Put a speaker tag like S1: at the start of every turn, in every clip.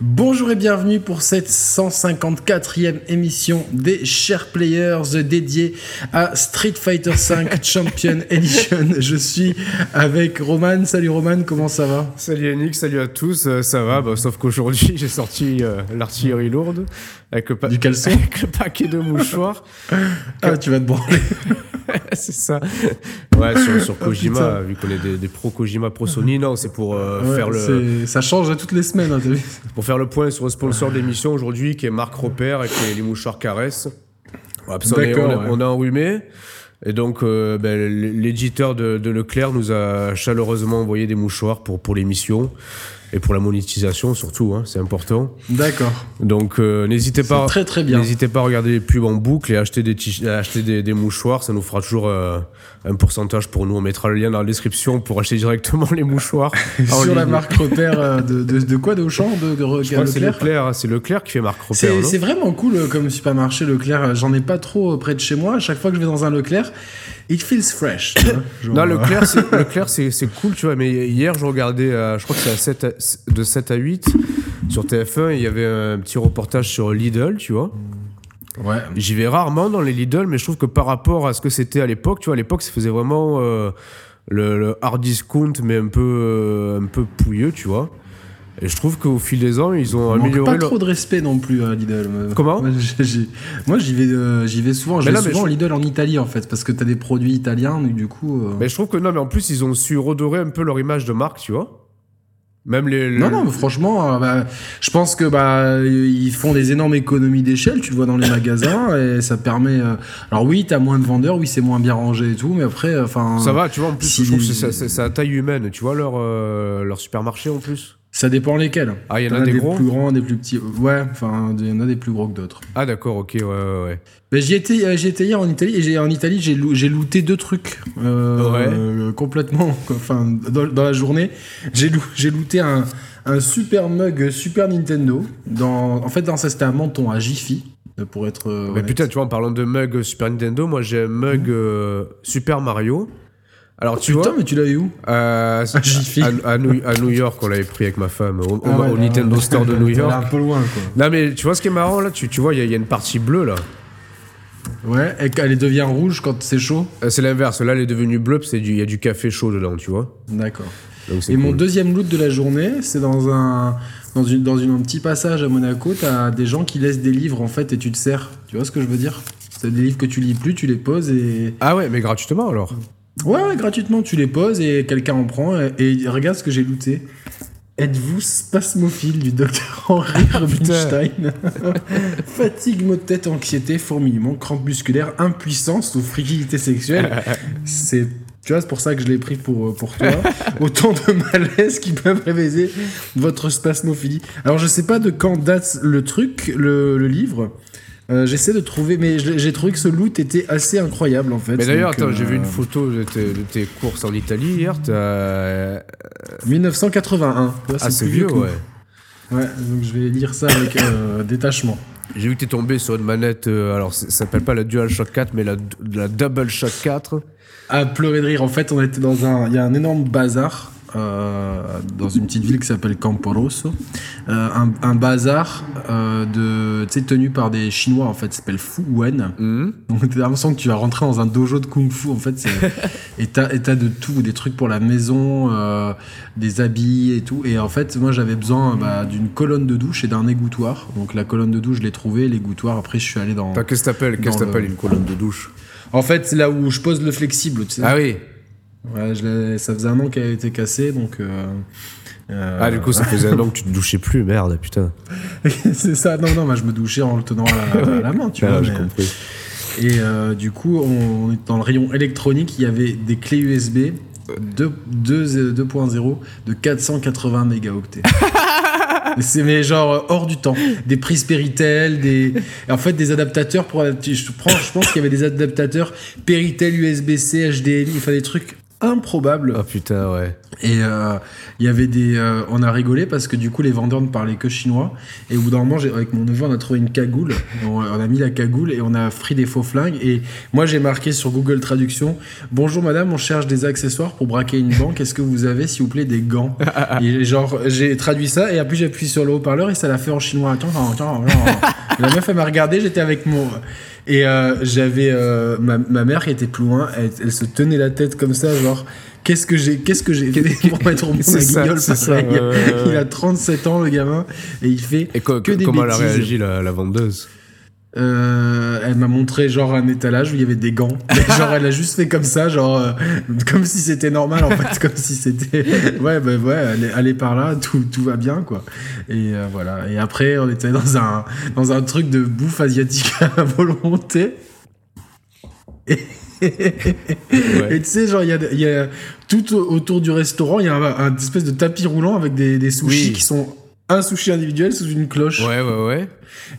S1: Bonjour et bienvenue pour cette 154e émission des Chers Players dédiée à Street Fighter V Champion Edition. Je suis avec Roman. Salut Roman, comment ça va
S2: Salut Yannick, salut à tous, euh, ça va, bah, sauf qu'aujourd'hui j'ai sorti euh, l'artillerie lourde avec le, pa-
S1: Du caleçon
S2: avec le paquet de mouchoirs.
S1: Ah, tu vas te branler.
S2: c'est ça. Ouais, sur, sur Kojima,
S1: Oh, putain.
S2: vu qu'on est des, des pro Kojima, pro Sony, non, c'est pour, euh,
S1: Ouais,
S2: faire le,
S1: c'est- Ça change toutes les semaines, hein, t'as vu
S2: pour faire le point sur le sponsor d'émission aujourd'hui qui est Marc Repère avec les, les mouchoirs caresses. Ouais, parce qu'on est-
S1: D'accord,
S2: on, est-
S1: ouais.
S2: on est enrhumé. Et donc, euh, ben, l- l'éditeur de, de Leclerc nous a chaleureusement envoyé des mouchoirs pour, pour l'émission et pour la monétisation surtout, hein, c'est important.
S1: D'accord.
S2: Donc euh, n'hésitez pas,
S1: très, très bien.
S2: N'hésitez pas à regarder les pubs en boucle et acheter des tich- acheter des, des mouchoirs, ça nous fera toujours euh, un pourcentage pour nous. On mettra le lien dans la description pour acheter directement les mouchoirs en
S1: Sur la
S2: ligne.
S1: marque repère euh, de, de, de quoi De Auchan De, de
S2: Je crois que c'est
S1: Leclerc
S2: Leclerc, hein, c'est Leclerc qui fait marque repère.
S1: C'est
S2: non
S1: c'est vraiment cool euh, comme supermarché Leclerc. Euh, J'en ai pas trop euh, près de chez moi. À chaque fois que je vais dans un Leclerc, it feels fresh. tu vois. Genre,
S2: Non,
S1: euh,
S2: Leclerc, c'est, Leclerc, c'est, c'est cool, tu vois. Mais hier, je regardais, euh, je crois que c'est à 7 à- de 7 à 8 sur TF1. Il y avait un petit reportage sur Lidl, tu vois.
S1: euh, Ouais.
S2: J'y vais rarement dans les Lidl, mais je trouve que par rapport à ce que c'était à l'époque, tu vois, à l'époque, ça faisait vraiment euh, le, le hard discount, mais un peu, euh, un peu pouilleux, tu vois. Et je trouve qu'au fil des ans, ils ont
S1: On manque
S2: amélioré
S1: pas
S2: leur.
S1: trop de respect non plus à Lidl. mais-
S2: Comment
S1: Moi, j'ai- j'ai- Moi, j'y vais, euh, j'y vais souvent. Je
S2: Mais
S1: vais
S2: là, mais
S1: souvent à
S2: je-
S1: Lidl en Italie en fait, parce que t'as des produits italiens, donc du coup. euh,
S2: Mais je trouve que non, mais en plus, ils ont su redorer un peu leur image de marque, tu vois. Même les. les-
S1: Non, non, mais franchement, euh, bah, je pense que bah, ils font des énormes économies d'échelle, tu le vois dans les magasins, et ça permet. euh, Alors oui, t'as moins de vendeurs, oui, c'est moins bien rangé et tout, mais après, euh, enfin.
S2: Ça va, tu vois, en plus,
S1: Si-
S2: je trouve que c'est- c'est c'est à taille humaine, tu vois, leur, euh, leur supermarché en plus.
S1: Ça dépend lesquels.
S2: Ah, il y en
S1: T'en
S2: a
S1: as
S2: des gros
S1: plus grands, des plus petits. Ouais, enfin, il y en a des plus gros que d'autres.
S2: Ah, d'accord, ok, ouais, ouais, ouais.
S1: Mais j'y étais, euh, j'y étais hier en Italie, et j'ai- en Italie, j'ai, lou- j'ai looté deux trucs. euh,
S2: Ouais.
S1: euh, complètement, quoi. enfin, dans, dans la journée. J'ai, lou- j'ai looté un, un super mug Super Nintendo. Dans, en fait, dans ça, c'était à Menton, à Jiffy, euh, pour être. euh,
S2: Mais
S1: honnête.
S2: putain, tu vois, en parlant de mug Super Nintendo, moi j'ai un mug euh, Super Mario. Alors tu
S1: Oh, Putain,
S2: vois,
S1: mais tu l'as eu où
S2: euh,
S1: Ah, j'y fie.
S2: à, à New, à New York, on l'avait pris avec ma femme, au, au-
S1: Ah ouais,
S2: au
S1: là,
S2: Nintendo
S1: ouais.
S2: Store de New
S1: T'es allé
S2: York.
S1: un peu loin, quoi.
S2: Non mais tu vois ce qui est marrant là, tu, tu vois, il y, a- il y a une partie bleue là.
S1: Ouais, et qu'elle devient rouge quand c'est chaud.
S2: Euh, C'est l'inverse, là elle est devenue bleue, parce qu'il y a du- il y a du café chaud dedans, tu vois.
S1: D'accord.
S2: Donc, c'est
S1: Et mon
S2: cool.
S1: deuxième loot de la journée, c'est dans un dans une dans une- un petit passage à Monaco, t'as des gens qui laissent des livres en fait et tu te sers. Tu vois ce que je veux dire C'est des livres que tu lis plus, tu les poses et
S2: Ah ouais, mais gratuitement alors.
S1: ouais, ouais, gratuitement tu les poses et quelqu'un en prend et, et regarde ce que j'ai looté. Êtes-vous spasmophile du docteur Henri
S2: Ah,
S1: Rubinstein Fatigue, maux de tête, anxiété, fourmillement, crampes musculaires, impuissance ou frigidité sexuelle. C'est tu vois, c'est pour ça que je l'ai pris pour, euh, pour toi. Autant de malaises qui peuvent révéler votre spasmophilie. Alors, je sais pas de quand date le truc, le, le livre. Euh, J'essaie de trouver, mais je l'ai- j'ai trouvé que ce loot était assez incroyable en fait.
S2: Mais d'ailleurs,
S1: Donc,
S2: attends, j'ai vu une
S1: euh,
S2: photo de tes, de tes courses en Italie hier. t'as-
S1: 1981. Tu vois,
S2: Ah c'est
S1: Ah, plus
S2: vieux,
S1: que nous.
S2: ouais.
S1: Ouais, donc je vais lire ça avec euh, détachement.
S2: J'ai vu que t'es tombé sur une manette, euh, alors c'est- ça s'appelle pas la DualShock 4, mais la, la DoubleShock 4.
S1: À pleurer de rire. En fait, on était dans un. Il y a un énorme bazar. euh, dans une petite ville qui s'appelle Camporoso, Euh, un, un bazar euh, de, tu sais, tenu par des Chinois en fait, ça s'appelle Fuwen.
S2: Hmm
S1: Donc t'as l'impression que tu vas rentrer dans un dojo de kung-fu en fait, c'est- et t'as et t'as de tout, des trucs pour la maison, euh, des habits et tout. Et en fait, moi j'avais besoin
S2: Mm.
S1: bah, d'une colonne de douche et d'un égouttoir. Donc la colonne de douche, je l'ai trouvée, l'égouttoir. Après, je suis allé dans.
S2: Enfin, qu'est-ce que t'appelles Qu'est-ce que
S1: Dans
S2: t'appelles
S1: le-
S2: une colonne de douche
S1: En fait, c'est là où je pose le flexible, tu sais.
S2: Ah oui
S1: Ouais, je l'ai- ça faisait un an qu'elle a été cassée, donc. euh, euh,
S2: Ah, du coup, ça faisait un an que tu te douchais plus, merde, putain.
S1: c'est ça. Non, non, moi je me douchais en le tenant à la, à la main, tu vois.
S2: Ah, j'ai
S1: mais-
S2: compris.
S1: Et euh, du coup, on, on est dans le rayon électronique, il y avait des clés USB. 2 2 2.0 de 480 mégaoctets. C'est mais genre euh, hors du temps. Des prises Péritel, des en fait des adaptateurs pour adapter- je prends- je pense qu'il y avait des adaptateurs Péritel USB-C HDMI, enfin des trucs improbable.
S2: Ah putain, ouais.
S1: Et euh, il y avait des, euh, on a rigolé parce que du coup les vendeurs ne parlaient que chinois. Et au bout d'un moment, j'ai- avec mon neveu, on a trouvé une cagoule. Et On, on a mis la cagoule et on a pris des faux flingues. Et moi, j'ai marqué sur Google Traduction Bonjour madame, on cherche des accessoires pour braquer une banque. Est-ce que vous avez, s'il vous plaît, des gants Et genre, j'ai traduit ça et après j'ai appuyé sur le haut-parleur et ça l'a fait en chinois. Attends, attends, attends, attends. Et La meuf, elle m'a regardé, j'étais avec mon. Et euh, j'avais. euh, ma, ma mère qui était plus loin, elle, elle se tenait la tête comme ça, genre. Qu'est-ce que j'ai qu'est-ce que j'ai fait pour mettre au monde la
S2: C'est ça,
S1: guignol
S2: c'est
S1: pareil.
S2: ça, ouais, ouais, ouais.
S1: Il a 37 ans, le gamin, et il fait.
S2: Et co-
S1: Que des
S2: comment elle a
S1: bêtises.
S2: réagi, la, la vendeuse
S1: euh, elle m'a montré, genre, un étalage où il y avait des gants. Mais genre, elle a juste fait comme ça, genre, euh, comme si c'était normal, en fait, comme si c'était. Ouais, bah ouais, allez, allez par là, tout, tout va bien, quoi. Et euh, voilà. Et après, on était dans un, dans un truc de bouffe asiatique à volonté. Et tu
S2: Ouais.
S1: sais, genre, il y a, il y a- tout au- autour du restaurant, il y a un, un espèce de tapis roulant avec des, des sushis
S2: Oui.
S1: qui sont un sushi individuel sous une cloche.
S2: ouais, ouais, ouais.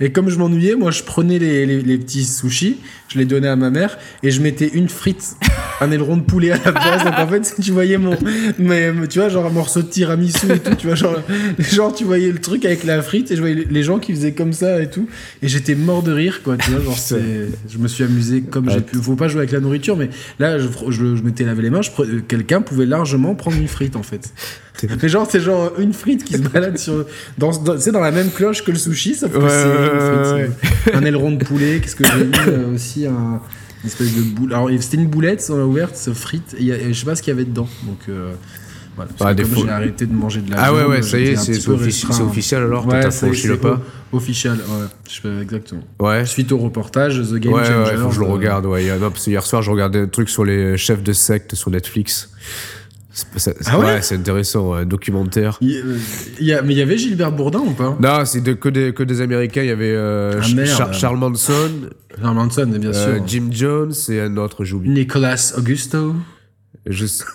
S1: Et comme je m'ennuyais, moi, je prenais les, les- les petits sushis, je les donnais à ma mère et je mettais une frite, un aileron de poulet à la place. Donc en fait, tu voyais mon, mais tu vois, genre un morceau de tiramisu et tout. Tu vois, genre, genre tu voyais le truc avec la frite et je voyais les- les gens qui faisaient comme ça et tout. Et j'étais mort de rire, quoi. Tu vois, genre, c'est, je me suis amusé comme j'ai pu. Faut pas jouer avec la nourriture, mais là, je, je, je m'étais lavé les mains. je pre- euh, Quelqu'un pouvait largement prendre une frite, en fait. Mais genre, c'est genre une frite qui se balade sur, dans, dans, tu sais, dans la même cloche que le sushi, sauf que
S2: Ouais,
S1: c'est
S2: ouais,
S1: une frite,
S2: ouais,
S1: c'est- un aileron de poulet. Qu'est-ce que j'ai eu euh, aussi un, une espèce de boule. Alors, c'était une boulette on l'a ouverte, ce frite. Et, il y a- et je sais pas ce qu'il y avait dedans. Donc, euh, voilà. Parce
S2: Ah,
S1: que
S2: des
S1: comme
S2: fois-
S1: j'ai arrêté de manger de la
S2: Ah ouais,
S1: viande,
S2: ouais, ça y est,
S1: j'étais un
S2: c'est
S1: petit
S2: c'est
S1: peu
S2: offici-
S1: restreint.
S2: c'est officiel alors,
S1: Ouais,
S2: t'as
S1: c'est-
S2: franchi le
S1: c'est
S2: pas.
S1: o- Official, ouais. Je peux- exactement.
S2: Ouais.
S1: Suite au reportage, The Game
S2: Ouais,
S1: Changer.
S2: ouais, faut que je le
S1: euh,
S2: regarde. Ouais. Il y a- non, parce que hier soir, je regardais un truc sur les chefs de secte sur Netflix. C'est pas- c'est-
S1: Ah ouais
S2: c'est intéressant, ouais, documentaire.
S1: il- euh, il y a- mais il y avait Gilbert Bourdin ou pas
S2: Non, c'est de- que, des, que des Américains. Il y avait euh,
S1: Ah,
S2: Ch-
S1: merde.
S2: Char- Charles Manson,
S1: Non, Manson, bien
S2: euh,
S1: sûr.
S2: Jim Jones et un autre, j'oublie.
S1: Nicolas Augusto.
S2: Je sais-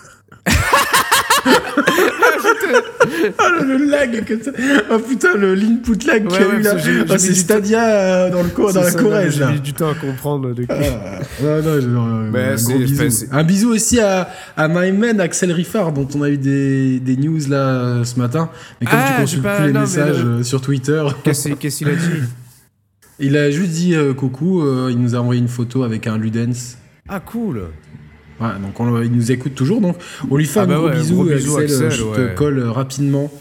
S1: Oh, le lag que t'as- Oh putain, le l'input lag
S2: Ouais,
S1: qu'il y a
S2: ouais,
S1: eu
S2: parce
S1: là.
S2: que j'ai-
S1: Oh,
S2: j'ai mis
S1: c'est
S2: du
S1: Stadia euh, dans, le co- dans la
S2: C'est ça,
S1: Corrège
S2: non,
S1: là.
S2: J'ai mis du temps à comprendre. de quoi-
S1: Ah, non, non, je- non, non,
S2: Mais
S1: un,
S2: c'est-
S1: gros bisou.
S2: enfin, c'est-
S1: un bisou aussi à, à My Man, Axel Riffard, dont on a eu des, des news là euh, ce matin. Mais comme
S2: Ah,
S1: tu
S2: j'ai
S1: consultes
S2: pas-
S1: plus les
S2: non, mais
S1: messages
S2: le-
S1: euh, sur Twitter,
S2: Qu'est-ce qu'est-ce qu'il a dit
S1: il a juste dit euh, coucou, euh, il nous a envoyé une photo avec un Ludens.
S2: Ah, cool.
S1: Voilà, donc on, il nous écoute toujours, donc on lui fait
S2: Ah
S1: un
S2: bah
S1: gros
S2: ouais,
S1: bisou,
S2: gros bisou,
S1: Axel, euh,
S2: Axel,
S1: je
S2: ouais.
S1: te colle euh, rapidement.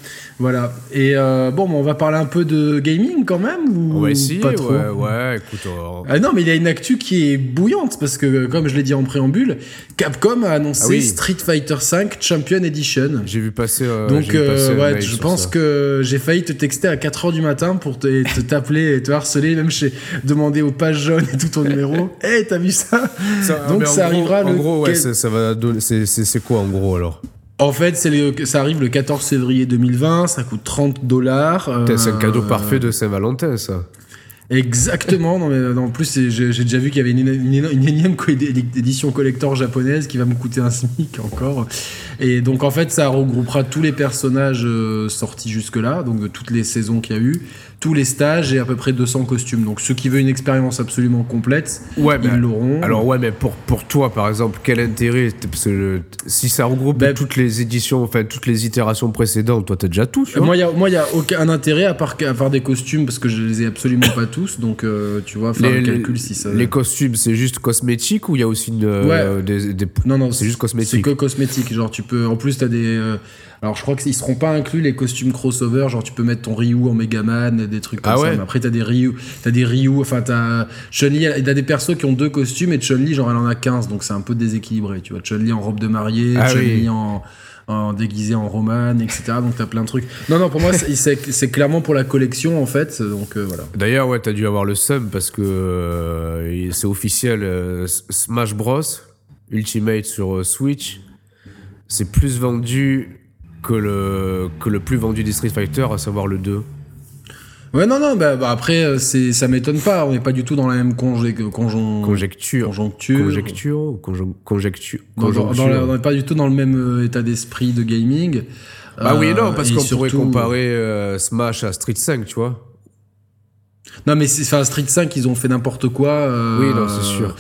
S1: Voilà. Et euh, bon, bah, on va parler un peu de gaming quand même ou
S2: On va essayer.
S1: pas trop
S2: Ouais, ouais, écoute. oh, on-
S1: Ah non, mais il y a une actu qui est bouillante parce que, comme je l'ai dit en préambule, Capcom a annoncé
S2: Ah oui.
S1: Street Fighter V Champion Edition.
S2: J'ai vu passer. euh, j'ai
S1: Donc,
S2: vu
S1: euh,
S2: passer un
S1: ouais,
S2: mail
S1: je
S2: sur
S1: pense
S2: ça.
S1: que j'ai failli te texter à 4h du matin pour te te t'appeler et te harceler, même chez demander aux pages jaunes et tout ton numéro. Hé, t'as vu ça
S2: Ça-
S1: Donc,
S2: mais en
S1: ça
S2: gros-
S1: arrivera
S2: En
S1: le
S2: gros, ouais,
S1: quel-
S2: ça, ça va donner. c'est- C'est c'est quoi en gros alors
S1: En fait, c'est le- ça arrive le 14 février 2020, ça coûte 30 dollars. euh,
S2: Putain, C'est un cadeau parfait de Saint-Valentin, ça.
S1: Exactement. Non, mais, non, en plus, c'est- j'ai j'ai déjà vu qu'il y avait une, éno- une éno- une énième co- édition collector japonaise qui va me coûter un SMIC encore. Et donc, en fait, ça regroupera tous les personnages euh, sortis jusque-là, donc de toutes les saisons qu'il y a eu, tous les stages et à peu près 200 costumes. Donc, ceux qui veulent une expérience absolument complète,
S2: Ouais, bah,
S1: ils l'auront.
S2: Alors ouais, mais pour, pour toi, par exemple, quel intérêt T- Parce que le- si ça regroupe
S1: Ben-
S2: toutes les éditions, enfin toutes les itérations précédentes, toi t'as déjà tout, hein. tu vois
S1: Euh, Moi, il y a- moi, il n'y a, aucun intérêt à part, à part des costumes parce que je les ai absolument pas tous. Donc, euh, tu vois, faire le
S2: les, les-
S1: calcul si ça.
S2: les costumes, c'est juste cosmétique ou il y a aussi une, euh, des, des-
S1: Non, non,
S2: C'est juste cosmétique.
S1: C'est que cosmétique. Genre, tu peux. En plus, t'as des. euh, alors, je crois qu'ils seront pas inclus les costumes crossover. Genre, tu peux mettre ton Ryu en Megaman, des trucs comme
S2: Ah
S1: ça.
S2: ouais
S1: Mais après, t'as des Ryu. T'as des Ryu. Enfin, t'as. Chun-Li, elle- t'as des persos qui ont deux costumes et Chun-Li, genre, elle en a 15. Donc, c'est un peu déséquilibré. Tu vois, Chun-Li en robe de mariée,
S2: Ah
S1: Chun-Li
S2: oui.
S1: en. En déguisé en romane, etc. Donc t'as plein de trucs. Non, non, pour moi, c'est- c'est c'est clairement pour la collection, en fait. Donc euh, voilà.
S2: D'ailleurs, ouais, t'as dû avoir le seum parce que euh, il- c'est officiel. euh, S- Smash Bros Ultimate sur euh, Switch, c'est plus vendu que le que le plus vendu des Street Fighter, à savoir le 2.
S1: Ouais, non, non, bah, bah, après, euh, c'est ça m'étonne pas. On n'est pas du tout dans la même congé, conjon,
S2: Conjecture.
S1: conjoncture.
S2: Conjecture ou conjon- conjecture
S1: Dans- dans- dans la-
S2: conjoncture.
S1: on n'est pas du tout dans le même euh, état d'esprit de gaming.
S2: Ah oui,
S1: Euh,
S2: et non, parce
S1: et
S2: qu'on pourrait
S1: surtout-
S2: comparer euh, Smash à Street 5, tu vois.
S1: Non, mais c'est enfin, Street 5, ils ont fait n'importe quoi. euh,
S2: Oui, non, c'est sûr.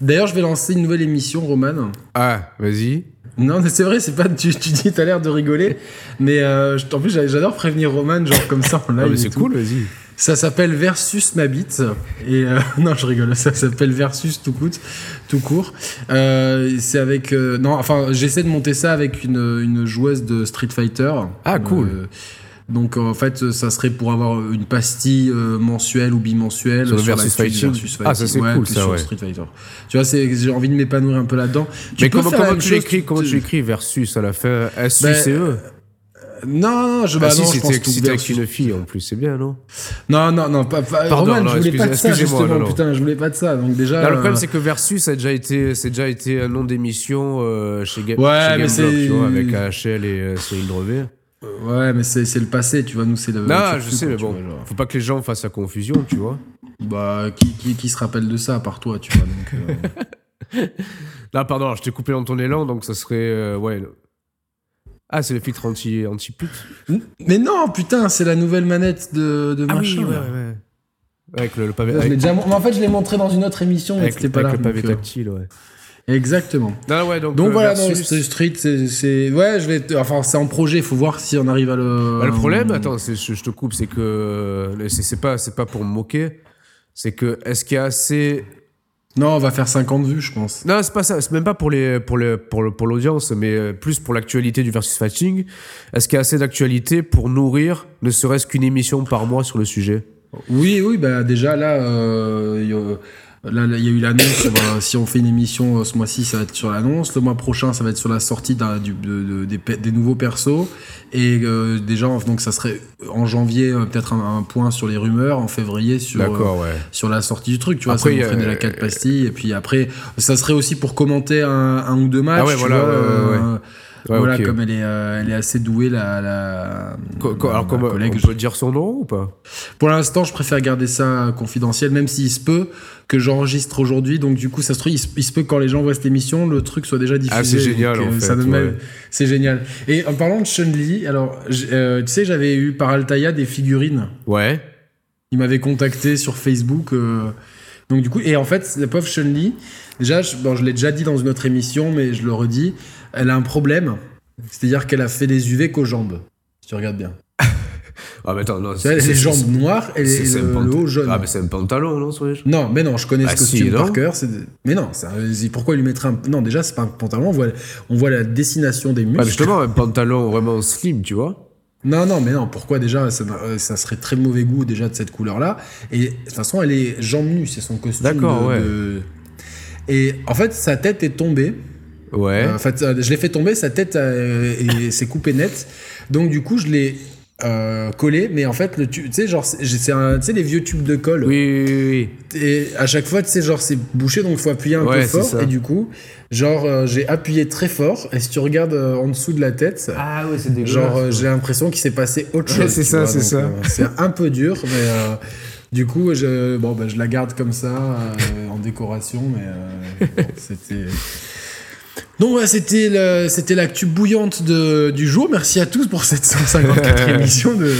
S1: D'ailleurs, je vais lancer une nouvelle émission, Roman.
S2: Ah, vas-y.
S1: Non, mais c'est vrai, c'est pas. Tu, tu dis, t'as l'air de rigoler, mais euh, je- en plus, j'a- j'adore prévenir Roman, genre comme ça en
S2: Ah,
S1: live.
S2: mais
S1: et
S2: c'est
S1: tout.
S2: cool, vas-y.
S1: Ça s'appelle Versus ma bite. Et euh, non, je rigole. Ça s'appelle Versus tout court. Tout court. Euh, c'est avec. euh, non, enfin, j'essaie de monter ça avec une, une joueuse de Street Fighter.
S2: Ah, cool.
S1: Euh, donc en fait, ça serait pour avoir une pastille euh, mensuelle ou bimensuelle
S2: Sur le
S1: la
S2: Versus
S1: suite
S2: Fighting.
S1: Versus
S2: Ah, ça, c'est
S1: Fighting. Ouais,
S2: cool,
S1: puis
S2: ça,
S1: sur
S2: ouais.
S1: Street Fighter. Tu vois, c'est- j'ai envie de m'épanouir un peu là-dedans. Tu
S2: mais
S1: peux
S2: comment,
S1: faire la
S2: comment
S1: même
S2: tu
S1: chose,
S2: l'écris Comment tu l'écris Versus à la fin Ah, S-U-C-E
S1: Non, je, bah,
S2: Ah si,
S1: non, je
S2: si
S1: pense
S2: t'es
S1: tout
S2: si t'es avec
S1: Versus. Euh.
S2: une fille en plus, c'est bien, non
S1: Non, non, non, pas, pas-
S2: Pardon,
S1: Roman,
S2: non,
S1: je voulais pas de
S2: excusez-
S1: ça,
S2: excusez-moi,
S1: justement,
S2: non, non.
S1: putain, je voulais pas de ça. Donc déjà.
S2: Non, le
S1: euh,
S2: problème, c'est que Versus, ça a déjà été, c'est déjà été un nom d'émission euh, chez, Ga
S1: Ouais,
S2: chez
S1: mais
S2: Gameblog,
S1: c'est-
S2: tu vois, avec AHL et euh, Cyril Drevet.
S1: Ouais, mais c'est c'est le passé, tu vois, nous c'est le.
S2: non,
S1: le
S2: je
S1: truc,
S2: sais, mais
S1: tu
S2: bon,
S1: vois, genre.
S2: faut pas que les gens fassent la confusion, tu vois.
S1: Bah, qui, qui, qui se rappelle de ça, à part toi, tu vois. donc, euh,
S2: Là, pardon, alors, je t'ai coupé dans ton élan, donc ça serait, euh, ouais. le- Ah, c'est le filtre anti, anti pute.
S1: mais non, putain, c'est la nouvelle manette de, de machin. là.
S2: Ah ouais. Avec le, le pavé,
S1: Je l'ai
S2: avec,
S1: déjà mon- mais en fait, je l'ai montré dans une autre émission, mais
S2: avec-
S1: c'était pas là.
S2: avec le pavé
S1: donc, euh,
S2: tactile, ouais.
S1: Exactement.
S2: Non, ouais, donc,
S1: Donc
S2: euh,
S1: voilà, non,
S2: Versus-
S1: St- Street, c'est- c'est. Ouais, je vais. te- Enfin, c'est en projet, faut voir si on arrive à le.
S2: Bah, le problème, attends, c'est- je, je te coupe, c'est que euh, c'est c'est pas, c'est pas pour me moquer, c'est que est-ce qu'il y a assez
S1: Non, on va faire 50 vues, je pense.
S2: Non, c'est pas ça. C'est même pas pour les pour les pour le- pour l'audience, mais euh, plus pour l'actualité du versus fighting. Est-ce qu'il y a assez d'actualité pour nourrir, ne serait-ce qu'une émission par mois sur le sujet
S1: Oui, oui, bah déjà là, euh, il y a- là, là, il y a eu l'annonce. on va- si on fait une émission euh, ce mois-ci, ça va être sur l'annonce. Le mois prochain, ça va être sur la sortie d'un- du- de- de- des, pe- des nouveaux persos. Et euh, déjà, donc ça serait en janvier euh, peut-être un, un point sur les rumeurs, en février sur euh,
S2: ouais.
S1: sur la sortie du truc. Tu vois,
S2: Après, il y
S1: ça
S2: a- euh,
S1: nous ferait déjà quatre pastilles. Et puis après, ça serait aussi pour commenter un, un ou deux matchs.
S2: Ah ouais,
S1: tu
S2: voilà,
S1: vois,
S2: ouais, ouais,
S1: euh,
S2: Ouais,
S1: voilà,
S2: ok.
S1: comme elle est, euh, elle est assez douée la, la,
S2: Co- co-
S1: ma-
S2: alors,
S1: ma
S2: comment-
S1: collègue,
S2: on
S1: je-
S2: peut dire son nom ou pas
S1: pour l'instant, je préfère garder ça confidentiel, même s'il se peut que j'enregistre aujourd'hui. Donc, du coup, ça se trouve, il se, il se peut que quand les gens voient cette émission, le truc soit déjà diffusé.
S2: Ah, c'est génial,
S1: Donc,
S2: en
S1: euh,
S2: fait,
S1: ça donne mal-
S2: ouais.
S1: C'est génial. Et en parlant de Chun-Li, alors, j'ai- euh, tu sais, j'avais eu par Altaïa des figurines.
S2: Ouais.
S1: Il m'avait contacté sur Facebook. euh, donc du coup, et en fait, la pauvre Chun-Li, déjà, je, bon, je l'ai déjà dit dans une autre émission, mais je le redis, elle a un problème. C'est-à-dire qu'elle a fait des UV qu'aux jambes. Si tu regardes bien.
S2: Ah mais attends, non.
S1: Tu vois, les jambes noires et, les-
S2: c'est- c'est
S1: le,
S2: un pant-
S1: le haut jaune.
S2: Ah mais c'est un pantalon, non, Switch
S1: Non, mais non, je connais
S2: Bah
S1: ce
S2: si,
S1: costume
S2: non.
S1: par cœur. c'est de- Mais non, c'est un- pourquoi il lui mettrait un. Non, déjà, c'est pas un pantalon, on voit, on voit la destination des muscles.
S2: Ah, justement, un pantalon vraiment slim, tu vois.
S1: Non, non, mais non, pourquoi déjà ça, n'a- euh, ça serait très mauvais goût déjà de cette couleur-là. Et de toute façon, elle est jambes nues, c'est son costume.
S2: D'accord,
S1: de-
S2: ouais.
S1: de- Et en fait, sa tête est tombée.
S2: Ouais.
S1: Euh, en fait, euh, je l'ai fait tomber, sa tête euh, et s'est coupée net. Donc, du coup, je l'ai euh, collé, mais en fait, le tu tu sais, genre, c'est- c'est un- tu sais, les vieux tubes de colle.
S2: oui, oui, oui.
S1: Et à chaque fois, tu sais, genre, c'est bouché, donc faut appuyer un
S2: Ouais,
S1: peu
S2: c'est
S1: fort.
S2: ça.
S1: Et du coup, genre, euh, j'ai appuyé très fort. Et si tu regardes euh, en dessous de la tête,
S2: Ah ouais, c'est dégueulasse.
S1: genre, euh, j'ai l'impression qu'il s'est passé autre
S2: Ouais,
S1: chose.
S2: c'est
S1: tu
S2: ça,
S1: vois,
S2: c'est
S1: donc,
S2: ça.
S1: euh, c'est un peu dur, mais euh, du coup, je, bon, bah, je la garde comme ça, euh, en décoration, mais euh, bon, c'était. Donc voilà, c'était le- c'était l'actu bouillante de, du jour. Merci à tous pour cette 154 émission de.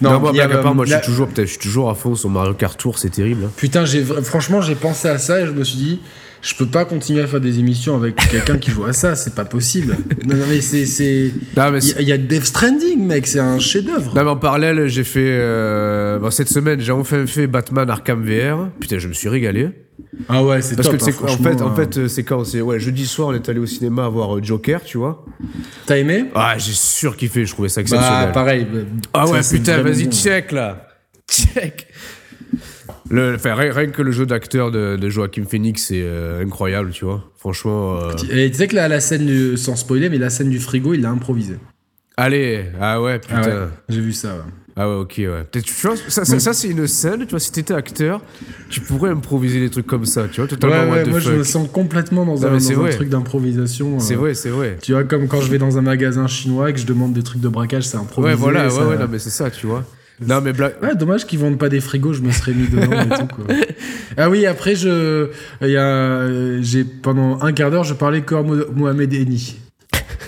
S2: non, moi,
S1: il y a,
S2: blague à part, moi, je
S1: la-
S2: suis toujours, putain, je suis toujours à fond sur Mario Kart Tour, c'est terrible. hein.
S1: Putain, j'ai vra- franchement, j'ai pensé à ça et je me suis dit, je peux pas continuer à faire des émissions avec quelqu'un qui joue à ça, c'est pas possible. Non, non, mais c'est. c'est-
S2: Non, mais Bah,
S1: Il y, a- il y a Death Stranding, mec, c'est un chef-d'œuvre.
S2: Non, mais en parallèle, j'ai fait. euh, bon, cette semaine, j'ai enfin fait Batman Arkham VR. Putain, je me suis régalé.
S1: Ah ouais, c'est
S2: Parce
S1: top.
S2: que c'est
S1: hein,
S2: en fait, en
S1: franchement,
S2: fait, euh, c'est quand c'est ouais, jeudi soir, on est allé au cinéma voir euh, Joker, tu vois.
S1: euh, T'as aimé
S2: Ah, j'ai sûr kiffé. Je trouvais
S1: Bah,
S2: ça exceptionnel.
S1: pareil.
S2: ah
S1: ça,
S2: ouais,
S1: c'est
S2: putain,
S1: vraiment
S2: vas-y,
S1: bon.
S2: check là, check. Le, enfin, rien, rien que le jeu d'acteur de, de Joaquin Phoenix, c'est euh, incroyable, tu vois. Franchement. euh,
S1: Et tu sais que là, la scène du. Sans spoiler, mais la scène du frigo, il l'a improvisé.
S2: Allez, ah ouais, Mm. putain.
S1: Ah ouais, j'ai vu ça. ouais.
S2: Ah ouais, ok, ouais. Peut-être, tu vois, ça, ça, ça, c'est une scène, tu vois, si t'étais acteur, tu pourrais improviser des trucs comme ça, tu vois,
S1: Ouais,
S2: totalement
S1: ouais,
S2: what the
S1: moi, je
S2: fuck.
S1: me sens complètement dans
S2: Non,
S1: un,
S2: mais c'est
S1: dans un
S2: vrai.
S1: truc d'improvisation.
S2: C'est
S1: euh,
S2: vrai, c'est vrai.
S1: Tu vois, comme quand je vais dans un magasin chinois et que je demande des trucs de braquage, c'est improvisé.
S2: Ouais, voilà, ouais,
S1: ça-
S2: ouais, non, mais c'est ça, tu vois. Non, mais blague.
S1: Ouais, dommage qu'ils vendent pas des frigos, je me serais mis dedans et tout, quoi. Ah oui, après, je, il y a, euh, j'ai, pendant un quart d'heure, je parlais que à Mo- Mohamed Eni.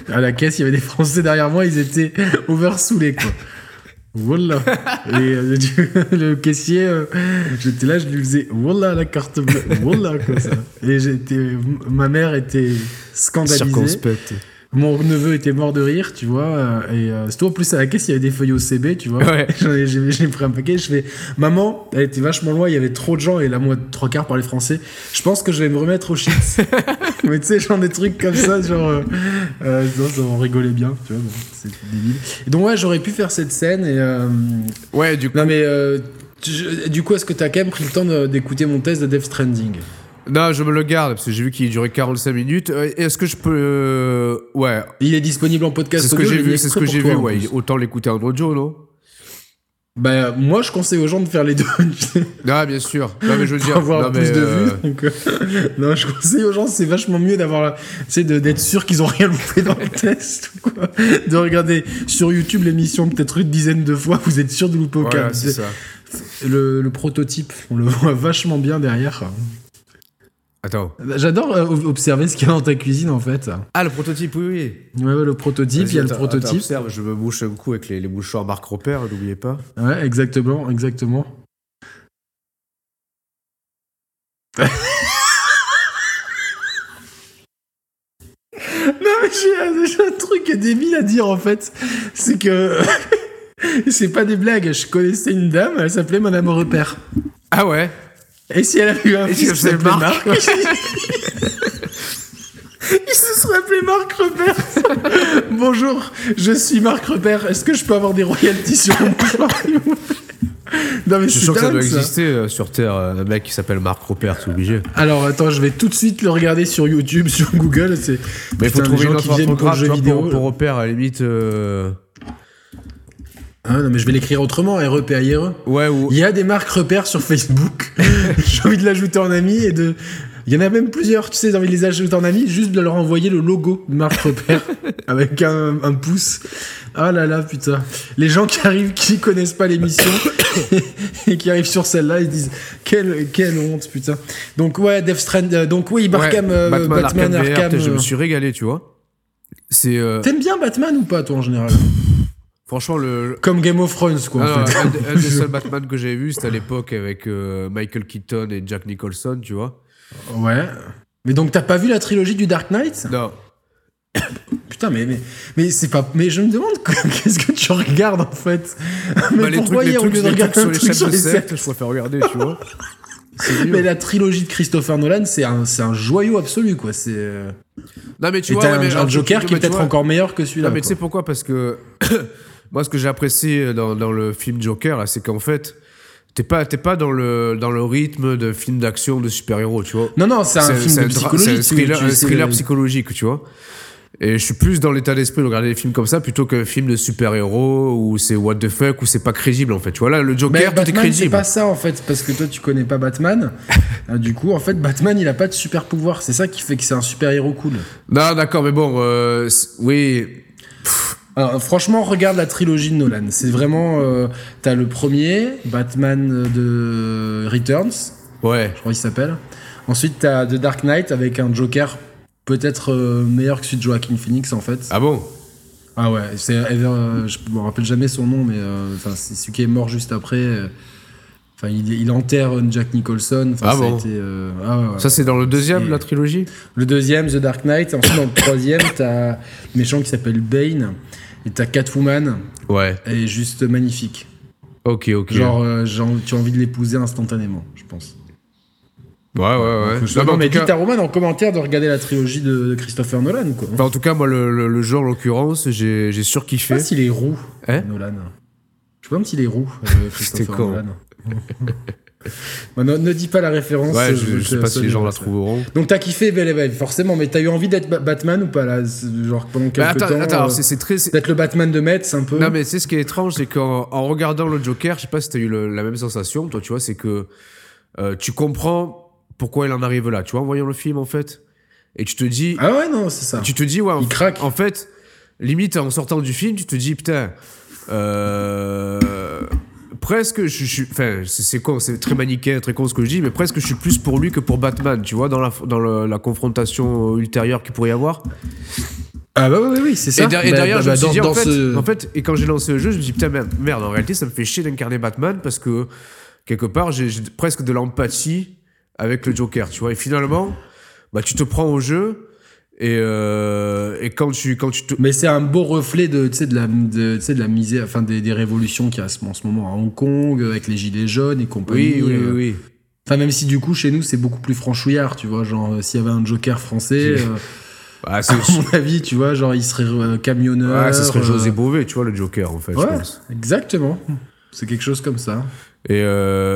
S1: À la caisse, il y avait des Français derrière moi, ils étaient oversoulés, quoi. Voilà. Et euh, du- le caissier, euh, j'étais là, je lui faisais voilà la carte bleue, voilà, comme ça. Et j'étais, ma mère était scandalisée.
S2: Circonspect.
S1: mon neveu était mort de rire, tu vois. euh, Et euh, surtout, en plus, à la caisse, il y avait des feuilles OCB, tu vois.
S2: Ouais.
S1: J'en ai- J'ai j'ai pris un paquet. Je fais, maman, elle était vachement loin, il y avait trop de gens. Et là, moi, trois quarts parlaient français. Je pense que je vais me remettre au shit. mais tu sais, genre des trucs comme ça, genre. euh, euh, non, ça, on rigolait bien, tu vois. bon, c'est débile. Et donc, ouais, j'aurais pu faire cette scène. Et, euh,
S2: Ouais, du coup.
S1: non, mais. euh, tu- je- du coup, est-ce que t'as quand même pris le temps de- d'écouter mon test de Death Stranding
S2: Non, je me le garde, parce que j'ai vu qu'il durait 45 minutes. Euh, Est-ce que je peux. euh, Ouais,
S1: Il est disponible en podcast.
S2: c'est ce que
S1: audio,
S2: j'ai
S1: il y a
S2: vu,
S1: des
S2: c'est ce
S1: extraits
S2: que
S1: pour
S2: j'ai
S1: toi,
S2: vu,
S1: en
S2: ouais.
S1: plus.
S2: Autant l'écouter en audio, non
S1: Bah, moi, je conseille aux gens de faire les deux. tu sais.
S2: Ah, bien sûr. Non, mais je veux
S1: pour
S2: dire.
S1: avoir
S2: non,
S1: plus
S2: mais,
S1: de
S2: euh,
S1: vues. donc, euh, non, je conseille aux gens, c'est vachement mieux d'avoir, c'est d'être sûr qu'ils ont rien loupé dans le test, ou quoi. De regarder sur YouTube l'émission peut-être une dizaine de fois, vous êtes sûr de louper aucun.
S2: Voilà, c'est ça.
S1: le, le prototype, on le voit vachement bien derrière.
S2: Attends.
S1: J'adore euh, observer ce qu'il y a dans ta cuisine en fait.
S2: Ah, le prototype, oui, oui.
S1: Ouais, ouais, le prototype, il y a le
S2: Attends, attends,
S1: prototype.
S2: observe, je me bouche un coup avec les, les bouchoirs Marc Repère, n'oubliez pas.
S1: Ouais, exactement, exactement. non mais j'ai j'ai un truc débile à dire en fait, c'est que c'est pas des blagues. Je connaissais une dame, elle s'appelait Madame Repère.
S2: Ah ouais
S1: Et si elle avait eu un
S2: Et si
S1: fils
S2: elle
S1: qui s'appelait Marc,
S2: s'appelait
S1: Il se serait appelé Marc Repère. Bonjour, je suis Marc Repère. Est-ce que je peux avoir des royalties sur mon mouchoir s'il vous plaît Non mais
S2: Je suis
S1: c'est
S2: sûr que ça
S1: dingue,
S2: doit
S1: ça.
S2: exister euh, sur Terre, euh, un mec qui s'appelle Marc Repère, c'est obligé.
S1: Alors attends, je vais tout de suite le regarder sur YouTube, sur Google. C'est
S2: Mais il faut
S1: Putain,
S2: trouver
S1: les gens
S2: une
S1: qui
S2: autre
S1: viennent pour le
S2: orthographe
S1: jeu
S2: tu vois,
S1: vidéo.
S2: pour, pour Repère, à la limite. euh,
S1: Ah, non mais je vais l'écrire autrement. R E P I R E.
S2: Ouais, ou.
S1: Il y a des marques repères sur Facebook. J'ai envie de l'ajouter en ami et de. Il y en a même plusieurs, tu sais, j'ai envie de les ajouter en ami, juste de leur envoyer le logo de marque repère avec un, un pouce. Ah là là, putain. Les gens qui arrivent, qui connaissent pas l'émission et qui arrivent sur celle-là, ils disent quelle, quelle honte, putain. Donc, ouais, Death Strand, euh, donc oui,
S2: Ouais,
S1: Barkham, euh, Batman, Arkham.
S2: VR, putain, je
S1: euh.
S2: me suis régalé, tu vois. C'est. euh,
S1: T'aimes bien Batman ou pas, toi, en général
S2: franchement, le.
S1: Comme Game of Thrones, quoi,
S2: Non,
S1: en
S2: non,
S1: fait.
S2: un, des- un des seuls Batman que j'avais vu, c'était à l'époque avec euh, Michael Keaton et Jack Nicholson, tu vois.
S1: Ouais. Mais donc, t'as pas vu la trilogie du Dark Knight
S2: Non.
S1: Putain, mais, mais, mais c'est pas. Mais je me demande quoi- qu'est-ce que tu regardes en fait. Mais
S2: Bah, les
S1: pourquoi
S2: trucs, les
S1: hier, au
S2: trucs,
S1: lieu de
S2: les
S1: regarder
S2: trucs
S1: un truc sur les
S2: sectes,
S1: sectes
S2: je préfère regarder, tu vois. C'est mieux.
S1: Mais la trilogie de Christopher Nolan, c'est un, c'est un joyau absolu quoi. C'est. euh,
S2: Non, mais tu
S1: Et
S2: vois,
S1: t'as
S2: ouais,
S1: un,
S2: mais
S1: un Joker
S2: tu-
S1: qui est
S2: mais tu
S1: peut-être
S2: vois-
S1: encore meilleur que
S2: Non,
S1: celui-là.
S2: mais tu
S1: quoi.
S2: sais pourquoi Parce que moi, ce que j'ai apprécié euh, dans, dans le film Joker, là, c'est qu'en fait, t'es pas, t'es pas dans, le, dans le rythme de film d'action de super-héros, tu vois.
S1: Non, non, c'est un film
S2: c'est
S1: de
S2: dra-
S1: psychologie.
S2: c'est un
S1: tu-
S2: thriller,
S1: tu
S2: un
S1: sais,
S2: thriller
S1: euh,
S2: psychologique, tu vois. Et je suis plus dans l'état d'esprit de regarder des films comme ça plutôt qu'un film de super-héros où c'est what the fuck, où c'est pas crédible en fait. Tu vois, là, le
S1: Mais
S2: Joker, tout
S1: bah, Batman,
S2: est
S1: c'est
S2: crédible.
S1: pas ça en fait, parce que toi tu connais pas Batman. Euh, du coup, en fait, Batman il a pas de super pouvoir. C'est ça qui fait que c'est un super héros cool.
S2: Non, d'accord, mais bon, euh, c'est- oui.
S1: Alors, franchement, regarde la trilogie de Nolan. C'est vraiment. euh, T'as le premier, Batman de Returns,
S2: Ouais.
S1: je crois qu'il s'appelle. Ensuite, t'as The Dark Knight avec un Joker peut-être euh, meilleur que celui de Joaquin Phoenix en fait. Ah,
S2: Ah bon
S1: ouais, c'est Ever- euh, je me rappelle jamais son nom, mais euh, enfin, c'est celui qui est mort juste après. euh, Enfin, il, il enterre euh, Jack Nicholson. Enfin,
S2: Ah
S1: ça a
S2: bon
S1: été, euh, ah ouais, ouais.
S2: Ça, c'est dans le deuxième,
S1: C'est-
S2: la trilogie
S1: Le deuxième, The Dark Knight. Ensuite, dans le troisième, t'as le méchant qui s'appelle Bane. Et t'as Catwoman.
S2: Ouais.
S1: Elle est juste magnifique.
S2: Ok, ok.
S1: Genre, euh, j'ai en- tu as envie de l'épouser instantanément, je pense.
S2: Ouais, ouais, ouais.
S1: Faut que je-
S2: Non, mais
S1: non,
S2: en
S1: mais
S2: tout
S1: dites
S2: cas-
S1: à Roman en commentaire de regarder la trilogie de, de Christopher Nolan, quoi.
S2: Enfin, en tout cas, moi, le, le, le jeu, en l'occurrence, j'ai, j'ai
S1: Je sais
S2: surkiffé.
S1: pas s'il est roux,
S2: Hein
S1: Nolan. Je sais pas s'il est roux, euh,
S2: T'es
S1: Christopher
S2: con.
S1: Nolan. Bah, ne, ne dis pas la référence.
S2: ouais,
S1: euh,
S2: je,
S1: veux
S2: je sais
S1: que
S2: pas si les
S1: Sony
S2: gens la
S1: fasse.
S2: trouveront.
S1: Donc t'as kiffé Belle et Belle, forcément, mais t'as eu envie d'être Ba- Batman ou pas là C'est- Genre pendant
S2: Mais
S1: quelques
S2: Bah, attends,
S1: temps.
S2: attends,
S1: euh,
S2: alors, c'est, c'est très. c'est-
S1: D'être le Batman de Metz un peu.
S2: Non, mais c'est ce qui est étrange, c'est qu'en en regardant le Joker, je sais pas si t'as eu le- la même sensation, toi, tu vois, c'est que euh, tu comprends pourquoi il en arrive là, tu vois, en voyant le film, en fait. Et tu te dis,
S1: Ah ouais, non, c'est ça.
S2: tu te dis, ouais, en,
S1: Il craque.
S2: en fait, limite, en sortant du film, tu te dis, putain, euh, presque, je suis, enfin, c'est c'est con, c'est très manichéen, très con ce que je dis, mais presque, je suis plus pour lui que pour Batman, tu vois, dans la, dans le- la confrontation ultérieure qu'il pourrait y avoir.
S1: Ah bah oui, oui, oui, c'est ça.
S2: Et, der- et
S1: Bah,
S2: derrière,
S1: bah,
S2: je me
S1: bah,
S2: suis
S1: dans-
S2: dit, en
S1: dans
S2: fait,
S1: ce-
S2: en fait, et quand j'ai lancé le jeu, je me suis dit, putain, merde, merde, en réalité, ça me fait chier d'incarner Batman parce que, quelque part, j'ai j'ai presque de l'empathie avec le Joker, tu vois. Et finalement, bah, tu te prends au jeu Et, euh, et quand tu quand tu te-
S1: Mais c'est un beau reflet de, tu sais, de la, de, tu sais, de la misère, enfin des, des révolutions qu'il y a à ce- en ce moment à Hong Kong euh, avec les gilets jaunes et compagnie.
S2: oui oui
S1: euh.
S2: oui,
S1: Enfin même si du coup chez nous c'est beaucoup plus franchouillard, tu vois, genre euh, s'il y avait un Joker français,
S2: J'ai-
S1: euh,
S2: Ah, c'est-
S1: à mon avis, tu vois, genre il serait euh, camionneur.
S2: Ah, ce serait
S1: euh,
S2: José Bové, tu vois, le Joker, en fait, je
S1: Ouais.
S2: pense.
S1: Exactement. C'est quelque chose comme ça.
S2: Et,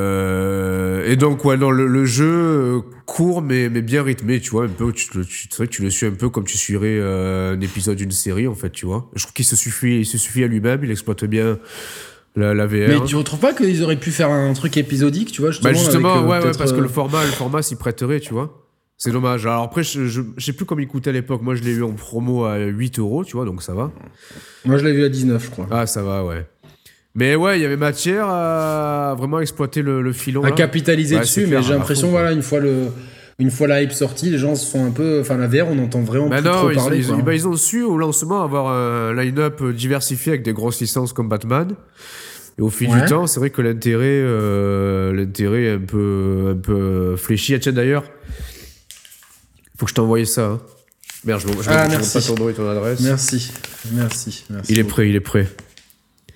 S2: euh, et donc, ouais, non, le, le jeu euh, court, mais, mais bien rythmé, tu vois, un peu, tu, te le- tu, c'est vrai que tu le suis un peu comme tu suivrais euh, un épisode d'une série, en fait, tu vois. Je trouve qu'il se suffit, il se suffit à lui-même, il exploite bien la, la VR.
S1: Mais tu retrouves pas qu'ils auraient pu faire un truc épisodique, tu vois
S2: Bah,
S1: justement,
S2: justement,
S1: avec, euh,
S2: ouais, ouais,
S1: peut-être,
S2: parce que
S1: euh,
S2: le format, le format s'y prêterait, tu vois. C'est dommage. Alors après, je, je, je sais plus combien il coûtait à l'époque. Moi, je l'ai eu en promo à 8 euros, tu vois, donc ça va.
S1: Moi je l'ai vu à 19, je crois.
S2: Ah, ça va, ouais. Mais ouais, il y avait matière à vraiment exploiter le, le filon.
S1: à
S2: là.
S1: capitaliser
S2: Ouais,
S1: dessus,
S2: Bah, c'est clair,
S1: mais j'ai
S2: à
S1: l'impression,
S2: fond, quoi.
S1: voilà, une fois le, une fois la hype sortie, les gens se sont un peu, enfin la VR, on entend vraiment
S2: Bah
S1: plus
S2: non,
S1: trop
S2: ils,
S1: parler.
S2: ils-
S1: quoi.
S2: bah, ils ont su au lancement avoir un line-up diversifié avec des grosses licences comme Batman. Et au fil
S1: Ouais.
S2: du temps, c'est vrai que l'intérêt, euh, l'intérêt est un peu, un peu fléchi. Ah, tiens, d'ailleurs, faut que je t'envoie ça. hein. Merde, je ne
S1: Ah,
S2: pas
S1: merci.
S2: ton nom et ton adresse.
S1: Merci, merci, merci.
S2: Il est
S1: beaucoup.
S2: prêt, il est prêt.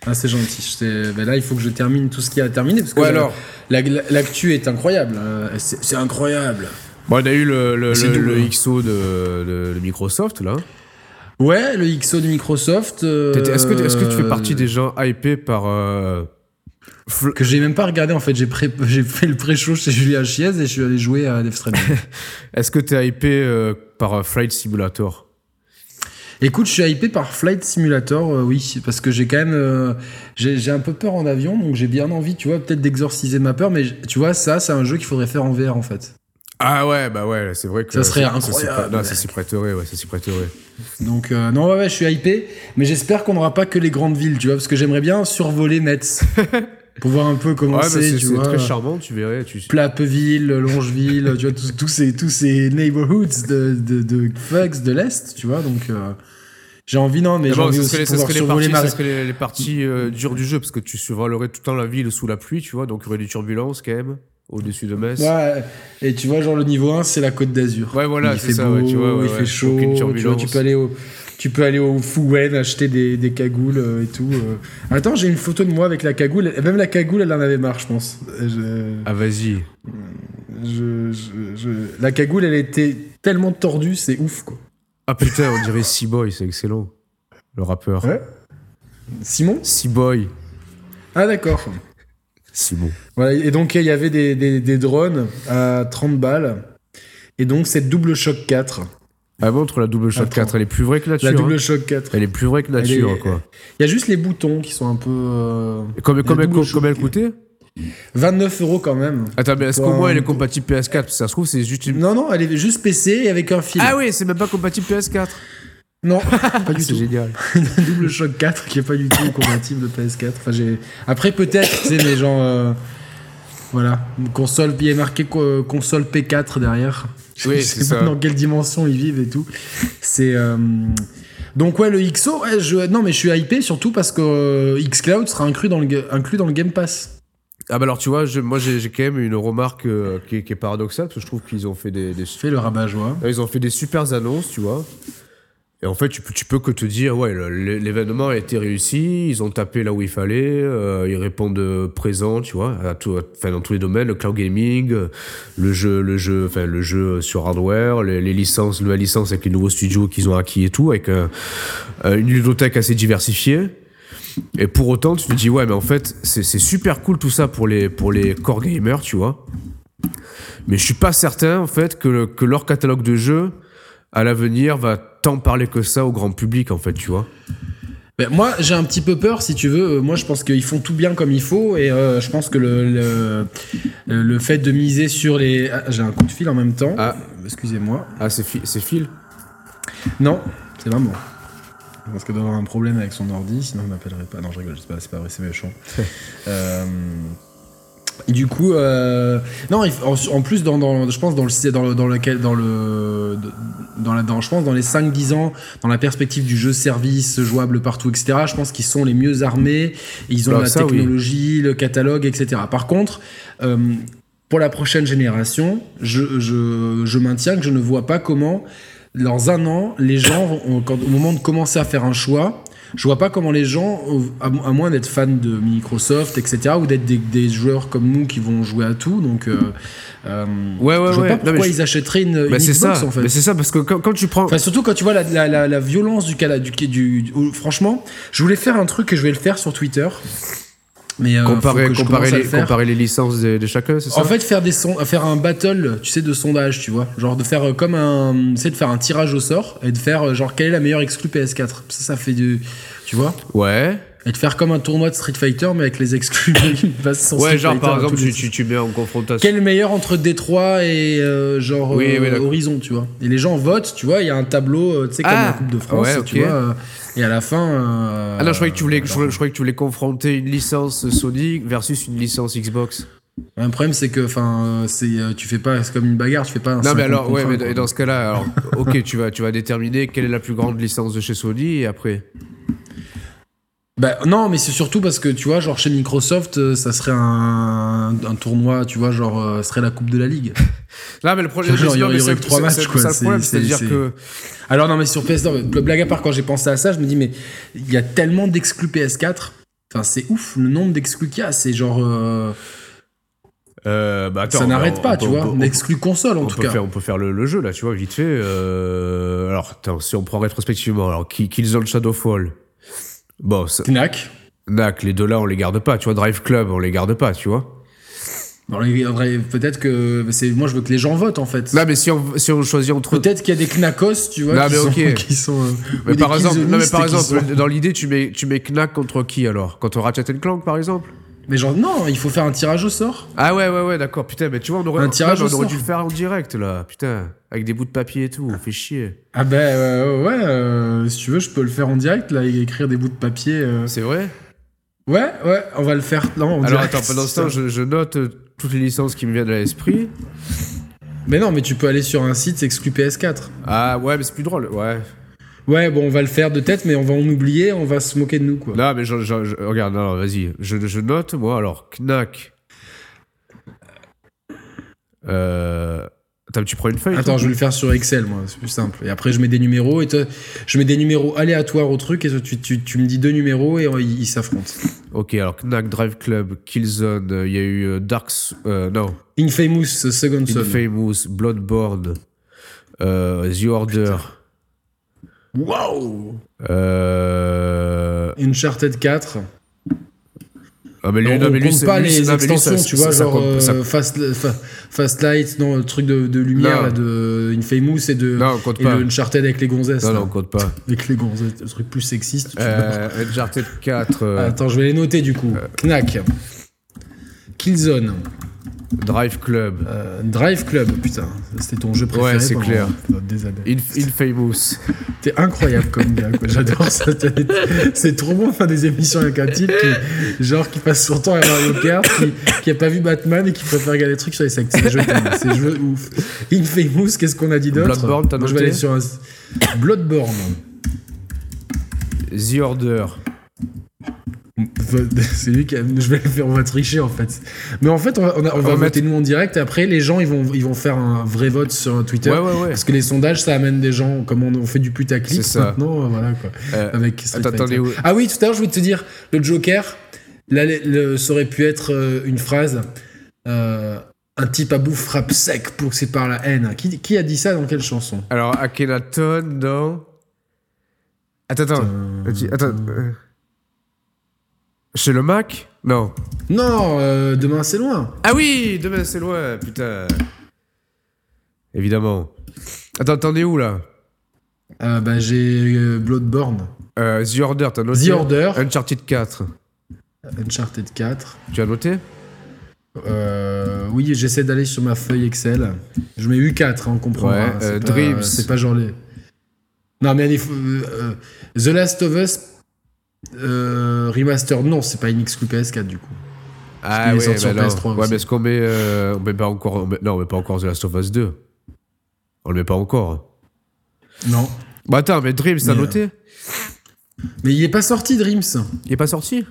S1: Ah, c'est gentil. Je t'ai- ben là, il faut que je termine tout ce qu'il y a à terminer parce que
S2: Ouais,
S1: la-
S2: alors.
S1: la- la- l'actu est incroyable. euh, C'est c'est incroyable.
S2: Bon, on a eu le, le,
S1: C'est
S2: le-
S1: double,
S2: le
S1: hein.
S2: XO de, de- de Microsoft,
S1: Euh,
S2: là.
S1: Ouais, le XO de Microsoft. euh,
S2: T'étais- Est-ce que, est que tu fais partie des gens hypés par... euh, Fl-
S1: que j'ai même pas regardé en fait j'ai pré- j'ai fait le pré-show chez Julien Chiez et je suis allé jouer à Death Stranding.
S2: Est-ce que t'es hypé euh, par euh, Flight Simulator
S1: Écoute, je suis hypé par Flight Simulator, euh, oui, parce que j'ai quand même, euh, j'ai j'ai un peu peur en avion, donc j'ai bien envie, tu vois, peut-être d'exorciser ma peur, mais j- tu vois, ça, c'est un jeu qu'il faudrait faire en VR, en fait.
S2: Ah ouais, bah ouais, c'est vrai que...
S1: Ça serait
S2: s'y
S1: incroyable,
S2: prête- non,
S1: mec.
S2: ça s'y prêterait, ouais, ça s'y prêterait.
S1: Donc, euh, non, ouais, ouais, je suis hypé, mais j'espère qu'on n'aura pas que les grandes villes, tu vois, parce que j'aimerais bien survoler Metz, pour voir un peu comment
S2: Ouais, bah,
S1: c'est,
S2: c'est
S1: tu
S2: c'est
S1: vois.
S2: très charmant, tu verrais. Tu...
S1: Plappeville, Longeville, tu vois, tous, tous ces, tous ces neighborhoods de, de, de fucks de l'Est, tu vois, donc... euh, j'ai envie, non, mais j'ai
S2: D'abord,
S1: envie
S2: ce
S1: aussi
S2: Ah serait,
S1: de
S2: ce
S1: pouvoir
S2: serait
S1: survoler
S2: les parties,
S1: ma... Mm.
S2: ce serait les, les parties euh, dures du jeu, parce que tu survolerais tout le temps la ville sous la pluie, tu vois, donc il y aurait des turbulences quand même, au-dessus de Metz.
S1: Ouais, et tu vois, genre le niveau 1, c'est la Côte d'Azur.
S2: Ouais, voilà,
S1: il
S2: c'est
S1: fait
S2: ça,
S1: beau,
S2: ouais, tu vois, ouais,
S1: il
S2: ouais,
S1: fait chaud,
S2: aucune
S1: tu, vois, tu
S2: turbulence.
S1: peux aller au, tu peux aller au Fouen acheter des, des cagoules euh, et tout. euh. Attends, j'ai une photo de moi avec la cagoule, même la cagoule, elle en avait marre, je pense. Je,
S2: Ah vas-y.
S1: je- je- je- La cagoule, elle était tellement tordue, c'est ouf, quoi.
S2: Ah putain, on dirait Sea Boy, c'est excellent. Le rappeur.
S1: Ouais. Simon
S2: Sea Boy.
S1: Ah, d'accord.
S2: Simon.
S1: Voilà, et donc il y avait des, des- des drones à 30 balles, et donc cette double choc 4.
S2: Ah montre la double shot
S1: Attends.
S2: 4, elle est plus vraie que nature.
S1: La
S2: hein.
S1: double choc 4.
S2: Elle est plus vraie que nature,
S1: Elle est-
S2: quoi.
S1: Il y a juste les boutons qui sont un peu. euh,
S2: Et Combien,
S1: La
S2: combien,
S1: double
S2: combien elle
S1: shot.
S2: coûtait
S1: 29 euros quand même.
S2: Attends, mais est-ce
S1: Pour
S2: qu'au moins
S1: un-
S2: elle est compatible PS4 Parce que ça se trouve, c'est juste une.
S1: Non, non, elle est juste PC et avec un fil.
S2: Ah oui, c'est même pas compatible PS4.
S1: Non, pas du
S2: C'est
S1: tout.
S2: génial.
S1: Double Shock 4 qui est pas du tout compatible PS4. Enfin, j'ai... Après, peut-être, tu sais, mais genre. euh, Voilà, une console, il est marqué co- euh, console P4 derrière.
S2: Oui,
S1: je
S2: c'est
S1: sais pas
S2: ça.
S1: dans quelle dimension ils vivent et tout. C'est. euh, Donc, ouais, le XO, ouais, je... non, mais je suis hypé surtout parce que euh, Xcloud sera inclus dans, le... ga- inclus dans le Game Pass.
S2: Ah bah alors, tu vois, je- moi j'ai j'ai quand même une remarque euh, qui, est- qui est paradoxale, parce que je trouve qu'ils ont fait des, des
S1: Je fais le rabat joie.
S2: Là, Ils ont fait des supers annonces, tu vois. Et en fait, tu peux, tu peux que te dire, ouais, le- l'é- l'événement a été réussi, ils ont tapé là où il fallait, euh, ils répondent euh, présent, tu vois, à tout- enfin, dans tous les domaines, le cloud gaming, euh, le jeu, le jeu, enfin, le jeu euh, sur hardware, les, les licences, la licence avec les nouveaux studios qu'ils ont acquis et tout, avec un- euh, une ludothèque assez diversifiée. Et pour autant, tu te dis, ouais, mais en fait, c'est c'est super cool tout ça pour les, pour les core gamers, tu vois. Mais je suis pas certain, en fait, que, le- que leur catalogue de jeux, à l'avenir, va tant parler que ça au grand public, en fait, tu vois.
S1: Ben, moi, j'ai un petit peu peur, si tu veux. Euh, Moi, je pense qu'ils font tout bien comme il faut, et euh, je pense que le, le, le- le fait de miser sur les. Ah, j'ai un coup de fil en même temps.
S2: Ah.
S1: Euh, Excusez-moi.
S2: Ah, c'est fi- c'est Phil
S1: Non, c'est maman. Parce qu'elle doit avoir un problème avec son ordi, sinon elle m'appellerait pas. Non, je rigole, c'est pas, c'est pas vrai, c'est méchant. Euh, du coup, euh, non, il- en, en plus, dans, dans- je pense, dans le, dans le, dans lequel, dans le, dans la, dans, je pense, dans les 5-10 ans, dans la perspective du jeu service, jouable partout, etc., je pense qu'ils sont les mieux armés, ils ont
S2: Ah,
S1: la
S2: ça, oui.
S1: technologie, le catalogue, etc. Par contre, euh, pour la prochaine génération, je, je, je maintiens que je ne vois pas comment dans un an, les gens, vont- quand, au moment de commencer à faire un choix, je vois pas comment les gens, à, à moins d'être fans de Microsoft, etc., ou d'être des, des joueurs comme nous qui vont jouer à tout, donc euh, euh,
S2: Ouais, ouais,
S1: je vois
S2: ouais.
S1: pas
S2: Non,
S1: pourquoi
S2: mais je-
S1: ils achèteraient une, une
S2: Bah, c'est ça.
S1: Xbox en fait.
S2: Mais c'est ça, parce que quand, quand tu prends.
S1: Enfin, surtout quand tu vois la, la, la, la violence du, cala- du, du, du- oh, Franchement, je voulais faire un truc et je vais le faire sur Twitter. Mais euh, faut
S2: comparer,
S1: que je
S2: comparer,
S1: commence à
S2: les,
S1: le faire.
S2: comparer les licences de, de chacun, c'est ça
S1: En fait, faire des sons, faire un battle, tu sais, de sondage, tu vois, genre de faire euh, comme un, tu sais, de faire un tirage au sort et de faire euh, genre quelle est la meilleure exclue PS4. Ça, ça fait du, tu vois,
S2: Ouais.
S1: et de faire comme un tournoi de Street Fighter mais avec les exclus. qui passent sur
S2: Ouais,
S1: Street
S2: genre
S1: Fighter
S2: par
S1: à
S2: exemple,
S1: tous les
S2: tu, tu, tu mets en confrontation. euh,
S1: quel est le meilleur entre Détroit et euh, genre
S2: Oui,
S1: euh,
S2: oui, d'accord.
S1: Horizon, tu vois. Et les gens votent, tu vois, il y a un tableau, euh, tu sais, comme
S2: Ah,
S1: la Coupe de France,
S2: ouais,
S1: tu
S2: ok.
S1: vois. euh, et à la fin. euh,
S2: Ah non, je croyais que tu voulais, je,
S1: voilà.
S2: je croyais que tu voulais confronter une licence Sony versus une licence Xbox.
S1: Le problème, c'est que, enfin, euh, c'est, euh, tu fais pas, c'est comme une bagarre, tu fais pas. Un
S2: Non,
S1: 50
S2: mais alors,
S1: contre
S2: ouais,
S1: un,
S2: mais
S1: quoi.
S2: d- dans ce cas-là, alors, ok, tu vas, tu vas déterminer quelle est la plus grande licence de chez Sony et après.
S1: Bah, non, mais c'est surtout parce que tu vois, genre chez Microsoft, euh, ça serait un, un tournoi, tu vois, genre, euh, serait la Coupe de la Ligue.
S2: Là, mais le problème,
S1: Genre,
S2: c'est-
S1: il y
S2: non,
S1: aurait
S2: mais
S1: eu
S2: c'est-
S1: que trois
S2: c'est-
S1: matchs,
S2: c'est-
S1: quoi,
S2: C'est ça le
S1: c'est-
S2: problème, c'est-à-dire
S1: c'est-
S2: que.
S1: Alors, non, mais sur PS4, mais blague à part, quand j'ai pensé à ça, je me dis, mais il y a tellement d'exclus PS4. Enfin, c'est ouf, le nombre d'exclus qu'il y a, c'est genre. euh,
S2: euh, bah, attends,
S1: ça
S2: on-
S1: n'arrête
S2: on
S1: pas,
S2: peut-
S1: tu
S2: on
S1: vois.
S2: peut-
S1: On exclut console, en
S2: On
S1: tout
S2: peut,
S1: cas.
S2: faire, on peut faire le, le jeu là, tu vois, vite fait. euh, Alors, attends, si on prend rétrospectivement, alors qui- Killzone Shadowfall. Bon, ça-
S1: Knack.
S2: Knack, les deux là, on les garde pas, tu vois. Drive Club, on les garde pas, tu vois.
S1: Alors, il y aurait- Peut-être que. c'est Moi, je veux que les gens votent, en fait.
S2: Non, mais si on, si on choisit entre.
S1: Peut-être qu'il y a des Knackos, tu vois,
S2: Non,
S1: qui,
S2: mais
S1: sont,
S2: ok.
S1: qui sont, euh,
S2: Mais
S1: ou des
S2: par, exemple, non, mais
S1: Killzonistes
S2: par
S1: qui
S2: exemple,
S1: sont-
S2: dans l'idée, tu mets, tu mets Knack contre qui alors Contre Ratchet Clank par exemple
S1: Mais genre, non, il faut faire un tirage au sort.
S2: Ah ouais, ouais, ouais, d'accord. Putain, mais tu vois, on aurait,
S1: Un tirage
S2: putain, mais
S1: au
S2: on aurait
S1: sort.
S2: dû le faire en direct là. Putain, avec des bouts de papier et tout, on fait chier.
S1: Ah ben euh, ouais, euh, si tu veux, je peux le faire en direct, là, et écrire des bouts de papier. euh.
S2: C'est vrai
S1: Ouais, ouais, on va le faire. Non, on
S2: Alors attends, pendant ce temps, je, je note euh, toutes les licences qui me viennent à l'esprit.
S1: Mais non, mais tu peux aller sur un site, c'est exclu PS4.
S2: Ah ouais, mais c'est plus drôle, ouais.
S1: Ouais, bon, on va le faire de tête, mais on va en oublier, on va se moquer de nous, quoi.
S2: Non, mais je, je- je- regarde, non, non, vas-y. Je, je note, moi, alors, Knack. Euh... Attends, tu prends une feuille
S1: Attends,
S2: toi
S1: je vais le faire sur Excel, moi, c'est plus simple. Et après, je mets des numéros, et toi, je mets des numéros aléatoires au truc, et toi, tu, tu, tu me dis deux numéros, et euh, ils ils s'affrontent.
S2: Ok, alors Knack, Drive Club, Killzone, euh, il y a eu euh, Dark... S- euh, non,
S1: Infamous Second Son.
S2: Infamous, Bloodborne, euh, The Order,
S1: Wow
S2: euh...
S1: Uncharted 4.
S2: Ah mais
S1: Non,
S2: lui,
S1: on
S2: non, mais lui,
S1: compte
S2: c'est-
S1: pas
S2: lui, c'est-
S1: les
S2: non, mais lui,
S1: extensions,
S2: ça-
S1: tu
S2: ça-
S1: vois,
S2: ça
S1: genre
S2: compte- ça-
S1: euh, fast, fa- fast light, non, le truc de, de lumière,
S2: Non.
S1: là, de Infamous et de
S2: Non, on compte
S1: et
S2: pas.
S1: le Uncharted avec les gonzesses.
S2: Non,
S1: là.
S2: non, on compte pas.
S1: Avec les gonzesses, le truc plus sexiste. tu vois.
S2: Euh, Uncharted 4, euh,
S1: Attends, je vais les noter du coup. Knack, Killzone,
S2: Drive Club,
S1: euh, Drive Club, putain, c'était ton jeu préféré.
S2: Ouais, c'est
S1: pendant-
S2: clair.
S1: pendant des années.
S2: Inf- Infamous.
S1: T'es incroyable comme gars, quoi. J'adore ça. T'as des- C'est trop bon de faire des émissions avec un type qui, genre, qui passe son temps à Mario Kart, qui, qui a pas vu Batman et qui préfère regarder des trucs sur les sacs. C'est je t'aime, c'est je ouf. Infamous, qu'est-ce qu'on a dit d'autre
S2: Bloodborne, t'as
S1: Moi, Je vais
S2: noté
S1: aller sur un... Bloodborne.
S2: The Order.
S1: C'est lui qui a... Je vais le faire, on va tricher en fait. Mais en fait, on va, on a- on va
S2: va
S1: voter nous en direct et après, les gens, ils vont, ils vont faire un vrai vote sur Twitter.
S2: Ouais, ouais, ouais.
S1: Parce que les sondages, ça amène des gens, comme on, on fait du putaclic
S2: C'est ça.
S1: maintenant, euh, voilà quoi.
S2: Euh,
S1: Avec Street
S2: Attends,
S1: Fighter.
S2: attendez, où-
S1: Ah oui, tout à l'heure, je voulais te dire, le Joker, là, le- le- ça aurait pu être euh, une phrase. euh, un type à bout frappe sec pour que c'est par la haine. Qui, qui a dit ça dans quelle chanson
S2: Alors, Akhenaton dans. Attends, attends. Attends, attends. euh. Chez le Mac Non.
S1: Non, euh, demain c'est loin.
S2: Ah oui, demain c'est loin, putain. Évidemment. Attends, t'en es où là
S1: Euh, bah, j'ai euh, Bloodborne,
S2: Euh, euh, The Order, t'as noté
S1: The Order.
S2: Uncharted 4.
S1: Uncharted 4.
S2: Tu as noté
S1: Euh, oui, j'essaie d'aller sur ma feuille Excel. Je mets U4, hein, on comprend.
S2: Ouais,
S1: hein, c'est
S2: euh,
S1: pas-
S2: Dreams.
S1: C'est pas genre les. Non, mais il faut- euh, euh, The Last of Us euh, Remaster, non, c'est pas une exclu PS4 du coup.
S2: Ah
S1: qu'il est
S2: ouais,
S1: sorti
S2: bah
S1: sur
S2: non.
S1: PS3
S2: Ouais,
S1: aussi.
S2: mais est-ce qu'on met. euh, on met pas encore. on met- non, on met pas encore The Last of Us 2. On le met pas encore.
S1: Non.
S2: Bah attends, mais Dreams, t'as
S1: Mais, euh,
S2: noté
S1: Mais il est pas sorti Dreams.
S2: Il est pas sorti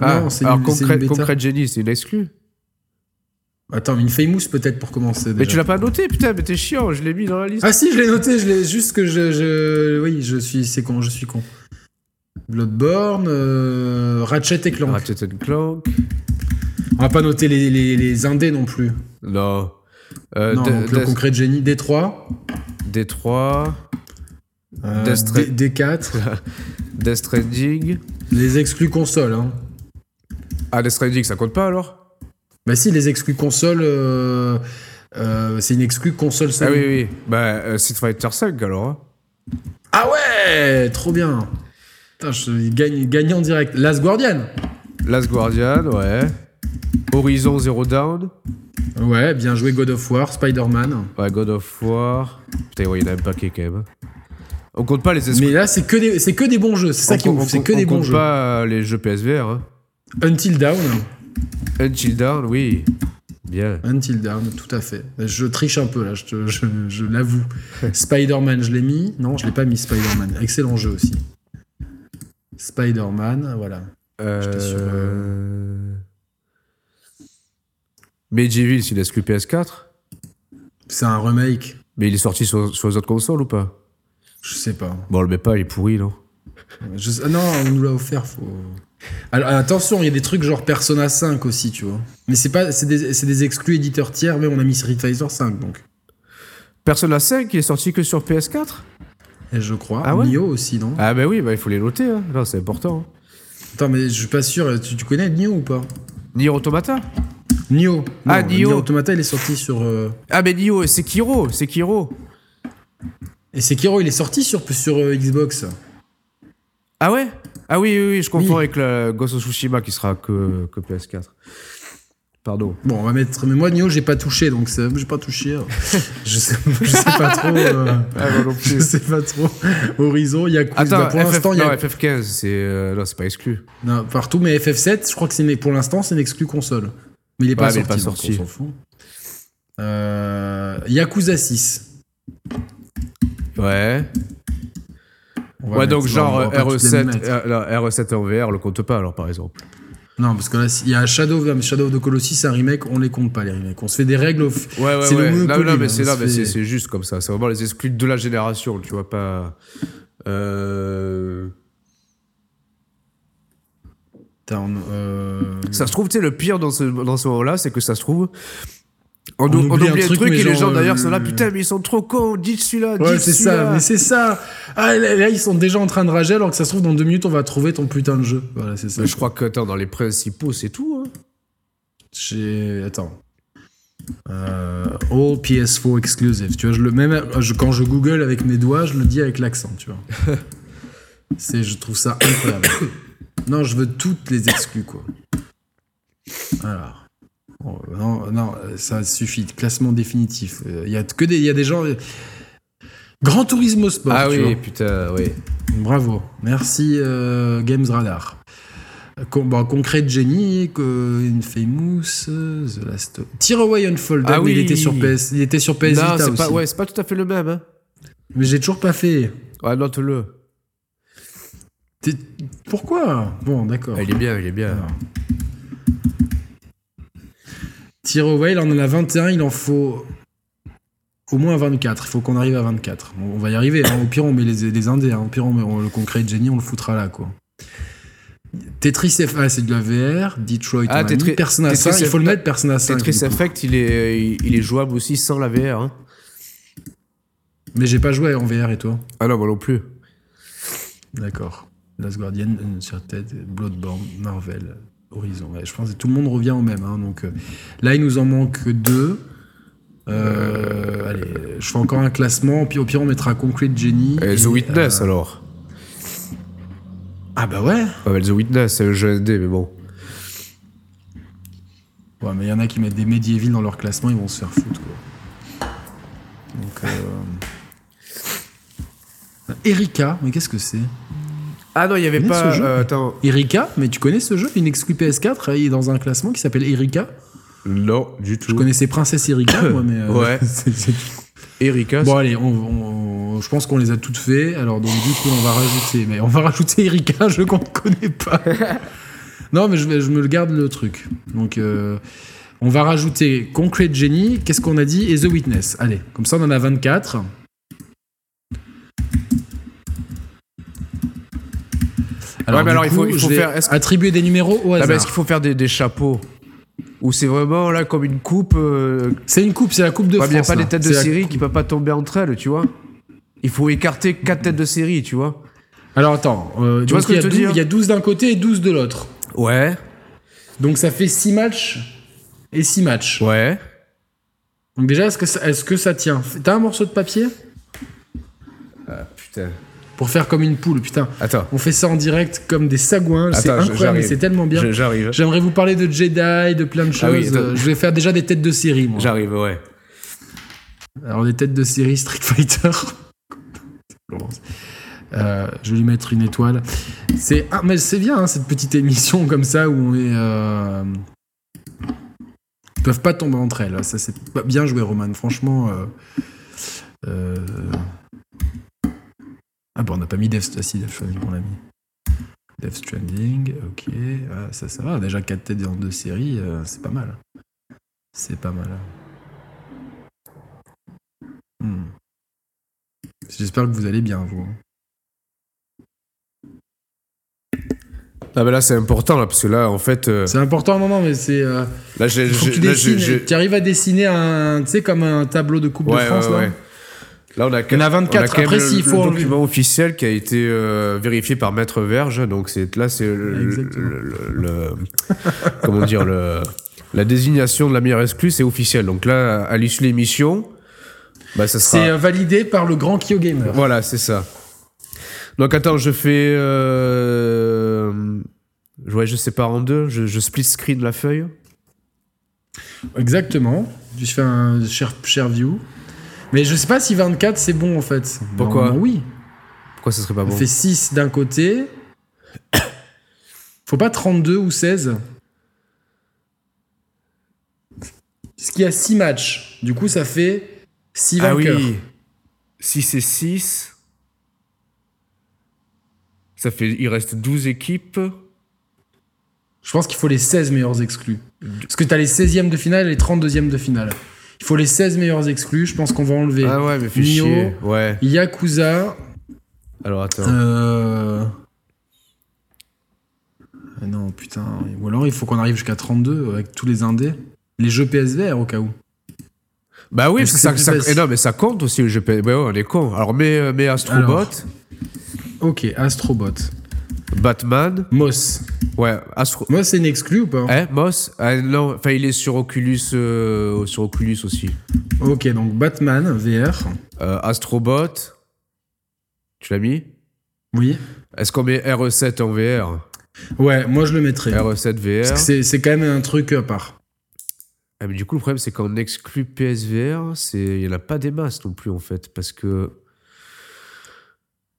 S2: Ah,
S1: non, c'est
S2: alors
S1: une- c'est une
S2: Concrete,
S1: bêta.
S2: Concrete Genie, c'est une exclue
S1: Attends, une famous peut-être pour commencer.
S2: Mais
S1: déjà.
S2: tu l'as pas noté, putain, mais t'es chiant, je l'ai mis dans la liste.
S1: Ah si, je l'ai noté, je l'ai juste que je, je- oui, je suis c'est con, je suis con. Bloodborne, euh, Ratchet et Clank.
S2: Ratchet and Ah, Clank.
S1: On va pas noter les, les, les indés non plus.
S2: Non. Euh,
S1: non,
S2: De-
S1: donc le
S2: Death-
S1: concret de génie, D3,
S2: D3,
S1: euh,
S2: Death Stra-
S1: D, 4
S2: Death Stranding.
S1: les exclus consoles. Hein.
S2: Ah, Death Stranding, ça compte pas alors
S1: Bah si, les exclus consoles, euh, euh, c'est une exclue console
S2: Ah
S1: Sony.
S2: oui, oui. Bah, euh, Street Fighter 5 alors. hein.
S1: Ah ouais, trop bien. Putain, je il gagne, il gagne en direct. Last Guardian.
S2: Last Guardian, ouais. Horizon Zero Dawn.
S1: Ouais, bien joué God of War, Spider-Man.
S2: Ouais, God of War. Putain, ouais, il y en a un paquet quand même. hein. On compte pas les
S1: Mais là, c'est que des, c'est que des bons jeux. C'est ça
S2: on
S1: qui est
S2: compte-
S1: ouf.
S2: on
S1: C'est
S2: compte-
S1: que
S2: on
S1: des bons
S2: compte
S1: jeux.
S2: pas Euh, les jeux PSVR. Hein.
S1: Until Down.
S2: Until Dawn, oui. Bien.
S1: Until Down, tout à fait. Je triche un peu là, je, te- je, je l'avoue. Spider-Man, je l'ai mis. Non, je l'ai pas mis Spider-Man. Excellent jeu aussi. Spider-Man, voilà. J'étais sur,
S2: Euh... Medieval, c'est une SQ PS4.
S1: C'est un remake.
S2: Mais il est sorti sur, sur les autres consoles ou pas
S1: Je sais pas.
S2: Bon, on le met pas, il est pourri, non
S1: Je sais- ah non, on nous l'a offert. Faut... Alors, attention, il y a des trucs genre Persona 5 aussi, tu vois. Mais c'est pas, c'est des, c'est des exclus éditeurs tiers, mais on a mis Street Fighter 5 donc.
S2: Persona 5, il est sorti que sur PS4
S1: Et je crois.
S2: Ah ouais
S1: Nioh aussi, non
S2: Ah, bah oui, bah, il faut les noter, hein. Non, c'est important. hein.
S1: Attends, mais je suis pas sûr. Tu, tu connais Nioh ou pas
S2: Nier Automata
S1: Nioh.
S2: Ah,
S1: Non,
S2: Nioh.
S1: Automata, il est sorti sur. euh,
S2: Ah, mais Nioh, c'est Sekiro, c'est Sekiro.
S1: Et Sekiro, il est sorti sur, sur euh, Xbox.
S2: Ah ouais Ah oui, oui, oui, je confonds
S1: Oui.
S2: avec le Ghost of Tsushima qui sera que, que PS4. Pardon.
S1: Bon, on va mettre. Mais moi, Nioh, j'ai pas touché, donc ça- j'ai pas touché. je, sais, je sais pas trop. euh,
S2: Ah, non, non
S1: Je sais pas trop. Horizon, Yakuza.
S2: Attends,
S1: pour l'instant,
S2: FF,
S1: il y a-
S2: non, FF15, c'est euh, non, c'est pas exclu.
S1: Non, partout, mais FF7, je crois que c'est pour l'instant, c'est une exclue console. Mais il est pas
S2: Ouais,
S1: sorti.
S2: mais pas
S1: donc
S2: sorti.
S1: On s'en fout. Euh, Yakuza 6.
S2: Ouais.
S1: On va
S2: Ouais,
S1: mettre-
S2: donc
S1: non,
S2: genre
S1: on va pas toutes les
S2: RE7,
S1: mettre.
S2: euh, non, RE7 en VR, le compte pas alors par exemple.
S1: Non, parce que là, il y a Shadow, mais Shadow of the Colossus, c'est un remake, on les compte pas, les remakes. On se fait des règles. au f-
S2: Ouais, ouais,
S1: C'est le
S2: ouais. Non,
S1: Monopoly,
S2: non,
S1: là,
S2: mais c'est
S1: on
S2: là,
S1: se
S2: mais c'est-
S1: fait-
S2: c'est juste comme ça. C'est vraiment les exclus de la génération, tu vois pas. Euh,
S1: Putain, on- euh,
S2: Ça se trouve, tu sais, le pire dans ce, dans ce moment-là, c'est que ça se trouve. On,
S1: On
S2: on
S1: oublie
S2: oublie
S1: un
S2: un
S1: truc,
S2: truc,
S1: mais
S2: et les
S1: genre,
S2: gens d'ailleurs
S1: euh,
S2: sont là, putain, mais ils sont trop cons, dites celui-là,
S1: Ouais,
S2: dites
S1: c'est ça,
S2: celui-là.
S1: mais c'est ça. Ah, là, là, ils sont déjà en train de rager, alors que ça se trouve, dans deux minutes, on va trouver ton putain de jeu. Voilà, c'est ça.
S2: Mais Je crois que, attends, dans les principaux, c'est tout. Hein.
S1: J'ai. Attends. Euh, all PS4 exclusive. Tu vois, je le même. je- quand je Google avec mes doigts, je le dis avec l'accent, tu vois. C'est, je trouve ça incroyable. non, je veux toutes les exclus, quoi. Alors. Oh, Non, non, ça suffit. Classement définitif. Euh, Il y a que des, il y a des gens. euh, Grand Tourisme au sport.
S2: ah
S1: tu
S2: oui,
S1: vois.
S2: putain, oui.
S1: Bravo. Merci euh, Games Radar. Con- bah, bon, concret de génie, co- Infamous, euh, The Last. Tearaway Unfolded,
S2: Ah
S1: mais il
S2: oui.
S1: était sur PS, il était sur PS
S2: non,
S1: Vita
S2: c'est
S1: aussi.
S2: pas, ouais, c'est pas tout à fait le même. Hein.
S1: Mais j'ai toujours pas fait.
S2: Ouais, Ah, note-le.
S1: T'es- Pourquoi Bon, d'accord.
S2: Ah, il est bien, il est bien.
S1: Alors. Tearaway, là on en a 21, il en faut au moins 24. Il faut qu'on arrive à 24. Bon, on va y arriver. hein. Au pire, on met les, les indés. hein. Au pire, on met on- le concret de génie, on le foutra là, quoi. Tetris FA, c'est de la VR. Detroit,
S2: Ah,
S1: on a mis.
S2: Tetris-
S1: Persona
S2: Tetris
S1: 5, il faut le
S2: F-
S1: mettre, Persona 5.
S2: Tetris
S1: du coup.
S2: Effect, il est, il, il est jouable aussi sans la VR. Hein.
S1: Mais j'ai pas joué en VR et toi
S2: Ah non, moi non plus.
S1: D'accord. Last Guardian, Uncharted, Bloodborne, Marvel, Horizon. Ouais, je pense que tout le monde revient au même. hein, donc euh, là, il nous en manque deux. Euh, Allez, je fais encore un classement. Puis au pire, on mettra Concrete Genie.
S2: Et The
S1: euh,
S2: Witness alors.
S1: Ah bah ouais.
S2: Ah, mais The Witness, c'est un jeu indé, mais bon.
S1: Ouais, mais il y en a qui mettent des médiévils dans leur classement, ils vont se faire foutre quoi. Donc. euh, Erika, mais qu'est-ce que c'est
S2: Ah non, il y avait
S1: Mais
S2: pas.
S1: ce jeu-
S2: euh, attends.
S1: Erika, mais tu connais ce jeu Une exclu PS4, hein, il est dans un classement qui s'appelle Erika.
S2: Non, du tout.
S1: Je connaissais Princesse Erika, moi, mais. euh,
S2: Ouais.
S1: c'est- c'est-
S2: Erika.
S1: Bon, allez, on, on- on- je pense qu'on les a toutes fait. Alors, donc, du coup, on va rajouter. Mais on va rajouter Erika, je qu'on ne connaît pas. non, mais je, vais- je me le garde le truc. Donc, euh, On va rajouter Concrete Genie, qu'est-ce qu'on a dit Et The Witness. Allez, comme ça on en a 24.
S2: Ouais, mais
S1: du
S2: alors, il faut- il
S1: je
S2: faut
S1: vais
S2: faire- est-ce que-
S1: attribuer des numéros au
S2: Ah,
S1: hasard.
S2: mais est-ce qu'il faut faire des, des chapeaux Ou c'est vraiment là comme une coupe euh,
S1: C'est une coupe, c'est la coupe de
S2: Ouais, mais
S1: France.
S2: y a pas
S1: là.
S2: des têtes de
S1: C'est la-
S2: série qui peuvent pas tomber entre elles, tu vois. Il faut écarter quatre têtes de série, tu vois.
S1: Alors attends, euh,
S2: Tu vois
S1: donc
S2: ce que
S1: il y a
S2: je te
S1: 12
S2: dis, hein
S1: il y a 12 d'un côté et 12 de l'autre.
S2: Ouais,
S1: Donc ça fait 6 matchs et 6 matchs.
S2: ouais.
S1: Donc déjà, est-ce que, ça- est-ce que ça tient T'as un morceau de papier
S2: Putain.
S1: Pour faire comme une poule, putain.
S2: Attends,
S1: On fait ça en direct comme des sagouins, c'est
S2: Attends,
S1: incroyable,
S2: je-
S1: mais
S2: j'arrive.
S1: c'est tellement bien.
S2: je- j'arrive.
S1: J'aimerais vous parler de Jedi, de plein de choses.
S2: Ah oui, attends.
S1: Euh, je vais faire déjà des têtes de série, moi.
S2: J'arrive, ouais.
S1: Alors, des têtes de série Street Fighter. Florence. Euh, je vais lui mettre une étoile. C'est ah, mais c'est bien hein, cette petite émission comme ça où on est. euh, Ils peuvent pas tomber entre elles. Ça c'est pas bien joué, Roman. Franchement. euh, euh, Ah bon, on n'a pas mis Death ah, si, Death Stranding, on l'a mis. Death Stranding, ok. Ah, ça, ça va. Déjà 4 têtes en deux séries, euh, c'est pas mal. C'est pas mal. Hmm. J'espère que vous allez bien, vous.
S2: Ah, mais là, c'est important, là, parce que là, en fait. euh,
S1: C'est important, non, non, mais c'est. euh,
S2: là, j'ai.
S1: il faut que
S2: j'ai-
S1: tu
S2: là, j'ai-
S1: dessines.
S2: j'ai-
S1: Tu arrives à dessiner un. Tu sais, comme un tableau de Coupe de
S2: Ouais,
S1: France,
S2: ouais,
S1: là.
S2: ouais. Là, on a,
S1: Il y en a 24.
S2: quand même
S1: Après,
S2: le-
S1: s'il
S2: le
S1: faut enlever-
S2: document officiel qui a été euh, vérifié par Maître Verge. Donc, c'est, là, c'est le, le-
S1: Exactement.
S2: le- le- Comment dire le, La désignation de la meilleure exclue, c'est officiel. Donc, là, à l'issue de l'émission, bah, ça sera.
S1: C'est euh, validé par le grand Kyo Gamer.
S2: Voilà, c'est ça. Donc attends, je fais. Euh... Ouais, je sépare en deux. Je, je split screen la feuille.
S1: Exactement. Je fais un share, share view. Mais je sais pas si 24 c'est bon en fait.
S2: Pourquoi
S1: Normalement, Oui.
S2: Pourquoi ça serait pas
S1: On
S2: bon
S1: fait 6 d'un côté. Faut pas 32 ou 16 Parce qu'il y a 6 matchs. Du coup, ça fait 6
S2: Ah
S1: vainqueurs.
S2: oui. 6 et 6. Ça fait. Il reste 12 équipes.
S1: Je pense qu'il faut les 16 meilleurs exclus. Parce que t'as les 16e de finale et les 32e de finale. Il faut les 16 meilleurs exclus. Je pense qu'on va enlever
S2: Ah ouais, mais fais
S1: Nio.
S2: chier. Ouais.
S1: Yakuza.
S2: Alors attends.
S1: euh, ah Non, putain. Ou alors il faut qu'on arrive jusqu'à 32 avec tous les indés. Les jeux PSVR au cas où.
S2: Bah oui,
S1: Est-ce
S2: parce
S1: que
S2: que
S1: c'est
S2: ça, ça-
S1: plus facile
S2: eh non, mais ça compte aussi le GP. Bah ouais, on est con. Alors mets, euh, mets Astrobot,
S1: Alors. Ok, Astrobot.
S2: Batman.
S1: Moss.
S2: Ouais, Astro.
S1: Moss, c'est une exclue ou pas
S2: Hein, Moss Ah non, enfin il est sur Oculus, euh, sur Oculus aussi.
S1: Ok, donc Batman, VR.
S2: Euh, Astrobot, tu l'as mis
S1: Oui.
S2: Est-ce qu'on met RE7 en VR
S1: Ouais, moi je le mettrais.
S2: RE7
S1: Parce
S2: VR
S1: que c'est- c'est quand même un truc euh, à part.
S2: Ah, mais Du coup, le problème, c'est qu'on exclut PSVR, c'est- il n'y en a pas des masses non plus, en fait, parce que.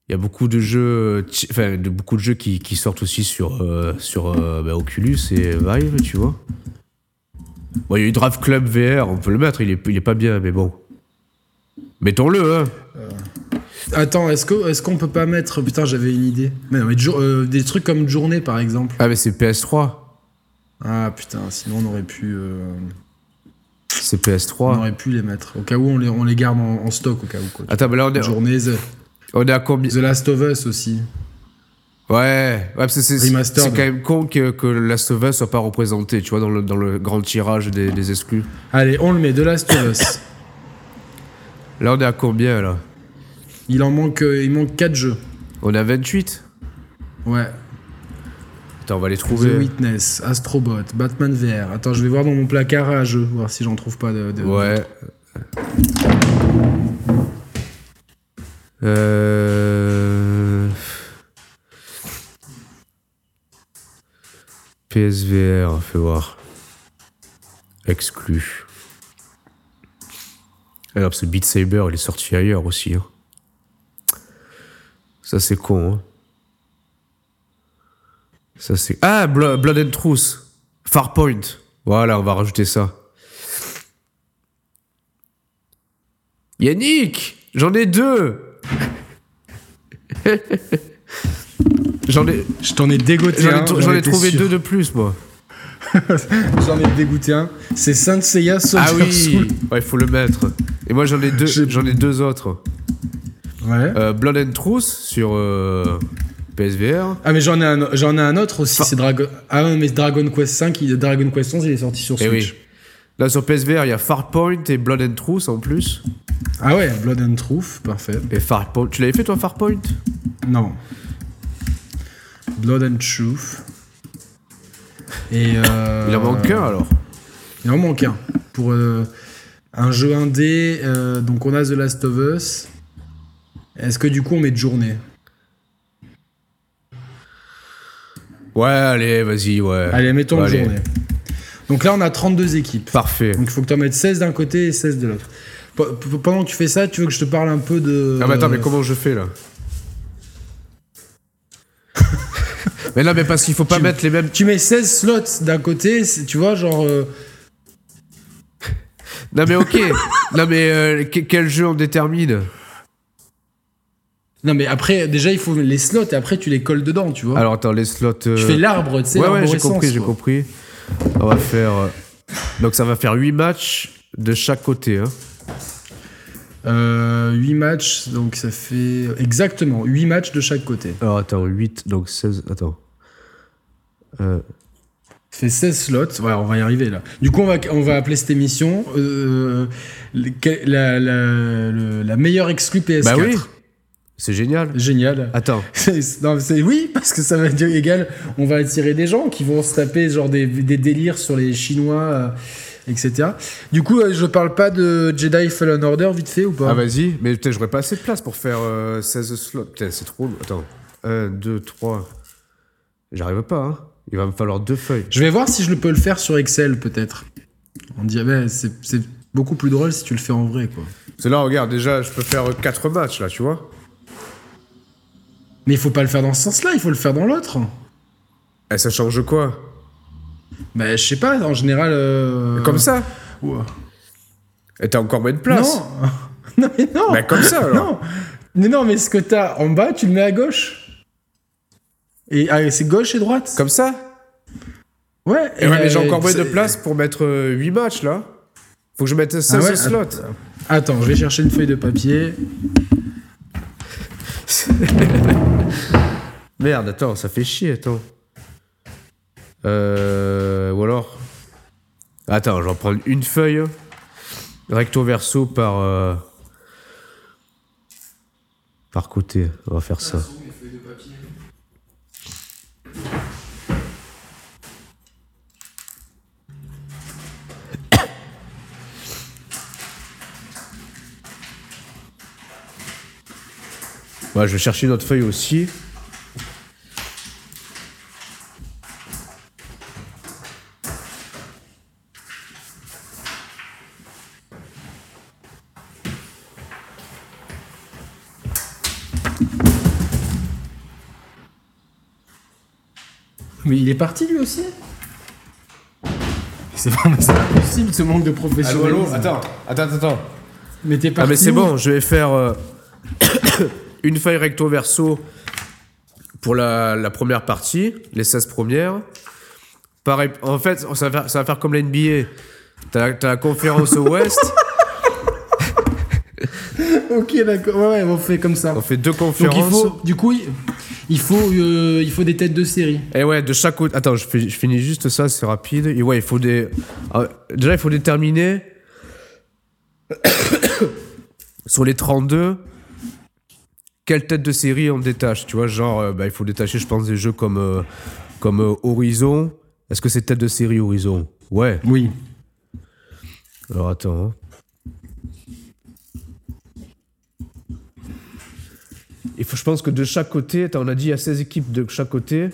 S2: Il y a beaucoup de jeux, ti- enfin, de, beaucoup de jeux qui, qui sortent aussi sur, euh, sur euh, bah, Oculus et Vive, tu vois. Bon, il y a eu Draft Club VR, on peut le mettre, il est, il est pas bien, mais bon. Mettons-le, hein.
S1: Attends, est-ce qu'on est qu'on peut pas mettre. Putain, j'avais une idée. Mais non, mais jour- euh, des trucs comme Journée par exemple.
S2: Ah, mais c'est PS3.
S1: Ah putain, sinon on aurait pu, euh,
S2: C'est
S1: on
S2: PS3.
S1: aurait pu les mettre. Au cas où, on les, on les garde en, en stock au cas où. Quoi.
S2: Attends, mais là, on est,
S1: Journée, The,
S2: on est à combien
S1: The Last of Us aussi.
S2: Ouais, ouais parce que c'est c'est-
S1: Remastered.
S2: c'est quand même con que, que Last of Us soit pas représenté, tu vois, dans le, dans le grand tirage des, des exclus.
S1: Allez, on le met, The Last of Us.
S2: Là, on est à combien, là
S1: Il en manque, euh, il manque 4 jeux.
S2: On est à 28
S1: Ouais.
S2: Attends, on va les
S1: The
S2: trouver.
S1: Witness, Astrobot, Batman VR. Attends, je vais voir dans mon placard à jeux, voir si j'en trouve pas de. de-
S2: Ouais. Euh... PSVR, fais voir. Exclu. Alors, ce Beat Saber, il est sorti ailleurs aussi. hein. Ça, c'est con. hein. Ça, c'est. Ah, Blo- Blood and Truth. Farpoint. Voilà, on va rajouter ça. Yannick J'en ai deux J'en ai,
S1: Je t'en ai dégoté.
S2: j'en ai
S1: un,
S2: trou-
S1: j'en
S2: j'en ai
S1: étais
S2: trouvé
S1: sûr.
S2: deux de plus, moi.
S1: J'en ai dégoûté un. C'est Saint Seiya Soldier
S2: Ah oui,
S1: Soul.
S2: il faut le mettre. Et moi j'en ai deux,
S1: J'ai-
S2: j'en ai deux autres.
S1: Ouais.
S2: Euh, Blood and Truth sur euh, PSVR.
S1: Ah mais j'en ai un j'en ai un autre aussi
S2: Enfin-
S1: c'est Dragon Ah ouais, mais Dragon Quest 5 il- Dragon Quest 11 il est sorti sur
S2: Et
S1: Switch.
S2: Eh oui. Là sur PSVR, il y a Farpoint et Blood and Truth en plus.
S1: Ah ouais, Blood and Truth, parfait.
S2: Et Farpoint, tu l'avais fait toi Farpoint
S1: Non. Blood and Truth. Et euh,
S2: Il en manque un alors.
S1: Il en manque un pour euh, un jeu indé euh, donc on a The Last of Us. Est-ce que du coup on met de journée
S2: Ouais, allez, vas-y, ouais.
S1: Allez, mettons
S2: Bah,
S1: de
S2: allez.
S1: journée. Donc là on a 32 équipes.
S2: Parfait.
S1: Donc il faut que tu en mettes 16 d'un côté et 16 de l'autre. P- p- Pendant que tu fais ça, tu veux que je te parle un peu de.
S2: Ah mais attends, mais comment je fais là Mais non, mais parce qu'il faut pas
S1: Tu-
S2: mettre les mêmes.
S1: Tu mets 16 slots d'un côté, c'est- tu vois, genre. euh,
S2: Non mais ok. non mais euh, que- quel jeu on détermine
S1: Non, mais après, déjà, il faut les slots et après, tu les colles dedans, tu vois.
S2: Alors attends, les slots. euh,
S1: tu fais l'arbre, tu sais,
S2: Ouais, ouais, j'ai
S1: l'arborescence,
S2: compris, j'ai
S1: quoi.
S2: compris. On va faire. euh, Donc ça va faire 8 matchs de chaque côté. Hein.
S1: Euh, 8 matchs, donc ça fait. Exactement, 8 matchs de chaque côté.
S2: Alors attends, 8, donc 16. Attends. Euh,
S1: Ça fait 16 slots, ouais, on va y arriver là. Du coup, on va, on va appeler cette émission euh, le- que- la, la- le- la meilleure exclue PS4.
S2: bah oui C'est génial.
S1: Génial.
S2: Attends.
S1: C'est- non, c'est oui, parce que ça va dire égal, on va attirer des gens qui vont se taper genre des, des délires sur les Chinois, euh, etc. Du coup, euh, je parle pas de Jedi Fallen Order vite fait ou pas
S2: Ah vas-y, mais putain, j'aurais pas assez de place pour faire euh, 16 slots. Putain, c'est trop. Attends. 1, 2, 3. J'arrive pas, hein. Il va me falloir deux feuilles.
S1: Je vais voir si je le peux le faire sur Excel peut-être. On dit, ah ben, c'est c'est beaucoup plus drôle si tu le fais en vrai, quoi.
S2: Parce que là, regarde, déjà, je peux faire 4 matchs, là, tu vois.
S1: Mais il faut pas le faire dans ce sens-là, il faut le faire dans l'autre.
S2: Et Eh, ça change quoi
S1: Mais Ben, je sais pas, en général. euh,
S2: Comme ça
S1: ouais.
S2: Et t'as encore moins de place
S1: Non Non, mais non
S2: Bah, comme ça, alors.
S1: Non mais non, mais ce que t'as en bas, tu le mets à gauche. Et ah, c'est gauche et droite.
S2: Comme ça
S1: Ouais,
S2: Et ouais, mais j'ai
S1: euh,
S2: encore moins de
S1: c'est-
S2: place pour mettre 8 matchs là. Faut que je mette 16
S1: Ah ouais,
S2: slots.
S1: Attends, je vais chercher une feuille de papier.
S2: Merde, attends, ça fait chier, attends. Euh. Ou alors. Attends, je vais en prendre une feuille. Recto verso par. euh, Par côté. On va faire ça. Ouais, je vais chercher une autre feuille aussi.
S1: Mais il est parti lui aussi C'est pas, mais c'est pas possible ce manque de professionnalisme.
S2: attends, attends, attends.
S1: Mais t'es parti.
S2: Ah mais c'est
S1: où
S2: bon, je vais faire euh, une feuille recto verso pour la, la première partie, les 16 premières. Pareil, en fait, ça va faire, ça va faire comme la NBA. T'as t'as la conférence au Ouest,
S1: Ok, d'accord. Ouais, ouais, on fait comme ça.
S2: on fait deux
S1: Donc
S2: conférences.
S1: il faut, du coup, il- il faut, euh, il faut des têtes de série.
S2: Et ouais, de chaque côté. Attends, je, fais- je finis juste ça, c'est rapide. Et ouais, il faut des. Ah, Déjà, il faut déterminer. sur les 32, quelle tête de série on détache Tu vois, genre, euh, bah, il faut détacher, je pense, des jeux comme, euh, comme euh, Horizon. Est-ce que c'est tête de série Horizon Ouais.
S1: Oui.
S2: Alors attends. hein. Il faut, je pense que de chaque côté, attends, on a dit il y a 16 équipes de chaque côté.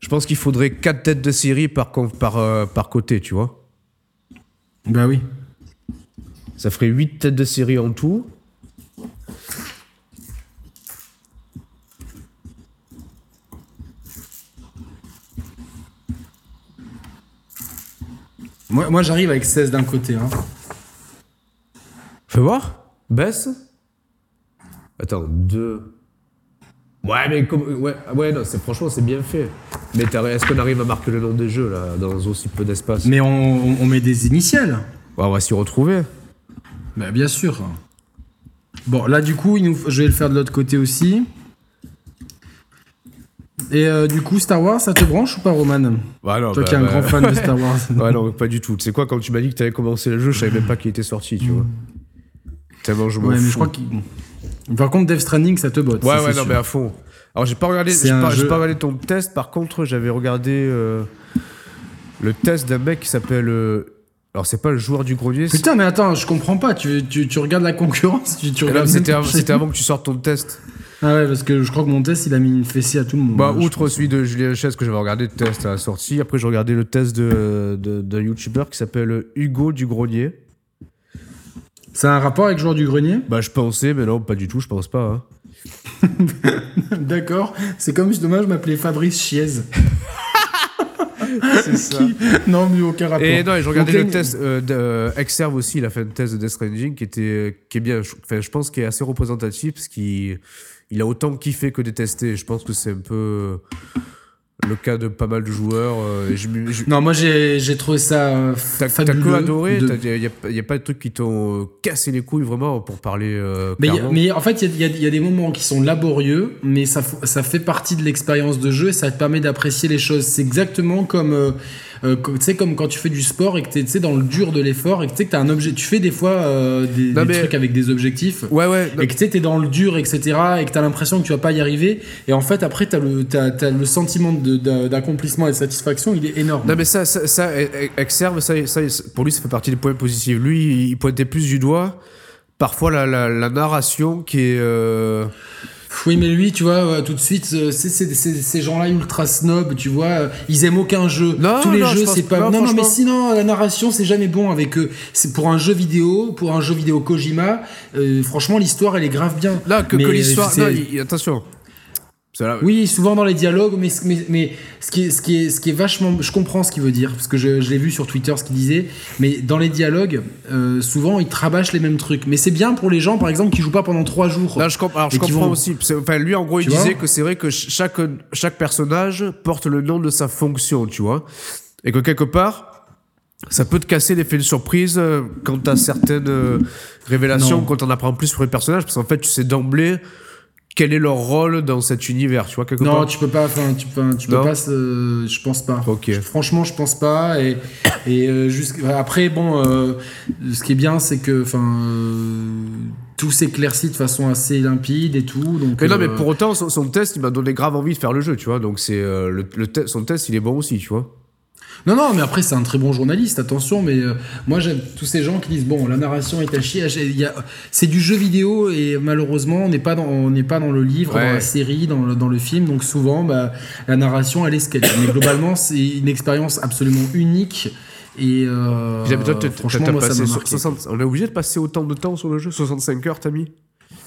S2: Je pense qu'il faudrait 4 têtes de série par, con- par, euh, par côté, tu vois.
S1: Bah oui.
S2: Ça ferait 8 têtes de série en tout.
S1: Moi, moi j'arrive avec 16 d'un côté. Hein.
S2: Fais voir. Baisse. Attends, 2. Ouais, mais comme, ouais, ouais, non, c'est franchement, c'est bien fait. Mais t'as- est-ce qu'on arrive à marquer le nom des jeux là dans aussi peu d'espace
S1: Mais on, on- on met des initiales.
S2: Ouais, On va s'y retrouver.
S1: Bah, bien sûr. Bon, là, du coup, il nous... je vais le faire de l'autre côté aussi. Et euh, du coup, Star Wars, ça te branche ou pas, Roman
S2: Ouais, non,
S1: Toi
S2: bah,
S1: qui es un
S2: bah,
S1: grand fan de Star Wars.
S2: Ouais, non, pas du tout. Tu sais quoi, quand tu m'as dit que t'avais commencé le jeu, je savais même pas qu'il était sorti, tu vois. Tellement je
S1: Mm.
S2: m'en
S1: Ouais, mais
S2: fous.
S1: je crois qu'il. Par contre, Death Stranding, ça te botte. ça,
S2: Ouais,
S1: c'est
S2: ouais, non,
S1: sûr.
S2: mais à fond. Alors, j'ai pas regardé,
S1: C'est
S2: j'ai
S1: un
S2: pas, j'ai
S1: jeu-
S2: pas regardé ton test. Par contre, j'avais regardé euh, le test d'un mec qui s'appelle. euh, alors, c'est pas le joueur du grenier. c'est-
S1: Putain, mais attends, je comprends pas. Tu, tu, tu regardes la concurrence, tu, tu
S2: Et là,
S1: regardes.
S2: Eh ben, C'était
S1: même
S2: av-
S1: pas chez-
S2: c'était avant que tu sortes ton test.
S1: Ah ouais, parce que je crois que mon test, il a mis une fessée à tout le monde.
S2: Bah,
S1: Je-
S2: outre celui de Julien Chaise que j'avais regardé le test à la sortie, après j'ai regardé le test de- de- d'un youtubeur qui s'appelle Hugo du Grenier.
S1: Ça a un rapport avec Joueur du Grenier
S2: Bah, je pensais, mais non, pas du tout, je pense pas. hein.
S1: D'accord. C'est comme si demain je m'appelais Fabrice Chiez.
S2: C'est ça.
S1: Qui- Non, mais aucun rapport.
S2: Et non, et je regardais
S1: Donc,
S2: le
S1: là,
S2: test euh, de- euh, Exerve aussi, il a fait un test de Death Stranding qui, était, euh, qui est bien, je, enfin, je pense qu'il est assez représentatif parce qu'il il a autant kiffé que détesté. Je pense que c'est un peu euh, le cas de pas mal de joueurs. euh, et je m'y- je-
S1: Non, moi j'ai j'ai trouvé ça euh,
S2: T'as t'as
S1: fabuleux
S2: que adoré,
S1: de-
S2: il n'y a, y a pas de trucs qui t'ont euh, cassé les couilles vraiment pour parler. euh,
S1: Mais, y a-
S2: clairement.
S1: mais en fait, il y a, il y a des moments qui sont laborieux, mais ça, f- ça fait partie de l'expérience de jeu et ça te permet d'apprécier les choses. C'est exactement comme, euh, euh, co- tu sais, comme quand tu fais du sport et que t'es, tu sais, dans le dur de l'effort et que tu sais que t'as un objet. Tu fais des fois euh, des,
S2: Non,
S1: des
S2: mais-
S1: trucs avec des objectifs.
S2: Ouais, ouais. non,
S1: Et que tu sais, t'es dans le dur, etc. Et que t'as l'impression que tu vas pas y arriver. Et en fait, après, t'as le, t'as, t'as le sentiment de- d'a- d'accomplissement et de satisfaction, il est énorme.
S2: Non mais ça, ça, ça, e- e- Exerve, ça, ça, pour lui, ça fait partie des points positifs. Lui, il pointait plus du doigt parfois la, la, la narration qui est... euh,
S1: Oui, mais lui, tu vois, euh, tout de suite, euh, c'est c'est- c'est- ces gens-là ultra snob, tu vois, euh, ils aiment aucun jeu.
S2: Non,
S1: Tous les
S2: non, je
S1: jeux,
S2: pense-
S1: c'est pas.
S2: non,
S1: Non, non, mais
S2: franchement.
S1: sinon, la narration, c'est jamais bon avec eux. C'est pour un jeu vidéo, pour un jeu vidéo Kojima. euh, franchement, l'histoire, elle est grave bien.
S2: Là, que, que
S1: Mais euh,
S2: l'histoire...
S1: c'est-
S2: non, il- il- Attention. Ça, là,
S1: Oui, souvent dans les dialogues, mais, ce- mais, mais ce, qui est, ce, qui est, ce qui est vachement. Je comprends ce qu'il veut dire, parce que je, je l'ai vu sur Twitter ce qu'il disait, mais dans les dialogues, euh, souvent, ils trabâchent les mêmes trucs. Mais c'est bien pour les gens, par exemple, qui jouent pas pendant trois jours.
S2: Là, je, comp- alors, je
S1: Et qui
S2: comprends
S1: vont-
S2: aussi. C'est- Enfin, lui, en gros, il
S1: Tu vois
S2: disait que c'est vrai que ch- chaque, chaque personnage porte le nom de sa fonction, tu vois. Et que quelque part, ça peut te casser l'effet de surprise euh, quand t'as certaines euh, révélations,
S1: Non.
S2: quand on apprend plus sur les personnages, parce qu'en fait, tu sais d'emblée quel est leur rôle dans cet univers, tu vois, quelque
S1: Non,
S2: part.
S1: tu peux pas. Enfin, tu peux, tu peux
S2: Non.
S1: pas. se- je pense pas.
S2: Ok.
S1: Je- Franchement, je pense pas. Et, et euh, jusqu'- après, bon, euh, ce qui est bien, c'est que, enfin, euh, tout s'éclaircit de façon assez limpide et tout. Donc.
S2: Mais non, mais
S1: euh,
S2: pour autant, son, son test, il m'a donné grave envie de faire le jeu, tu vois. Donc, c'est euh, le, le te- son test, il est bon aussi, tu vois.
S1: Non, non, mais après, c'est un très bon journaliste, attention, mais euh, moi, j'aime tous ces gens qui disent, bon, la narration est à chier, il y a- c'est du jeu vidéo, et malheureusement, on n'est pas, dans- on n'est pas dans le livre,
S2: Ouais.
S1: dans la série, dans le, dans le film, donc souvent, bah, la narration, elle est ce qu'elle est. Mais globalement, c'est une expérience absolument unique, et euh,
S2: J'avais- toi, t'as- t'as-
S1: franchement,
S2: t'as
S1: moi, ça
S2: passé
S1: m'a
S2: so-
S1: marqué.
S2: 60 on est obligé de passer autant de temps sur le jeu 65 heures, t'as mis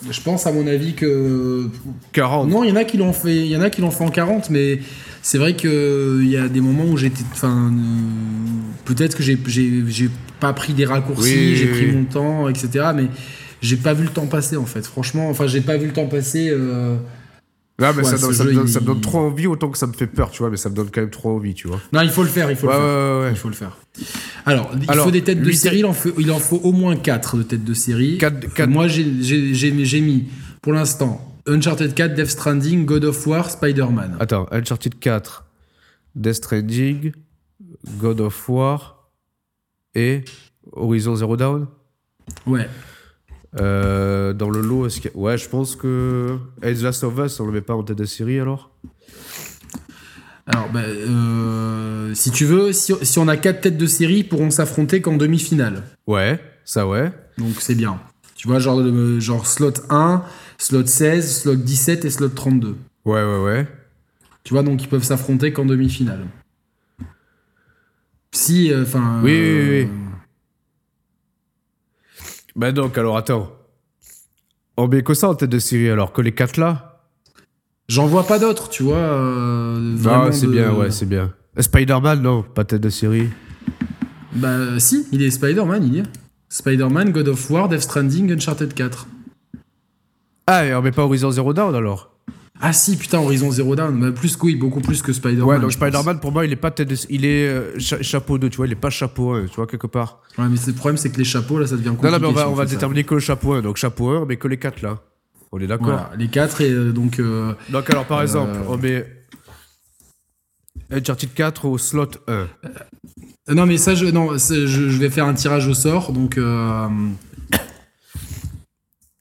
S1: Je pense, à mon avis, que
S2: 40.
S1: Oh, Non, il y en a qui l'ont fait, il y en a qui l'ont fait en 40, mais c'est vrai que euh, il y a des moments où j'étais, enfin, euh, peut-être que j'ai, j'ai, j'ai pas pris des raccourcis,
S2: Oui,
S1: j'ai
S2: oui,
S1: pris
S2: oui.
S1: mon temps, etc. Mais j'ai pas vu le temps passer en fait. Franchement, enfin, j'ai pas vu le temps passer. euh,
S2: Là, mais
S1: Ouais,
S2: ça,
S1: ce
S2: donne- ça
S1: jeu,
S2: me donne,
S1: il-
S2: ça me donne trop envie autant que ça me fait peur, tu vois, mais ça me donne quand même trop envie, tu vois.
S1: Non, il faut le faire, il faut
S2: Ouais,
S1: le
S2: ouais,
S1: faire.
S2: ouais.
S1: Il faut le faire. Alors, il
S2: Alors,
S1: faut des têtes de
S2: lui,
S1: série,
S2: c'est-
S1: il en faut, il en faut au moins 4 de têtes de série.
S2: Quatre- quatre-
S1: Moi, j'ai, j'ai, j'ai, j'ai mis, pour l'instant, Uncharted 4, Death Stranding, God of War, Spider-Man.
S2: Attends, Uncharted 4, Death Stranding, God of War et Horizon Zero Dawn.
S1: Ouais.
S2: Euh, dans le lot, est-ce qu'il y a- Ouais, je pense que. Et The Last of Us, on le met pas en tête de série alors
S1: Alors, bah, euh, si tu veux, si, si on a quatre têtes de série, ils pourront s'affronter qu'en demi-finale.
S2: Ouais, ça ouais.
S1: Donc c'est bien. Tu vois, genre, le- genre slot 1, slot 16, slot 17 et slot 32.
S2: Ouais, ouais, ouais.
S1: Tu vois, donc ils peuvent s'affronter qu'en demi-finale. Si, euh, enfin... euh,
S2: Oui, oui, oui, Bah donc, alors attends. On met que ça en tête de série alors que les 4 là
S1: J'en vois pas d'autres, tu vois. euh,
S2: Ah,
S1: vraiment
S2: c'est
S1: de-
S2: bien, ouais, c'est bien. Euh, Spider-Man, non, pas tête de série.
S1: Bah si, il est Spider-Man, il y est. Spider-Man, God of War, Death Stranding, Uncharted 4.
S2: Ah, et on met pas Horizon Zero Dawn alors
S1: Ah si, putain, Horizon Zero Dawn, bah, plus que oui, beaucoup plus que Spider-Man.
S2: Ouais, donc
S1: je
S2: Spider-Man, pour moi, il est pas tête de- Il est euh, cha- chapeau 2, tu vois, il est pas chapeau 1, tu vois, quelque part.
S1: pense. Ouais, mais c'est- le problème, c'est que les chapeaux, là, ça devient compliqué.
S2: non, non, mais on
S1: si
S2: va, on va
S1: fait ça.
S2: déterminer que le chapeau 1, donc chapeau 1, mais que les 4 là. On est d'accord
S1: Voilà, les quatre, et euh, donc... euh,
S2: Donc, alors, par
S1: Euh,
S2: exemple, on met. Uncharted 4 au slot 1.
S1: Euh, Non, mais ça, je, non, c'est- je, je vais faire un tirage au sort, donc. euh,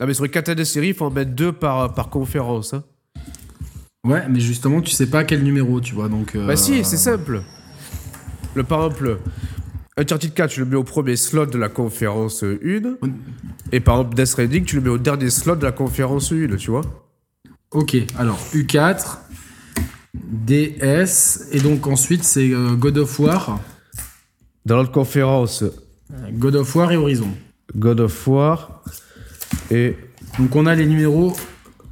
S2: Ah, mais sur les 4 des séries, il faut en mettre 2 par, par conférence. hein.
S1: ouais, mais justement, tu sais pas quel numéro, tu vois, donc. euh,
S2: Bah si, c'est simple. Le par exemple, Uncharted 4, tu le mets au premier slot de la conférence 1. Et par exemple, Death Stranding, tu le mets au dernier slot de la conférence 1, tu vois.
S1: Ok, alors U4, DS, et donc ensuite c'est euh, God of War,
S2: Dans l'autre conférence,
S1: God of War et Horizon.
S2: God of War et...
S1: Donc on a les numéros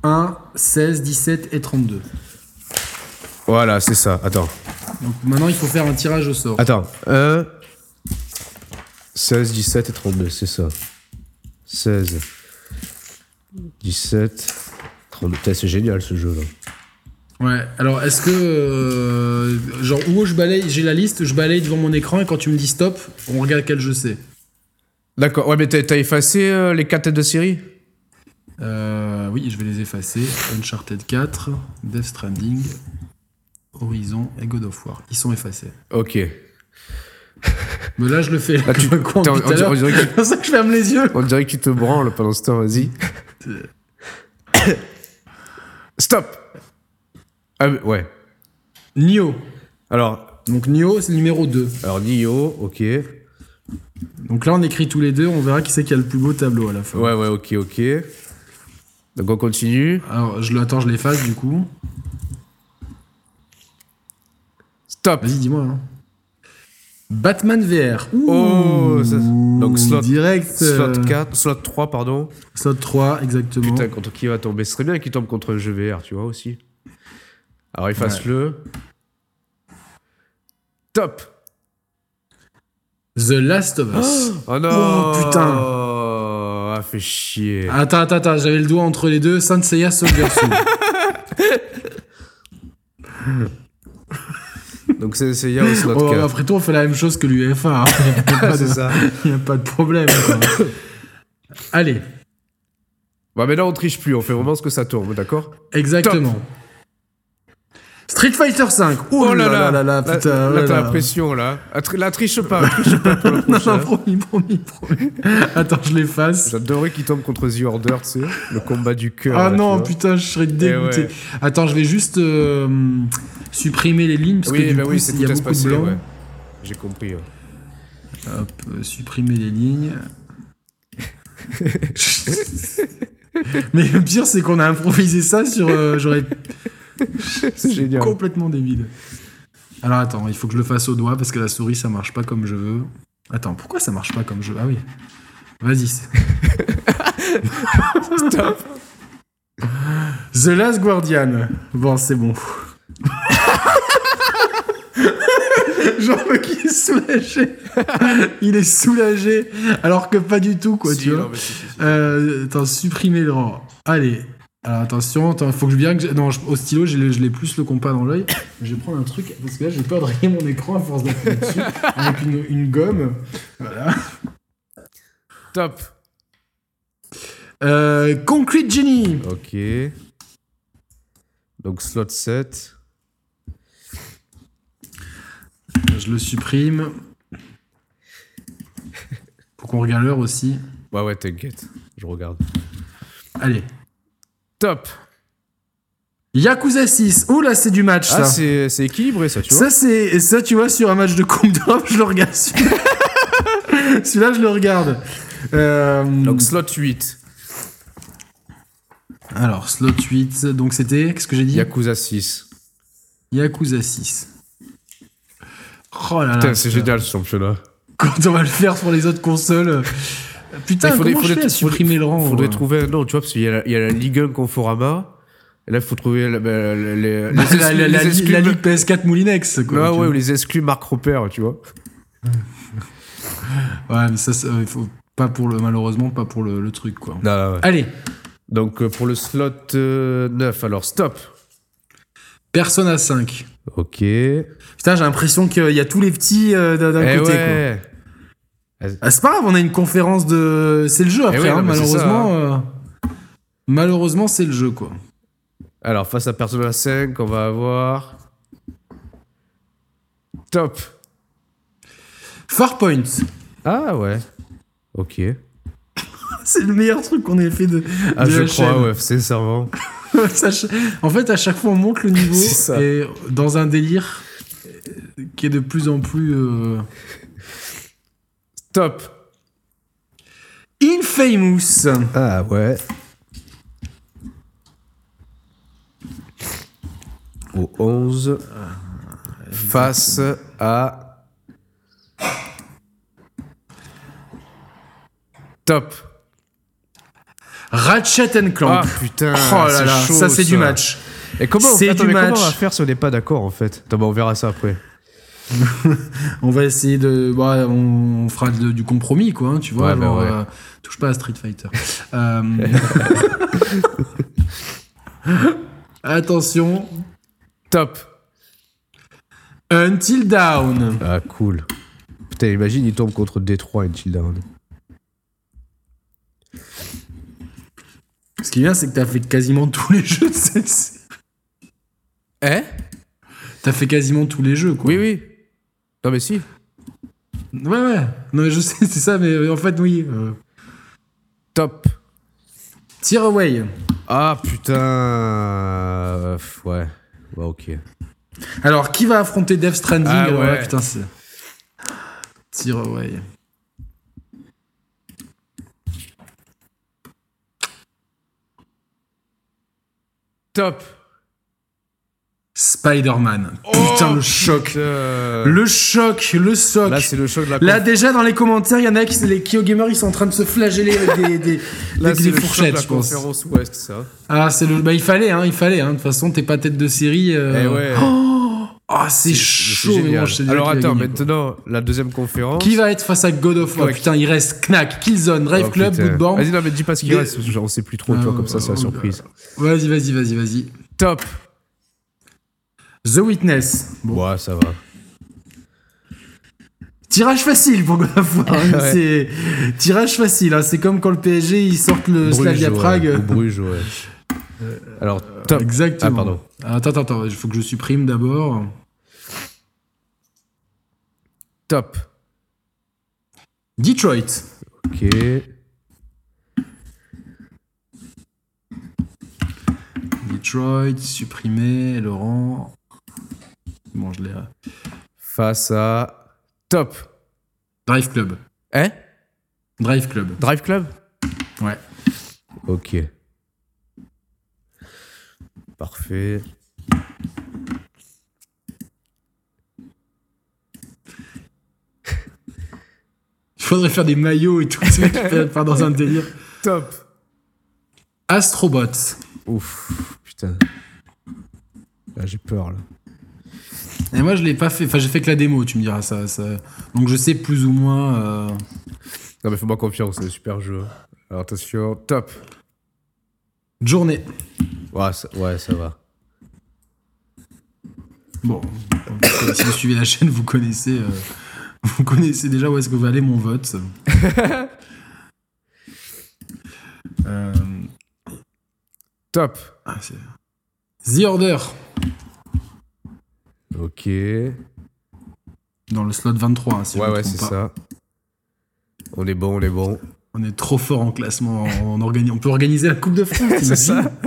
S1: 1, 16, 17 et 32.
S2: Voilà, c'est ça. Attends.
S1: Donc maintenant il faut faire un tirage au sort.
S2: Attends. 1, 16, 17 et 32, c'est ça. 16, 17, 32. Putain, C'est génial ce jeu-là.
S1: Ouais, alors est-ce que. euh, genre, où je balaye, j'ai la liste, je balaye devant mon écran et quand tu me dis stop, on regarde quel jeu c'est.
S2: D'accord, ouais, mais t'as t'as effacé euh, les 4 têtes de série
S1: Euh, oui, je vais les effacer. Uncharted 4, Death Stranding, Horizon et God of War. Ils sont effacés.
S2: Ok.
S1: Mais là, je le fais.
S2: Là, Ah, tu-
S1: comme un con
S2: t'es en-
S1: tout à
S2: on dirait-
S1: l'heure.
S2: on dirait que-
S1: C'est pour ça que je ferme les yeux.
S2: On dirait que tu te branles pendant ce temps, vas-y. Stop Ah, mais- ouais.
S1: Nio.
S2: Alors,
S1: Donc, Nio, c'est le numéro 2.
S2: alors Nio, ok. Ouais,
S1: Donc là, on écrit tous les deux. On verra qui c'est qui a le plus beau tableau à la fin.
S2: ouais, ok, ok. Donc on continue.
S1: Alors, je le attends, je l'efface du coup.
S2: Stop
S1: Vas-y, dis-moi. hein. Batman VR. Ouh,
S2: Oh, ça- donc slot-
S1: direct. euh, Oh.
S2: Slot 4, slot 3, pardon.
S1: slot 3, exactement.
S2: Putain, contre qui va tomber Ce serait bien qu'il tombe contre un jeu VR, tu vois aussi. Alors efface-le. Top
S1: The Last of Us.
S2: Oh non
S1: Oh, putain.
S2: Ah, fait chier.
S1: Attends, attends, attends, j'avais le doigt entre les deux. Saint Seiya Soldier Soul.
S2: Donc c'est c'est Yao slot
S1: Oh,
S2: 4.
S1: après tout, on fait la même chose que l'UEFA. Ah,
S2: c'est ça.
S1: Il n'y a pas de problème. quoi. Allez,
S2: Bah mais là on triche plus, on fait vraiment ce que ça tourne, d'accord
S1: exactement. Street Fighter 5. Oh, là là là là, putain.
S2: Là,
S1: ouais,
S2: t'as
S1: là.
S2: la pression là. Ah, tri- Là triche pas, triche pas pour le
S1: Non,
S2: prochain.
S1: non, promis, promis, promis. Attends, je l'efface.
S2: J'adorerais qu'il tombe contre The Order, tu sais, le combat du cœur.
S1: Ah
S2: là, tu
S1: non,
S2: vois. Eh
S1: putain, je serais dégoûté.
S2: ouais.
S1: Attends, je vais juste euh, supprimer les lignes parce que
S2: Oui,
S1: du
S2: bah
S1: coup,
S2: oui, c'est
S1: il y
S2: tout
S1: a
S2: à se
S1: beaucoup de
S2: passer,
S1: blanc.
S2: ouais. J'ai compris. ouais.
S1: Hop, euh, supprimer les lignes. Mais le pire, c'est qu'on a improvisé ça sur. euh, J'aurais
S2: C'est génial.
S1: complètement débile. Alors attends, il faut que je le fasse au doigt parce que la souris ça marche pas comme je veux. Attends, pourquoi ça marche pas comme je veux Ah oui. Vas-y.
S2: Stop.
S1: The Last Guardian. Bon, c'est bon. Genre le qui est soulagé. Il est soulagé alors que pas du tout quoi,
S2: Si,
S1: tu vois.
S2: non, mais si, si, si.
S1: Euh, attends, supprimer le rang. Allez. Alors attention, attends, faut que je bien que j'ai- non, je- au stylo, j'ai le- je l'ai plus le compas dans l'œil. Je vais prendre un truc parce que là, j'ai peur de rayer mon écran à force d'appuyer dessus avec une, une gomme. Voilà.
S2: Top.
S1: Euh, Concrete Genie.
S2: Ok. Donc slot 7.
S1: Je le supprime. Faut qu'on regarde l'heure aussi.
S2: Ouais, ouais, t'inquiète. Je regarde.
S1: Allez.
S2: Top.
S1: Yakuza 6. Oh là, c'est du match
S2: Ah,
S1: ça.
S2: c'est c'est équilibré ça, tu vois.
S1: Ça, c'est ça, tu vois, sur un match de Coupe d'Europe, je le regarde. Celui-là, Celui-là, je le regarde. Euh,
S2: Donc slot 8.
S1: Alors, slot 8, donc c'était, qu'est-ce que j'ai dit
S2: Yakuza 6.
S1: Ah, Yakuza 6. Oh là là.
S2: Putain, c'est
S1: putain.
S2: génial ce championnat.
S1: Quand on va le faire sur les autres consoles. euh, Putain,
S2: Il faudrait-
S1: comment je
S2: faudrait-
S1: fais à supprimer le rang euh
S2: Il faudrait
S1: moi
S2: trouver un nom, tu vois, parce qu'il y, a la- il y a la Ligue 1 Conforama. Et là, il faut trouver la- bah, les, les,
S1: Bah,
S2: les-
S1: la, la-
S2: les
S1: la-
S2: exclus-
S1: la Ligue PS4 Moulinex. Quoi,
S2: Ah
S1: tu
S2: ouais,
S1: vois.
S2: ou les exclus Marc Repère, tu vois.
S1: Ouais, mais ça, ça, euh, il faut pas pour le, malheureusement, pas pour le, le truc, quoi.
S2: Non, non, ouais.
S1: Allez,
S2: Donc, euh, pour le slot euh, 9, alors stop.
S1: Persona 5.
S2: Ok. Eh
S1: Putain, j'ai l'impression qu'il y a tous les petits euh, d'un d'un côté. quoi.
S2: ouais.
S1: Ah, c'est pas grave, on a une conférence de. C'est le jeu après,
S2: Eh ouais,
S1: hein,
S2: non, mais c'est ça, hein.
S1: malheureusement. euh, Malheureusement, c'est le jeu, quoi.
S2: Alors, face à Persona 5, on va avoir. Top
S1: Farpoint.
S2: Ah ouais. Ok.
S1: C'est le meilleur truc qu'on ait fait de.
S2: Ah,
S1: de
S2: je
S1: la
S2: crois,
S1: chaîne.
S2: ouais, c'est hein. servant.
S1: Ça ch- en fait, à chaque fois, on monte le niveau
S2: C'est ça.
S1: et dans un délire euh, qui est de plus en plus. euh,
S2: Top
S1: Infamous.
S2: Ah ouais. Au 11. Face à. Top.
S1: Ratchet and
S2: Ah
S1: Clank.
S2: putain.
S1: oh là là,
S2: chaud,
S1: ça c'est du match.
S2: Et comment,
S1: C'est
S2: attends,
S1: du
S2: mais comment
S1: match.
S2: on va faire si on n'est pas d'accord en fait Attends, bah, On verra ça après.
S1: On va essayer de. bah, on fera de- du compromis, quoi, hein, tu vois.
S2: Ouais, bah
S1: genre,
S2: ouais.
S1: euh, touche pas à Street Fighter. Euh, Attention.
S2: Top.
S1: Until Down.
S2: Ah cool. Putain, imagine, il tombe contre Détroit Until Down.
S1: Ce qui est bien, c'est que t'as fait quasiment tous les jeux de cette série.
S2: Eh
S1: T'as fait quasiment tous les jeux, quoi.
S2: Oui, oui. Non, mais si.
S1: Ouais, ouais. Non, mais je sais, c'est ça, mais euh, en fait, oui. euh,
S2: Top.
S1: Tear Away.
S2: Ah putain. Euh, Ouais. Ouais, ok.
S1: Alors, qui va affronter Death Stranding
S2: Ah ouais.
S1: Voilà, putain, c'est. Tear Away.
S2: Top.
S1: Spider-Man.
S2: Oh.
S1: putain, le choc.
S2: Le...
S1: Le choc, le soc.
S2: euh, Là, c'est le choc de la
S1: Là
S2: conf.
S1: déjà dans les commentaires, il y en a qui les KyoGamers ils sont en train de se flageller avec des, des,
S2: Là,
S1: des- des
S2: c'est le choc de
S1: fourchettes,
S2: la
S1: je pense.
S2: conférence Ouest, ça.
S1: Ah c'est le, bah il fallait, hein, il fallait. hein. De toute façon, t'es pas tête de série. euh,
S2: Eh ouais.
S1: Oh, Ah, c'est
S2: C'est
S1: chaud. mais
S2: génial.
S1: bon, je sais déjà
S2: Alors
S1: qui va
S2: attends,
S1: gagner, quoi.
S2: maintenant, la deuxième conférence.
S1: Qui va être face à God of War
S2: Ouais, qui-
S1: Putain, il reste Knack, Killzone,
S2: Oh,
S1: Drive Club,
S2: putain.
S1: Bloodborne.
S2: Vas-y, non, mais dis pas ce qu'il
S1: Des-
S2: reste, parce que genre, on sait plus trop, tu vois,
S1: Euh,
S2: comme ça, c'est
S1: euh,
S2: la surprise.
S1: Vas-y, vas-y, vas-y, vas-y.
S2: Top.
S1: The Witness. Bon.
S2: Ouais, ça va.
S1: Tirage facile pour God of War. hein,
S2: Ouais.
S1: C'est tirage facile. hein. C'est comme quand le PSG ils sortent le
S2: Bruges,
S1: Slavia
S2: ouais,
S1: Prague. Euh,
S2: ou Bruges, ouais. Alors, top.
S1: Exactement.
S2: Ah, pardon.
S1: Attends, attends, attends, il faut que je supprime d'abord.
S2: Top.
S1: Detroit.
S2: Ok.
S1: Detroit, supprimer, Laurent. Bon, je l'ai. euh,
S2: Face à. Top.
S1: Drive Club.
S2: Hein
S1: Drive Club.
S2: Drive Club
S1: Ouais.
S2: Ok. Parfait.
S1: Il faudrait faire des maillots et tout, tu sais, faire dans un délire.
S2: Top.
S1: Astrobot.
S2: Ouf, putain. Là, j'ai peur, là.
S1: Et moi, je l'ai pas fait. Enfin, j'ai fait que la démo, tu me diras ça. ça- Donc, je sais plus ou moins. euh,
S2: Non, mais fais-moi confiance, c'est un super jeu. Alors, attention. Top.
S1: Journée.
S2: Ouais, ça, ouais, ça va.
S1: Bon, si vous suivez la chaîne, vous connaissez, euh, vous connaissez déjà où est-ce que va aller mon vote. Euh,
S2: Top.
S1: ah, c'est- The Order
S2: Ok. Ouais,
S1: dans le slot 23. hein, si je me
S2: ouais,
S1: trompe
S2: c'est
S1: pas.
S2: ça. On est bon, on est bon.
S1: On est trop fort en classement. On, organi- on peut organiser la Coupe de France.
S2: C'est
S1: t'imagines
S2: ça.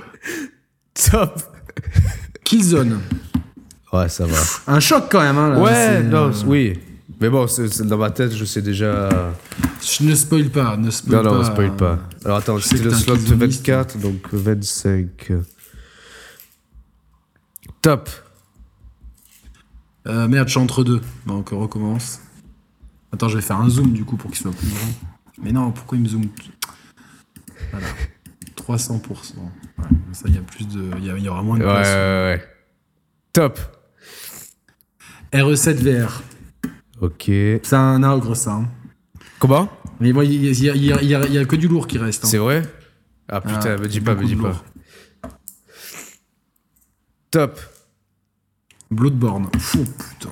S2: Top.
S1: Killzone.
S2: Ouais, ça va.
S1: Un choc quand même. hein, là,
S2: Ouais,
S1: c'est-
S2: non, c- oui. Mais bon, c'est- c'est dans ma tête, je sais déjà.
S1: Je ne spoil pas. Ne spoil
S2: Non,
S1: pas.
S2: non, on spoil pas. Alors attends,
S1: sais que
S2: c'était le
S1: t'es un
S2: slot
S1: cuisiniste.
S2: 24, donc 25. Top.
S1: Euh, merde, je suis entre deux. Donc on recommence. Attends, je vais faire un zoom du coup pour qu'il soit plus grand. Mais non, pourquoi il me zoome Voilà. 300%. Ouais, comme ça, il y a plus de. Il y, a- il y aura moins de
S2: Ouais, ouais,
S1: place.
S2: ouais. Top.
S1: RE7 VR.
S2: Ok.
S1: C'est un ogre, ça. hein.
S2: Comment
S1: Mais bon, il y, il y a- il y a- il y a- il y a que du lourd qui reste. hein.
S2: C'est vrai Ah
S1: Ah,
S2: putain, me dis pas, me
S1: beaucoup
S2: dis
S1: de
S2: pas.
S1: lourd.
S2: Top.
S1: Bloodborne. Fou, putain.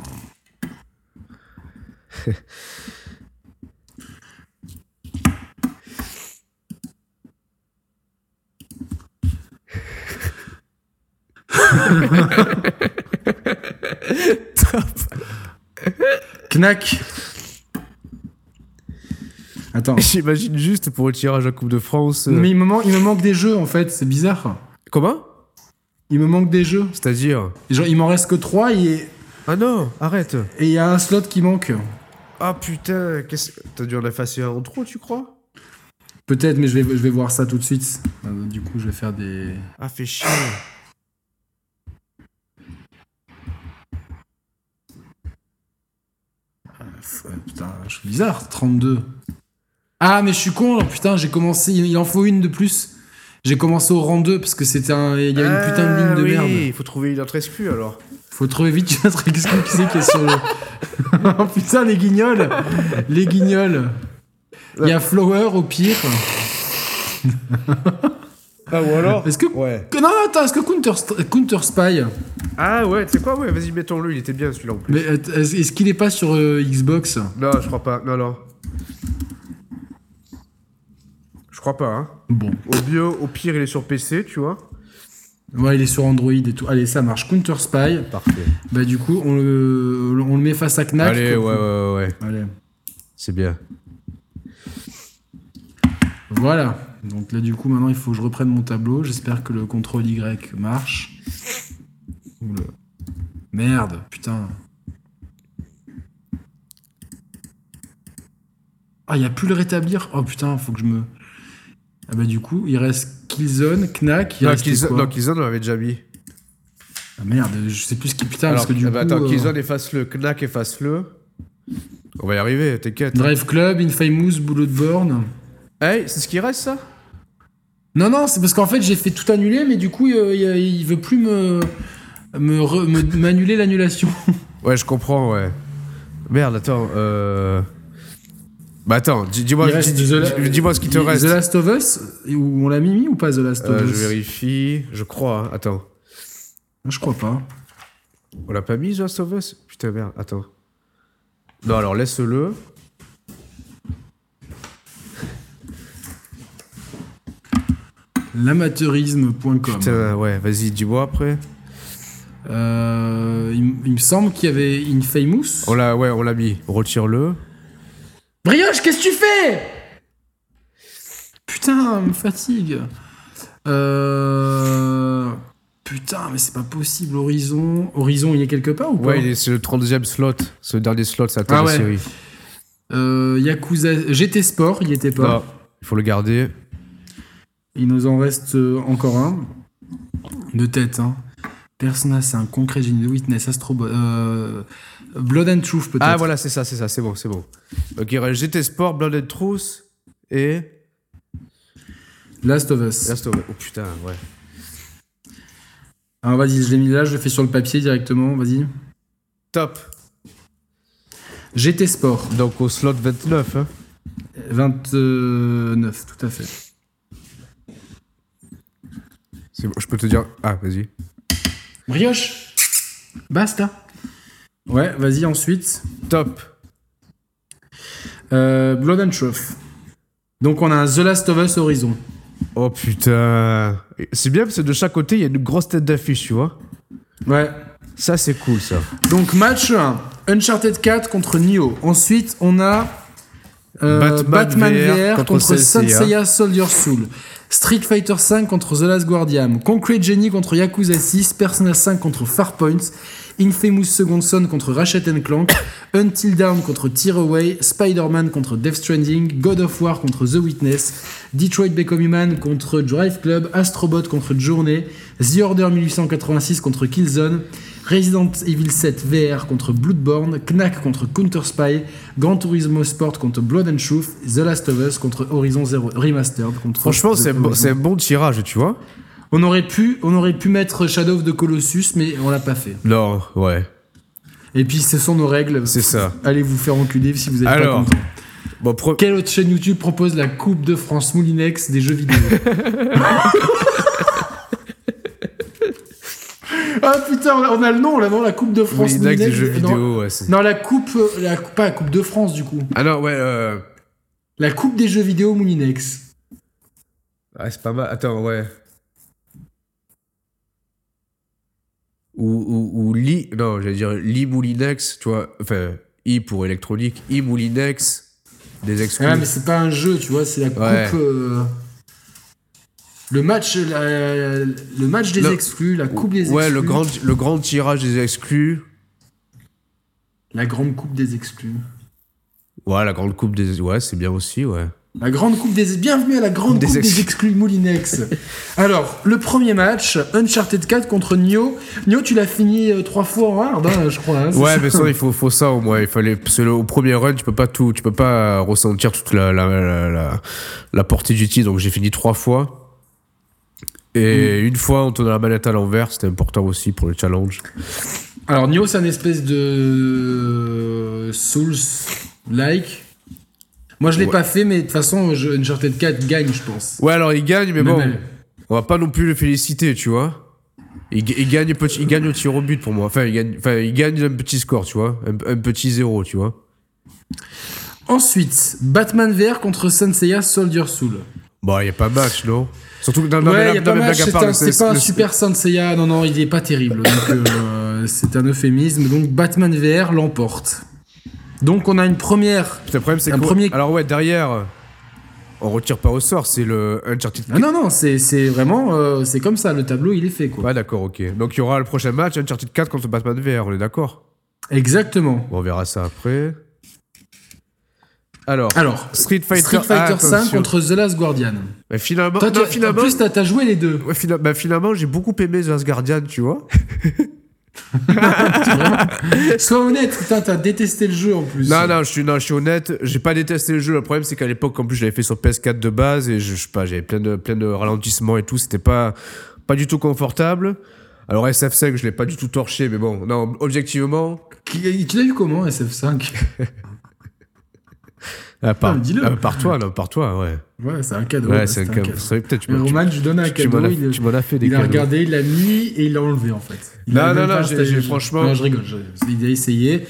S2: Top.
S1: Knack.
S2: Oh.
S1: Attends.
S2: J'imagine juste pour le tirage à Coupe de France. euh,
S1: Mais il me, manque, il me manque des jeux en fait, c'est bizarre.
S2: Comment
S1: Il me manque des jeux.
S2: C'est-à-dire
S1: Genre, il m'en reste que 3 et
S2: Ah non, arrête.
S1: et il y a un slot qui manque.
S2: Ah putain, qu'est-ce T'as dû en effacer un en trop, tu crois
S1: Peut-être, mais je vais, je vais voir ça tout de suite. Euh, Du coup, je vais faire des.
S2: Ah, fait chier.
S1: F- euh, Putain, je suis bizarre, 32. Ah, mais je suis con, alors, putain, j'ai commencé, il il en faut une de plus. J'ai commencé au rang 2 parce que c'était un. Il y a une
S2: Ah,
S1: putain de ligne de merde.
S2: Il faut trouver une autre exclue alors.
S1: Faut trouver vite une autre excuse qui c'est qui est sur le. Oh, putain, les guignols Les guignols Il y a Flower au pire.
S2: Ah, ou alors
S1: Est-ce que.
S2: Ouais.
S1: Non, non, attends, est-ce que Counter, Counter Spy,
S2: Ah ouais, tu sais quoi Ouais, vas-y, mettons-le, il était bien celui-là en plus.
S1: mais euh, est-ce est-ce qu'il est pas sur euh, Xbox
S2: Non, je crois pas. Non, non. Je crois pas, hein.
S1: Bon.
S2: Au mieux, au pire, il est sur PC, tu vois.
S1: Ouais, il est sur Android et tout. Allez, ça marche. Counter Spy.
S2: Parfait.
S1: Bah, du coup, on le, on le met face à Knack.
S2: Allez,
S1: Comme-
S2: ouais, ouais, ouais.
S1: Allez.
S2: C'est bien.
S1: Voilà. Donc là, du coup, maintenant, il faut que je reprenne mon tableau. J'espère que le contrôle Y marche. Oula. Merde, putain. Ah, il n'y a plus le rétablir. Oh putain, faut que je me. Ah bah, du coup, il reste Killzone, Knack. Il
S2: Non,
S1: restait
S2: Killzone,
S1: quoi
S2: non, Killzone, on l'avait déjà mis.
S1: Ah, merde, je sais plus ce qui. Putain, parce que du
S2: ah bah,
S1: coup.
S2: attends,
S1: euh,
S2: Killzone, efface-le. Knack, efface-le. On va y arriver, t'inquiète.
S1: Drive Club, Infamous, Boulot de borne.
S2: Hey, c'est ce qui reste, ça
S1: Non, non, c'est parce qu'en fait, j'ai fait tout annuler, mais du coup, euh, il, il veut plus me. me re- me- m'annuler l'annulation.
S2: Ouais, je comprends, ouais. Merde, attends. Euh... Bah attends, dis- dis-moi
S1: Il reste
S2: dis-
S1: The La-
S2: dis- dis-moi ce qui te
S1: The
S2: reste.
S1: Last of Us, où on l'a mis mis ou pas The Last of
S2: Euh,
S1: Us
S2: je vérifie, je crois. hein. Attends,
S1: Je crois pas.
S2: on l'a pas mis, The Last of Us Putain, merde, attends. Non, alors laisse-le.
S1: L'amateurisme.com.
S2: Putain, ouais, vas-y, dis-moi après.
S1: Euh, il, m- il me semble qu'il y avait Infamous.
S2: On l'a, ouais, on l'a mis. Retire-le.
S1: Brioche, qu'est-ce que tu fais Putain, me fatigue. Euh... Putain, mais c'est pas possible. Horizon, Horizon, il est quelque part ou pas
S2: Ouais, il est- c'est le 32e slot. Ce dernier slot, c'est la
S1: Ah
S2: tête de
S1: ouais.
S2: série.
S1: Euh, Yakuza, GT Sport, il y était pas.
S2: Non, il faut le garder.
S1: Il nous en reste euh, encore un. De tête, hein. Persona 5, Concrete Genie, Witness, Astro Boy, euh, Blood and Truth, peut-être.
S2: Ah voilà, c'est ça, c'est ça, c'est bon, c'est bon. Donc il reste GT Sport, Blood and Truth et
S1: Last of Us.
S2: Last of Us. Oh putain, ouais.
S1: Ah, vas-y, je l'ai mis là, je le fais sur le papier directement, vas-y.
S2: Top.
S1: GT Sport,
S2: Donc au slot 29. Hein.
S1: 29, tout à fait.
S2: C'est bon, je peux te dire. Ah, vas-y.
S1: Brioche Basta Ouais, vas-y, ensuite.
S2: Top.
S1: Euh, Blood and Truth. Donc, on a un The Last of Us Horizon.
S2: Oh putain. C'est bien parce que de chaque côté, il y a une grosse tête d'affiche, tu vois.
S1: Ouais.
S2: Ça, c'est cool, ça.
S1: Donc, match 1, Uncharted 4 contre Nioh. Ensuite, on a euh,
S2: Batman
S1: Batman,
S2: VR
S1: VR contre,
S2: contre
S1: Saint
S2: Seiya.
S1: Seiya Soldier Soul. Street Fighter 5 contre The Last Guardian. Concrete Genie contre Yakuza 6. Persona 5 contre Farpoint. Infamous Second Son contre Ratchet Clank. Until Dawn contre Tear Away. Spider-Man contre Death Stranding. God of War contre The Witness. Detroit Become Human contre Drive Club. Astrobot contre Journey. The Order 1886 contre Killzone. Resident Evil 7 VR contre Bloodborne, Knack contre Counter Spy, Gran Turismo Sport contre Blood and Truth, The Last of Us contre Horizon Zero Remastered contre.
S2: Franchement,
S1: The
S2: c'est bon,
S1: Horizon.
S2: c'est un bon tirage, tu vois.
S1: On aurait pu, on aurait pu mettre Shadow of the Colossus, mais on l'a pas fait.
S2: Non, ouais.
S1: Et puis ce sont nos règles.
S2: C'est ça.
S1: Allez vous faire enculer si vous êtes pas
S2: Alors.
S1: content.
S2: Bon, pre-
S1: Quelle autre chaîne YouTube propose la Coupe de France Moulinex des jeux vidéo Ah putain, on a- on a le nom là, non La Coupe de France.
S2: Moulidac des
S1: Moulinex,
S2: jeux
S1: non.
S2: vidéo, ouais. c'est-
S1: Non, la Coupe. La, pas la Coupe de France du coup.
S2: Ah non, ouais, euh...
S1: La Coupe des jeux vidéo Moulinex.
S2: Ah, c'est pas mal. Attends, ouais. Ou, ou, ou Li. Non, j'allais dire Li Moulinex, tu vois. Enfin, I pour électronique. I Moulinex. Des exclus.
S1: Ah, mais c'est pas un jeu, tu vois, c'est la Coupe.
S2: Ouais.
S1: euh, Le match, la- le match des
S2: Le-
S1: exclus, la coupe des exclus.
S2: ouais, le grand, le grand tirage des exclus.
S1: La grande coupe des exclus.
S2: Ouais, la grande coupe des. Ouais, c'est bien aussi, ouais.
S1: La grande coupe des bienvenue à la grande
S2: Des
S1: coupe
S2: exclus.
S1: des exclus Moulinex. Alors le premier match Uncharted 4 contre Nioh. Nioh tu l'as fini euh, trois fois en hard hein, je crois. hein, c'est
S2: Ouais,
S1: ça
S2: mais ça, il faut, faut ça au moins. Il fallait, parce que le- au premier run, tu peux pas tout, tu peux pas euh, ressentir toute la, la, la, la- la portée du titre. Donc j'ai fini trois fois. Et
S1: Mm.
S2: une fois, on tournait la manette à l'envers. C'était important aussi pour le challenge.
S1: Alors Nioh c'est un espèce de Souls-like. Moi je l'ai
S2: Ouais.
S1: pas fait mais de toute façon je- Uncharted 4 gagne je pense.
S2: Ouais, alors il gagne, mais
S1: Mais
S2: bon,
S1: même.
S2: on va pas non plus le féliciter, tu vois. Il, ga- il gagne, petit, il gagne au tir au but pour moi. Enfin, il gagne, enfin, il gagne un petit score, tu vois. Un, un petit zéro, tu vois.
S1: Ensuite Batman VR contre Senseiya Soldier Soul.
S2: Bon, Bah, il y a pas match, non Surtout que dans
S1: ouais
S2: la
S1: y a pas mal, c'est un- c'est pas un super Senseiya non non il est pas terrible donc euh, c'est un euphémisme donc Batman VR l'emporte. Donc on a une première.
S2: Le problème, c'est
S1: Un
S2: que.
S1: premier-
S2: Alors, ouais, derrière, on retire pas au sort, c'est le Uncharted.
S1: Ah non non c'est c'est vraiment euh, c'est comme ça le tableau il est fait quoi.
S2: Ouais, Ah, d'accord, ok. Donc, il y aura le prochain match, Uncharted 4 contre Batman VR, on est d'accord
S1: Exactement.
S2: Bon, On verra ça après. Alors,
S1: Alors
S2: Street Fighter, ah,
S1: Street Fighter 5
S2: attention.
S1: contre The Last Guardian.
S2: Mais finalement,
S1: Toi,
S2: non,
S1: tu- en
S2: finalement,
S1: plus, t'as t'as joué les deux.
S2: ouais, fina- bah, finalement, j'ai beaucoup aimé The Last Guardian, tu vois.
S1: Sois honnête, putain, t'as détesté le jeu en plus.
S2: Non, non, je suis, non, je suis honnête, j'ai pas détesté le jeu. Le problème, c'est qu'à l'époque, en plus, je l'avais fait sur PS4 de base et je, je sais pas, j'avais plein de, plein de ralentissements et tout. C'était pas, pas du tout confortable. Alors, SF5, je l'ai pas du tout torché, mais bon, non, objectivement,
S1: Qui- Tu l'as eu comment, SF5
S2: Ah, par,
S1: Ah, mais dis-le.
S2: ah, par toi, non, par toi, ouais.
S1: Ouais, c'est un cadeau.
S2: ouais, c'est un
S1: c'était
S2: cadeau. C'est vrai, Peut-être tu
S1: Et
S2: m'as- tu-
S1: Roman, je lui donne un
S2: tu- tu
S1: cadeau,
S2: m'en as-
S1: il-
S2: Tu m'en as fait des
S1: Il a
S2: cadeaux.
S1: regardé, il l'a mis et il l'a enlevé en fait. Il
S2: Non,
S1: a
S2: non,
S1: même
S2: non,
S1: pas
S2: j'ai-
S1: installé
S2: j'ai-
S1: le jeu.
S2: franchement-
S1: Non, je rigole, je- il a essayé.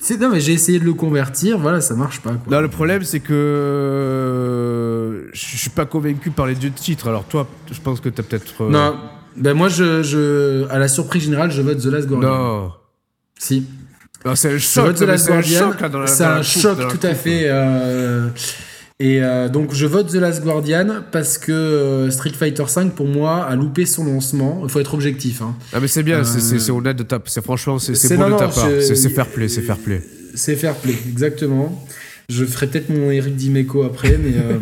S1: C'est- Non, mais j'ai essayé de le convertir, voilà, ça marche pas quoi.
S2: Non, le problème, c'est que je je suis pas convaincu par les deux titres. Alors, toi, je pense que t'as peut-être. euh,
S1: Non, ben moi, je, je- à la surprise générale, je vote The Last Guardian.
S2: Non.
S1: Si.
S2: Non, c'est un
S1: Je
S2: choc.
S1: vote The
S2: non, mais
S1: Last
S2: C'est un
S1: Guardian.
S2: choc, là, dans la-
S1: C'est
S2: dans la
S1: un
S2: coupe,
S1: choc
S2: dans la
S1: tout à
S2: coupe.
S1: fait. euh, et euh, donc je vote The Last Guardian parce que euh, Street Fighter V pour moi a loupé son lancement. Il faut être objectif. hein.
S2: Ah, mais c'est bien, c'est- c'est
S1: Euh,
S2: c'est honnête de ta C'est franchement, c'est
S1: c'est- Euh,
S2: c'est beau
S1: non,
S2: de ta
S1: non,
S2: part.
S1: je-
S2: C'est c'est fair play, c'est fair play.
S1: C'est fair play, exactement. Je ferai peut-être mon Eric Dimeco après, mais euh,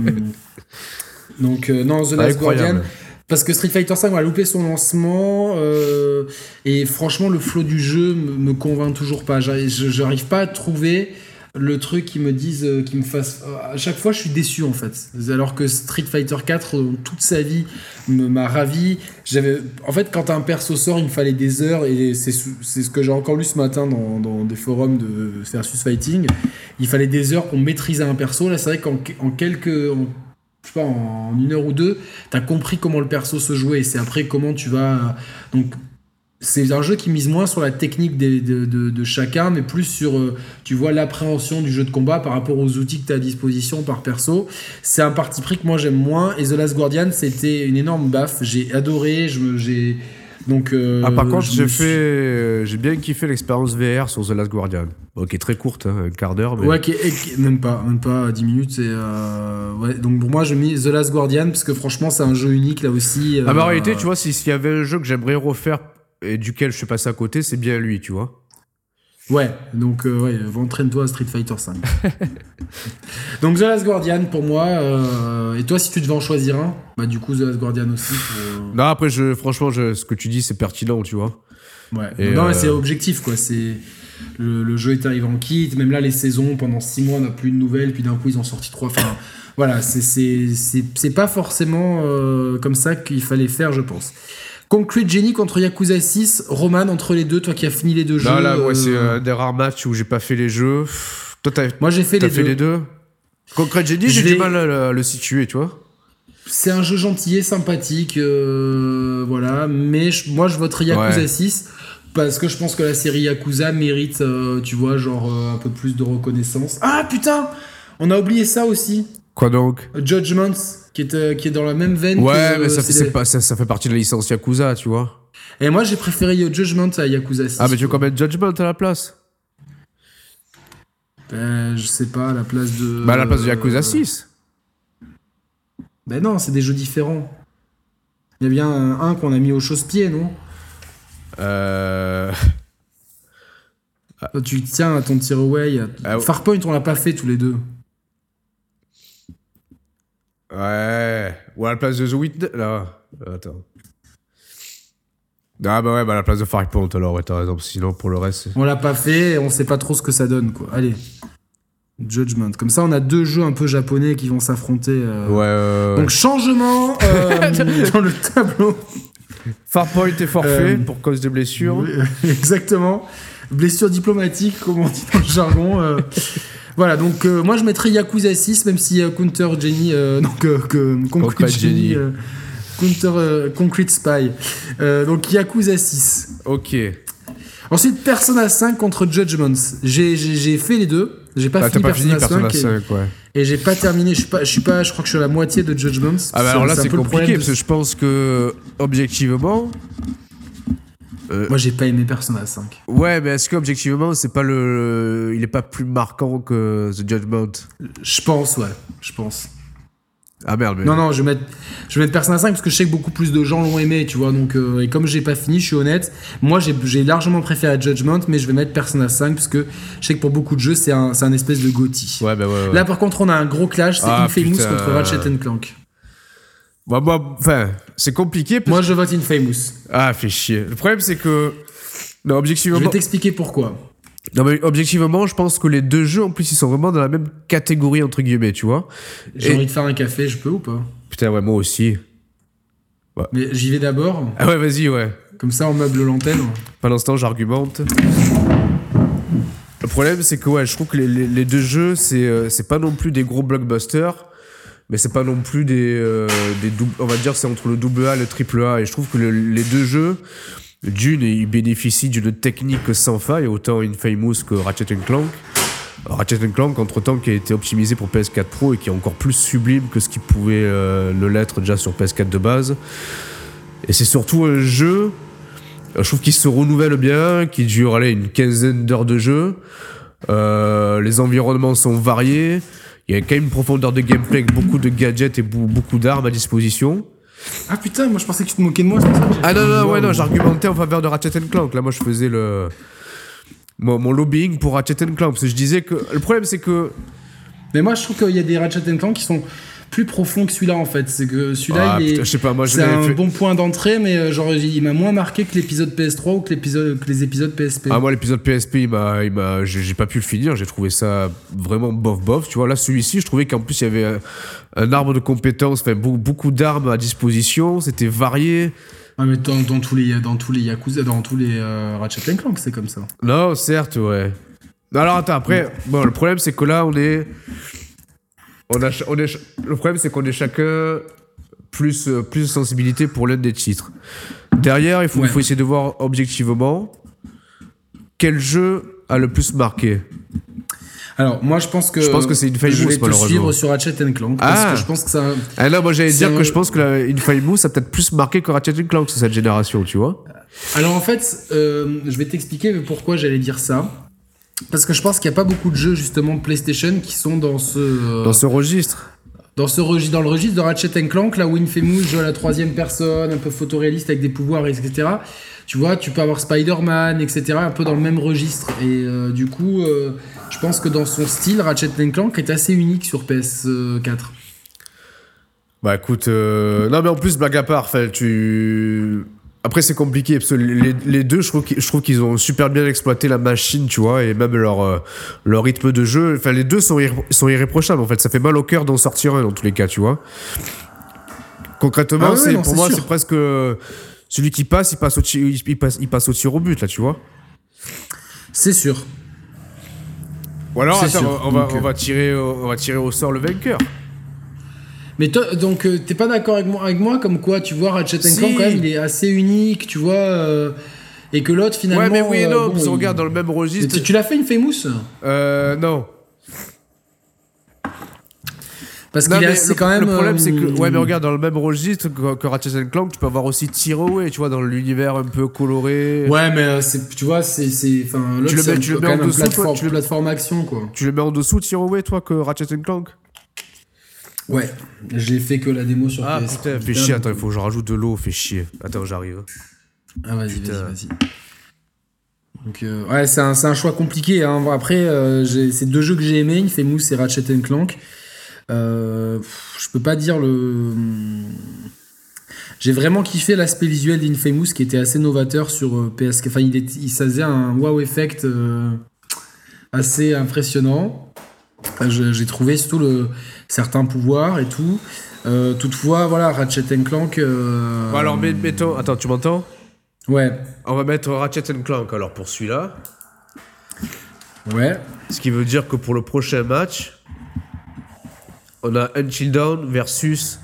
S1: donc euh, non The
S2: Ah,
S1: Last Guardian
S2: Incroyable.
S1: parce que Street Fighter V a loupé son lancement euh, et franchement le flow du jeu me, me convainc toujours pas. J'arrive- je- J'arrive pas à trouver le truc qui me dise, euh, qui me fasse. À chaque fois, je suis déçu en fait. Alors que Street Fighter 4, toute sa vie, me- m'a ravi. J'avais, en fait, quand un perso sort, il me fallait des heures et c'est sou- c'est ce que j'ai encore lu ce matin dans, dans des forums de versus fighting. Il fallait des heures pour maîtriser un perso. Là, c'est vrai qu'en en quelques, en- je sais pas, en une heure ou deux, t'as compris comment le perso se jouait. Et c'est après comment tu vas. Donc, c'est un jeu qui mise moins sur la technique des- de, de- de chacun, mais plus sur, euh, tu vois, l'appréhension du jeu de combat par rapport aux outils que tu as à disposition par perso. C'est un parti pris que moi j'aime moins. Et The Last Guardian, c'était une énorme baffe. J'ai adoré. Je me, j'ai donc. euh,
S2: Ah, par contre,
S1: je me
S2: j'ai
S1: suis-
S2: fait, euh, j'ai bien kiffé l'expérience VR sur The Last Guardian. Bon, qui est très courte, hein, un quart d'heure, mais.
S1: Ouais, qui est- et qui- même pas, même pas 10 minutes. Et euh, ouais, donc pour moi, je mis The Last Guardian parce que franchement, c'est un jeu unique là aussi.
S2: Ah, bah,
S1: euh,
S2: en réalité, tu vois, si- s'il y avait un jeu que j'aimerais refaire et duquel je suis passé à côté, c'est bien lui, tu vois.
S1: Ouais, donc euh, ouais, euh, entraîne-toi à Street Fighter 5. donc The Last Guardian pour moi. euh, et toi, si tu devais en choisir un, bah du coup The Last Guardian aussi. pour- euh,
S2: Non, après, je, franchement, je- ce que tu dis, c'est pertinent, tu vois.
S1: ouais.
S2: Et,
S1: non, mais
S2: euh,
S1: c'est objectif quoi. C'est le, le jeu est arrivé en kit. Même là, les saisons pendant 6 mois, on n'a plus de nouvelles. Puis d'un coup, ils ont sorti trois. Enfin, voilà, c'est- c'est c'est- c'est pas forcément euh, comme ça qu'il fallait faire, je pense. Concrete Genie contre Yakuza 6, Roman entre les deux, toi qui as fini les deux jeux.
S2: Là, là, ouais,
S1: euh,
S2: c'est euh, un des rares matchs où j'ai pas fait les jeux. Pff, Toi, t'as
S1: Moi j'ai fait,
S2: t'as
S1: les,
S2: fait
S1: deux.
S2: les deux Concrete
S1: Je
S2: Genie, j'ai
S1: vais-
S2: du mal à le, à le situer, tu vois.
S1: C'est un jeu gentil et sympathique, euh, voilà. Mais je- moi, je voterai Yakuza
S2: Ouais.
S1: 6 parce que je pense que la série Yakuza mérite, euh, tu vois, genre euh, un peu plus de reconnaissance. Ah putain, on a oublié ça aussi.
S2: Quoi donc
S1: Judgments, qui est euh, qui est dans la même veine.
S2: Ouais,
S1: que,
S2: mais
S1: euh,
S2: ça,
S1: c'est
S2: fait- c'est
S1: les-
S2: pas, ça, ça fait partie de la licence Yakuza, tu vois.
S1: Et moi, j'ai préféré euh, Judgment à Yakuza 6.
S2: Ah, mais tu veux quand même Judgment à la place
S1: Ben, je sais pas, à la place de.
S2: Bah, à la place de Yakuza
S1: euh,
S2: 6.
S1: Ben non, c'est des jeux différents. Il y a bien un, un qu'on a mis au chausse-pied, non
S2: Euh.
S1: Toi, Tu tiens à ton tir away. à-
S2: Ah ouais.
S1: Farpoint, on l'a pas fait tous les deux.
S2: Ouais. Ou à la place de The Witness. Là. Attends. Ah, bah ouais, bah à la place de Farpoint, alors, ouais, t'as raison. parce que Sinon, pour le reste. c'est-
S1: On l'a pas fait et on sait pas trop ce que ça donne, quoi. Allez. Judgment. Comme ça, on a deux jeux un peu japonais qui vont s'affronter. euh.
S2: Ouais, ouais, ouais.
S1: Donc, changement euh, dans le tableau.
S2: Farpoint est forfait
S1: Euh,
S2: pour cause de blessure.
S1: Oui, exactement. Blessure diplomatique, comme on dit dans le jargon. euh. voilà, donc euh, moi je mettrais Yakuza 6, même si euh, Counter Jenny. euh, donc, euh, que, Concrete
S2: Concrete
S1: Jenny.
S2: Jenny.
S1: euh, Counter euh, Concrete Spy. Euh, donc Yakuza 6.
S2: Ok. Bah,
S1: Ensuite, Persona 5 contre Judgments. J'ai- J'ai j'ai fait les deux. J'ai pas
S2: Ah, t'as
S1: fini
S2: pas
S1: Persona,
S2: fini Persona
S1: 5 et-
S2: 5, ouais.
S1: et, j'ai pas terminé. Je suis pas, je suis pas, je crois que je suis à la moitié de Judgments.
S2: Ah bah
S1: C'est-
S2: alors là
S1: un
S2: c'est
S1: peu le
S2: compliqué
S1: problème de-
S2: parce que je pense que objectivement
S1: Moi j'ai pas aimé Persona 5.
S2: ouais mais est-ce que objectivement c'est pas le il est pas plus marquant que The Judgment
S1: Je pense, ouais, je pense.
S2: Ah merde mais
S1: Non, non, je vais, mettre, je vais mettre Persona 5 parce que je sais que beaucoup plus de gens l'ont aimé, tu vois. Donc, euh, et comme j'ai pas fini, je suis honnête. Moi, j'ai- j'ai largement préféré Judgment, mais je vais mettre Persona 5 parce que je sais que pour beaucoup de jeux, c'est un, c'est un espèce de gothi.
S2: Ouais bah ouais. ouais.
S1: Là, par contre, on a un gros clash, c'est
S2: Ah,
S1: Infamous
S2: putain.
S1: contre Ratchet and Clank.
S2: Bah, moi enfin c'est compliqué parce...
S1: Moi, je vote Infamous.
S2: ah fait chier. Le problème c'est que non
S1: Je vais
S2: objectivement
S1: t'expliquer pourquoi.
S2: non mais objectivement je pense que les deux jeux en plus ils sont vraiment dans la même catégorie entre guillemets tu vois.
S1: J'ai
S2: Et-
S1: envie de faire un café, je peux ou pas
S2: Putain ouais moi aussi.
S1: Mais j'y vais d'abord,
S2: Ah ouais vas-y ouais.
S1: comme ça on meuble l'antenne.
S2: Pendant ce temps, j'argumente. Le problème, c'est que ouais, je trouve que les, les- les deux jeux, c'est euh, c'est pas non plus des gros blockbusters, mais c'est pas non plus des, euh, des doub- On va dire c'est entre le double A et le triple A. Et je trouve que le- les deux jeux, d'une, ils bénéficient d'une technique sans faille, autant Infamous que Ratchet and Clank. Ratchet and Clank, entre-temps, qui a été optimisé pour PS4 Pro et qui est encore plus sublime que ce qui pouvait euh, le l'être déjà sur PS4 de base. Et c'est surtout un jeu euh, Je trouve qu'il se renouvelle bien, qu'il dure allez, une quinzaine d'heures de jeu. Euh, les environnements sont variés. Il y a quand même une profondeur de gameplay avec beaucoup de gadgets et bou- beaucoup d'armes à disposition.
S1: Ah putain, moi je pensais que tu te moquais de moi. c'est pour ça que j'ai
S2: Ah
S1: fait
S2: non,
S1: un
S2: non,
S1: doigt,
S2: ouais, non,
S1: moi.
S2: j'argumentais en faveur de Ratchet and Clank. Là, moi, je faisais le. Mon, mon lobbying pour Ratchet and Clank. Parce que je disais que. Le problème, c'est que.
S1: Mais moi je trouve qu'il y a des Ratchet and Clank qui sont plus profonds que celui-là en fait. C'est que celui-là
S2: Ah,
S1: il est.
S2: putain, je sais pas, moi, je
S1: C'est un
S2: l'avais fait.
S1: bon point d'entrée, mais euh, genre il m'a moins marqué que l'épisode PS3 ou que, l'épisode, que les épisodes PSP.
S2: Ah, moi, l'épisode PSP, il m'a, bah, il m'a- j'ai j'ai pas pu le finir. J'ai trouvé ça vraiment bof bof. Tu vois, là, celui-ci, je trouvais qu'en plus, il y avait un, un arbre de compétences, enfin, beaucoup, beaucoup d'armes à disposition. C'était varié.
S1: Ah, mais dans, dans tous les, dans tous les Yakuza, dans tous les euh, Ratchet and Clank, c'est comme ça.
S2: Non, certes, ouais. Non, Alors, attends, après, bon, le problème, c'est que là, on est. On a, ch- on est ch- le problème, c'est qu'on est chacun plus, euh, plus de sensibilité pour l'un des titres. Derrière, il faut,
S1: Ouais.
S2: il faut essayer de voir objectivement quel jeu a le plus marqué.
S1: Alors moi je pense que.
S2: Je pense que c'est une faille
S1: Je vais
S2: mousse,
S1: te
S2: malheureusement.
S1: suivre sur Ratchet and Clank parce
S2: Ah.
S1: que je pense que ça.
S2: Ah non, moi j'allais
S1: C'est
S2: dire
S1: un-
S2: que je pense que la Infamous a peut-être plus marqué que Ratchet and Clank sur cette génération, tu vois.
S1: Alors en fait, euh, je vais t'expliquer pourquoi j'allais dire ça. Parce que je pense qu'il n'y a pas beaucoup de jeux justement PlayStation qui sont dans ce euh,
S2: Dans ce registre.
S1: dans ce registre dans le registre de Ratchet and Clank là où Infamous joue à la troisième personne, un peu photoréaliste avec des pouvoirs etc. Tu vois, tu peux avoir Spider-Man etc. un peu dans le même registre et euh, du coup, euh, je pense que dans son style, Ratchet and Clank est assez unique sur euh, PS4.
S2: Bah écoute, euh, non mais en plus blague à part, enfin, tu. Après c'est compliqué parce que les, les deux, je trouve qu'ils- je trouve qu'ils ont super bien exploité la machine, tu vois, et même leur euh, leur rythme de jeu. Enfin les deux sont irré- sont irréprochables en fait. Ça fait mal au cœur d'en sortir un dans tous les cas, tu vois. Concrètement,
S1: Ah ouais,
S2: c'est
S1: non,
S2: pour
S1: c'est
S2: moi
S1: sûr.
S2: c'est presque euh, celui qui passe, il passe au ti- il il passe il passe au tir au but là, tu vois.
S1: C'est sûr.
S2: Ou alors
S1: C'est
S2: attends,
S1: sûr.
S2: on, va,
S1: Donc,
S2: on
S1: euh,
S2: va tirer au- on va tirer au sort le vainqueur.
S1: Mais toi, donc, euh, t'es pas d'accord avec moi, avec moi, comme quoi, tu vois, Ratchet
S2: Si.
S1: Clank, quand même, il est assez unique, tu vois, euh, et que l'autre, finalement.
S2: ouais, mais oui et
S1: euh,
S2: non,
S1: bon,
S2: parce qu'on
S1: il-
S2: regarde dans le même
S1: Mais
S2: registre.
S1: Tu, tu l'as fait une famous
S2: Euh, non.
S1: Parce
S2: Non,
S1: qu'il est
S2: mais
S1: assez
S2: le,
S1: quand même.
S2: le problème, c'est que.
S1: euh,
S2: Ouais, mais regarde, dans le même registre que, que Ratchet Clank, tu peux avoir aussi Tearaway, tu vois, dans l'univers un peu coloré.
S1: Ouais, mais euh, c'est- tu vois, c'est. c'est- Enfin, l'autre,
S2: le
S1: c'est
S2: mets-
S1: un
S2: tu
S1: peu
S2: le mets
S1: quand
S2: en
S1: même un
S2: dessous, toi,
S1: plateforme-
S2: tu le-
S1: plateforme action, quoi.
S2: Tu le mets en dessous, Tearaway, toi, que Ratchet Clank
S1: Ouais, j'ai fait que la démo sur
S2: Ah
S1: PS.
S2: putain, fais chier, attends, il faut que je rajoute de l'eau, fais chier. Attends, j'arrive.
S1: Ah, vas-y, vas-y,
S2: Putain.
S1: vas-y. Donc, euh, ouais, c'est un, c'est un choix compliqué. hein. Après, euh, j'ai- c'est deux jeux que j'ai aimés, Infamous et Ratchet Clank. Euh, pff, je peux pas dire le. hmm, J'ai vraiment kiffé l'aspect visuel d'Infamous qui était assez novateur sur euh, PS. Enfin, il, est, il ça faisait un wow effect euh, assez impressionnant. Enfin, je- J'ai trouvé surtout le, certains pouvoirs et tout. Euh, toutefois, voilà, Ratchet Clank. euh,
S2: Bon, Bah, alors, mais- mettons, attends, tu m'entends
S1: Ouais,
S2: On va mettre Ratchet Clank alors pour celui-là.
S1: ouais.
S2: Ce qui veut dire que pour le prochain match, on a Unchill Down versus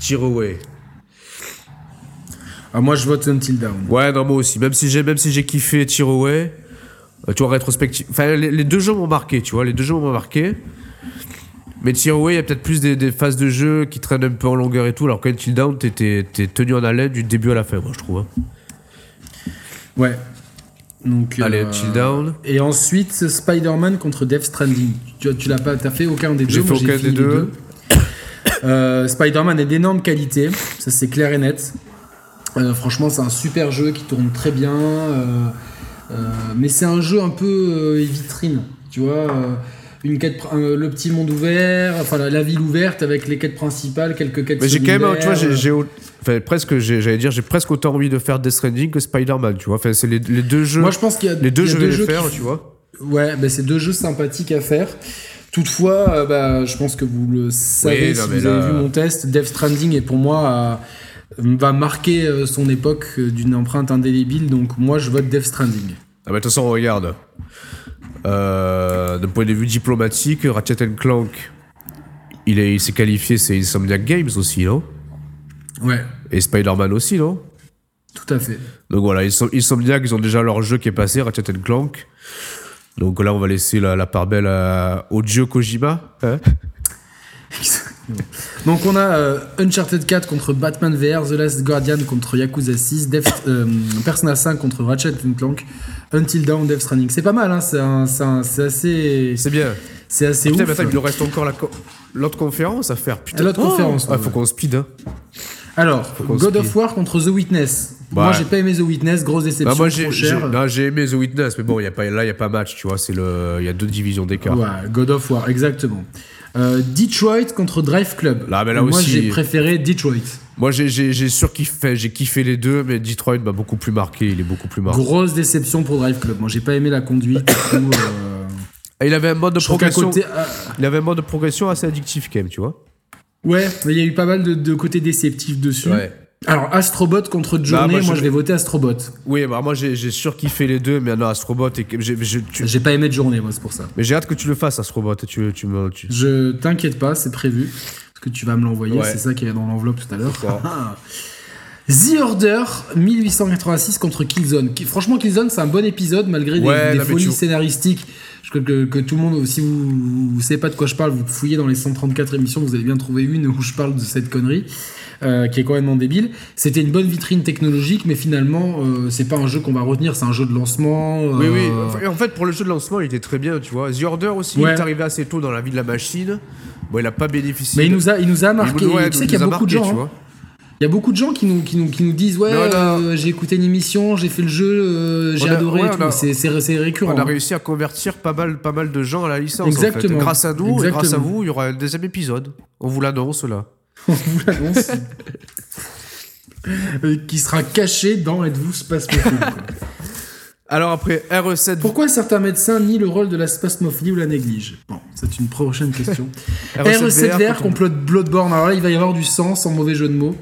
S2: Tearaway.
S1: Ah, moi, je vote Until Down.
S2: Ouais, non, moi aussi. Même si j'ai, même si j'ai kiffé Tearaway, euh, tu vois, rétrospective. Enfin, les, les deux jeux m'ont marqué, tu vois, les deux jeux m'ont marqué. Mais Tearaway, il y a peut-être plus des, des phases de jeu qui traînent un peu en longueur et tout, alors qu'Until Down, t'es, t'es- t'es tenu en haleine du début à la fin, moi, je trouve. hein.
S1: Ouais. Donc,
S2: Allez,
S1: euh,
S2: Until Down.
S1: Et ensuite, Spider-Man contre Death Stranding. Tu, tu l'as pas, t'as fait aucun des deux.
S2: J'ai fait
S1: moi,
S2: aucun des
S1: fini les
S2: deux.
S1: Euh, Spider-Man est d'énorme qualité, ça c'est clair et net. Euh, franchement, c'est un super jeu qui tourne très bien. euh, euh, mais c'est un jeu un peu euh, vitrine, tu vois. euh, une quête, pr- euh, le petit monde ouvert, enfin la, la ville ouverte avec les quêtes principales, quelques quêtes.
S2: Mais j'ai quand même, hein, tu vois, j'ai,
S1: secondaires.
S2: j'ai au- enfin, presque, j'ai- j'allais dire, j'ai presque autant envie de faire Death Stranding que Spider-Man, tu vois. Enfin, c'est les, les deux jeux.
S1: euh. Moi, je pense qu'il y a
S2: les deux,
S1: il y a
S2: je vais les
S1: qui
S2: faire, tu vois.
S1: Ouais, bah, c'est deux jeux sympathiques à faire. Toutefois, euh, bah, je pense que vous le savez
S2: Oui, non,
S1: si
S2: mais
S1: vous avez
S2: là- euh,
S1: vu mon test. Death Stranding est pour moi euh, va marquer euh, son époque euh, d'une empreinte indélébile. Donc moi, je vote Death Stranding.
S2: Ah bah, de toute façon, regarde. Euh, D'un point de vue diplomatique, Ratchet Clank, il est- il s'est qualifié, c'est Insomniac Games aussi, non
S1: Ouais,
S2: Et Spider-Man aussi, non
S1: tout à fait.
S2: Donc voilà, Insom- Insomniac, ils ont déjà leur jeu qui est passé, Ratchet Clank. Donc là, on va laisser la, la part belle à- au dieu Kojima. hein
S1: Donc on a euh, Uncharted 4 contre Batman VR, The Last Guardian contre Yakuza 6, Death- euh, Persona 5 contre Ratchet Clank, Until Dawn, Death Stranding. C'est pas mal, hein, c'est un- c'est un- c'est assez,
S2: c'est bien.
S1: c'est assez
S2: Putain,
S1: ouf.
S2: mais attends, il nous reste encore la co- l'autre conférence à faire. Putain,
S1: L'autre conférence,
S2: Ah,
S1: ouais.
S2: faut qu'on speed. Hein.
S1: Alors,
S2: qu'on
S1: God
S2: se
S1: of War contre The Witness.
S2: Bah
S1: Moi,
S2: ouais.
S1: j'ai pas aimé The Witness, grosse
S2: Bah,
S1: déception,
S2: moi, j'ai
S1: trop
S2: j'ai-
S1: cher.
S2: non, j'ai aimé The Witness, mais bon, y a pas, là, il n'y a pas match, tu vois. c'est le- Il y a deux divisions d'écart.
S1: Ouais, God of War, exactement. Euh, Detroit contre Drive Club.
S2: Là, Ah, mais là
S1: moi,
S2: aussi-
S1: j'ai préféré Detroit.
S2: Moi, j'ai- j'ai j'ai surkiffé, j'ai kiffé les deux, mais Detroit m'a beaucoup plus marqué, il est beaucoup plus marqué.
S1: Grosse déception pour Drive Club. Moi, j'ai pas aimé la conduite. et tout, euh,
S2: Et il avait un mode de
S1: je trouve qu'à
S2: progression,
S1: côté, ah,
S2: il avait un mode de progression assez addictif quand même, tu vois.
S1: ouais, mais il y a eu pas mal de, de côtés déceptifs dessus.
S2: Ouais. Bah,
S1: Alors, Astrobot contre Journey.
S2: moi,
S1: moi,
S2: je-
S1: je... vais voter Astrobot.
S2: Oui, bah moi j'ai j'ai surkiffé les deux, mais non, Astrobot, et que- j'ai- j'ai- tu-
S1: J'ai pas aimé Journey, moi, c'est pour ça.
S2: mais j'ai hâte que tu le fasses, Astrobot. Tu, tu me, tu-
S1: Je t'inquiète pas, c'est prévu. Parce que tu vas me l'envoyer,
S2: Ouais.
S1: c'est ça qui est dans l'enveloppe tout à l'heure.
S2: C'est ça.
S1: Ah. The Order 1886 contre Killzone. Qui- Franchement, Killzone, c'est un bon épisode malgré des-
S2: Ouais,
S1: des,
S2: non, mais
S1: folies
S2: tu-
S1: scénaristiques. Je crois que, que tout le monde, si vous ne savez pas de quoi je parle, vous fouillez dans les 134 émissions, vous allez bien trouver une où je parle de cette connerie. euh, qui est complètement débile. C'était une bonne vitrine technologique, mais finalement, euh, c'est pas un jeu qu'on va retenir, c'est un jeu de lancement.
S2: Oui,
S1: euh,
S2: oui. Enfin, En fait, pour le jeu de lancement, il était très bien, tu vois. The Order aussi, il
S1: Ouais.
S2: est arrivé assez tôt dans la vie de la machine. Bon, il a pas bénéficié.
S1: Mais il
S2: de-
S1: nous a, il nous a marqué.
S2: ouais,
S1: tu sais qu'il y
S2: nous
S1: a beaucoup de
S2: marqué,
S1: gens.
S2: tu
S1: hein.
S2: vois.
S1: Il y a beaucoup de gens qui nous, qui nous, qui nous disent Ouais,
S2: Non, non.
S1: euh, j'ai écouté une émission, j'ai fait le jeu, euh, j'ai
S2: On a-
S1: adoré
S2: ouais,
S1: et
S2: on a-
S1: tout. C'est- C'est c'est récurrent.
S2: On a
S1: hein.
S2: réussi à convertir pas mal, pas mal de gens à la licence. en fait.
S1: Exactement.
S2: Grâce à nous et grâce à
S1: Exactement.
S2: vous, il y aura un deuxième épisode. On vous l'annonce là.
S1: On vous l'annonce. Euh, qui sera caché dans Êtes-vous spasmophile quoi.
S2: Alors après, E RE7,
S1: Pourquoi certains médecins nient le rôle de la spasmophilie ou la négligent Bon, c'est une prochaine question.
S2: E
S1: E
S2: RE7
S1: RE7VR complot Bloodborne. Alors là, il va y avoir du sang sans mauvais jeu de mots.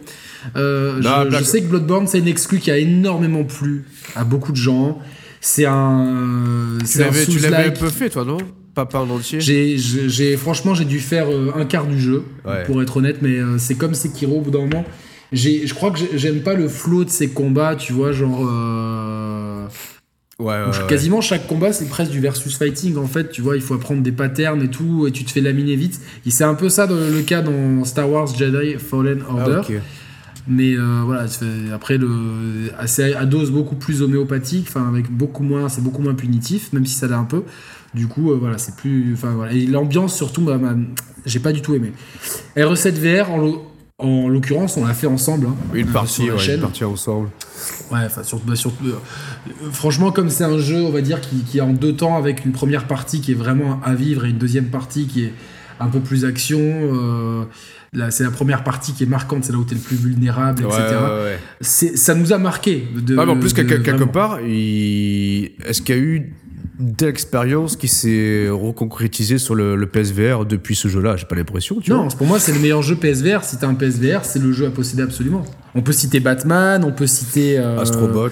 S1: Euh,
S2: Non,
S1: je, je
S2: blague.
S1: sais que Bloodborne, c'est une exclu qui a énormément plu à beaucoup de gens. C'est un.
S2: tu
S1: c'est un
S2: l'avais tu l'avais un
S1: Souls-like.
S2: peu fait toi, non pas, pas en entier
S1: J'ai, j'ai- j'ai- franchement, j'ai dû faire euh, un quart du jeu,
S2: Ouais.
S1: pour être honnête, mais euh, c'est comme Sekiro au bout d'un moment. J'ai, je crois que j'ai- j'aime pas le flow de ces combats, tu vois, genre. euh,
S2: Ouais, ouais, Ah ouais.
S1: Quasiment chaque combat, c'est presque du versus fighting en fait. Tu vois, il faut apprendre des patterns et tout, et tu te fais laminer vite. Et c'est un peu ça dans le cas dans Star Wars Jedi Fallen
S2: Ah,
S1: Order.
S2: ok.
S1: Mais euh, voilà, c'est- après, le, à- c'est à dose beaucoup plus homéopathique, enfin, avec beaucoup moins, c'est beaucoup moins punitif, même si ça l'est un peu. Du coup, euh, voilà, c'est plus. Enfin, voilà. Et l'ambiance, surtout, bah, bah, j'ai pas du tout aimé. E R7 VR, en, l'o- en l'occurrence, on l'a fait ensemble. hein.
S2: Une partie,
S1: la
S2: ouais,
S1: chaîne.
S2: une partie ensemble.
S1: Ouais, enfin, surtout, bah, surtout, euh, euh, franchement, comme c'est un jeu, on va dire, qui, qui est en deux temps, avec une première partie qui est vraiment à vivre et une deuxième partie qui est un peu plus action. euh, là, c'est la première partie qui est marquante, c'est là où t'es le plus vulnérable,
S2: Ouais,
S1: etc.
S2: ouais, ouais.
S1: C'est- ça nous a marqué. De,
S2: Ah, mais en plus,
S1: de-
S2: quelque, quelque
S1: Euh, vraiment.
S2: part, il- est-ce qu'il y a eu une telle expérience qui s'est reconcrétisée sur le, le PSVR depuis ce jeu-là J'ai pas l'impression, tu
S1: Non,
S2: vois.
S1: pour moi, c'est le meilleur jeu PSVR. Si t'as un PSVR, c'est le jeu à posséder absolument. On peut citer Batman, on peut citer euh,
S2: Astrobot.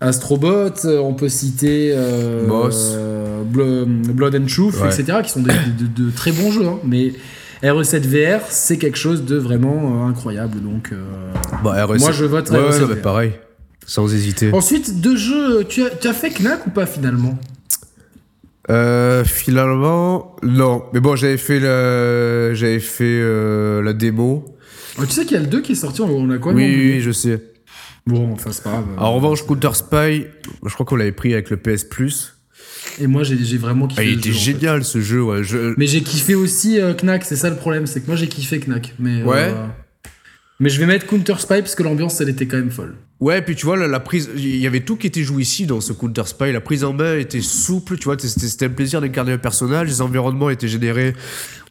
S1: Astrobot, euh, on peut citer euh,
S2: Boss.
S1: euh, Blo- Blood and Truth,
S2: Ouais.
S1: etc., qui sont des, de, de très bons jeux. hein. Mais RE7 VR, c'est quelque chose de vraiment euh, incroyable. Donc, euh,
S2: Bah, RS.
S1: moi, je E vote
S2: Ouais, ouais,
S1: RE7
S2: non, mais
S1: VR.
S2: pareil. Sans hésiter.
S1: Ensuite, deux jeux. euh, Tu as, tu as fait Knack ou pas finalement
S2: Euh, finalement, non. Mais bon, j'avais fait la, j'avais fait euh, la démo.
S1: Ah, Tu sais qu'il y a le 2 qui est sorti, on- on l'a quoi
S2: oui,
S1: non
S2: oui, oui, je sais.
S1: Bon, enfin, c'est pas grave.
S2: En revanche, Counter Spy, je crois qu'on l'avait pris avec le PS Plus.
S1: Et moi, j'ai j'ai vraiment kiffé.
S2: Ah, il
S1: le
S2: était
S1: jeu, en fait.
S2: génial ce jeu. Ouais. Je-
S1: Mais j'ai kiffé aussi euh, Knack, c'est ça le problème, c'est que moi j'ai kiffé Knack. Mais, euh,
S2: Ouais.
S1: mais je vais mettre Counter Spy parce que l'ambiance elle était quand même folle.
S2: ouais, puis tu vois, la, la prise, il y avait tout qui était jouici dans ce Counter Spy. La prise en main était souple, tu vois. C'était c'était un plaisir d'incarner un personnage. Les environnements étaient générés.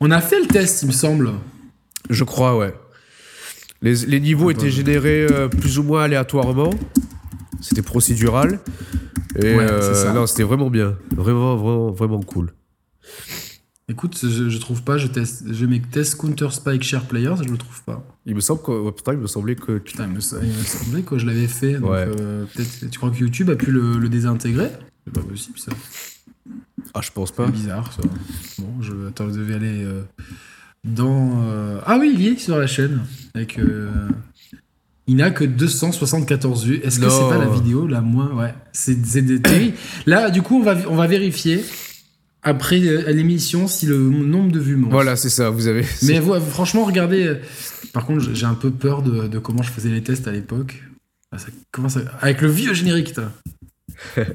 S1: On a fait le test, il me semble.
S2: Je crois, ouais. Les, les niveaux
S1: Ah bah,
S2: étaient générés euh, plus ou moins aléatoirement. C'était procédural. Et
S1: Ouais,
S2: euh,
S1: c'est ça.
S2: non, c'était vraiment bien. Vraiment, vraiment, vraiment cool.
S1: Écoute, je, je trouve pas, je teste, je mets test Counter Spy Share Players, je le trouve pas.
S2: Il me semble que, ouais, putain, il me semblait que.
S1: Putain, il me, il me semblait que je l'avais fait. Donc,
S2: Ouais.
S1: euh, peut-être- tu crois que YouTube a pu le, le désintégrer C'est pas possible ça.
S2: Ah, je pense
S1: C'est
S2: pas.
S1: bizarre ça. Bon, je, attends, je devais aller euh, dans. euh, Ah oui, il y est sur la chaîne. Avec, euh, Il n'a que 274 vues. Est-ce que c'est
S2: Non.
S1: pas la vidéo la moins. Ouais, c'est c'est des terribles. Là, du coup, on va, on va vérifier après euh, l'émission si le nombre de vues monte.
S2: Voilà, c'est ça, vous avez.
S1: Mais vous- franchement, regardez. euh, Par contre, j'ai- j'ai un peu peur de, de comment je faisais les tests à l'époque. Ah, ça commence à- Avec le vieux générique, putain.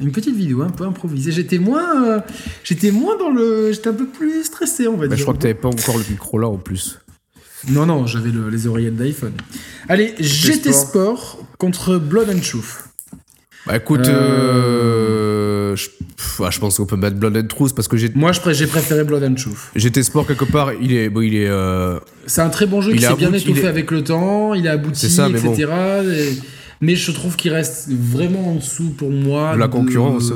S1: Une petite vidéo un peu improvisée. J'étais moins, euh, j'étais moins dans le, j'étais un peu plus stressé, on va
S2: Bah,
S1: dire.
S2: je crois que t'avais pas encore le micro là en plus.
S1: Non, non, j'avais le- les oreillettes d'iPhone. Allez, GT Sport. contre Blood and Truth.
S2: Bah écoute,
S1: Euh.
S2: euh, je, pff, ah, je pense qu'on peut mettre Blood and Truth parce que j'ai-
S1: Moi, je pré- j'ai préféré Blood and Truth.
S2: j'étais sport quelque part. Il est, bon, il est. euh,
S1: C'est un très bon jeu
S2: Il
S1: qui
S2: a
S1: s'est bien
S2: abouti,
S1: étoffé
S2: il est-
S1: avec le temps, il a abouti,
S2: C'est ça, mais
S1: etc.
S2: bon.
S1: Et- Mais je trouve qu'il reste vraiment en dessous pour moi.
S2: De la concurrence.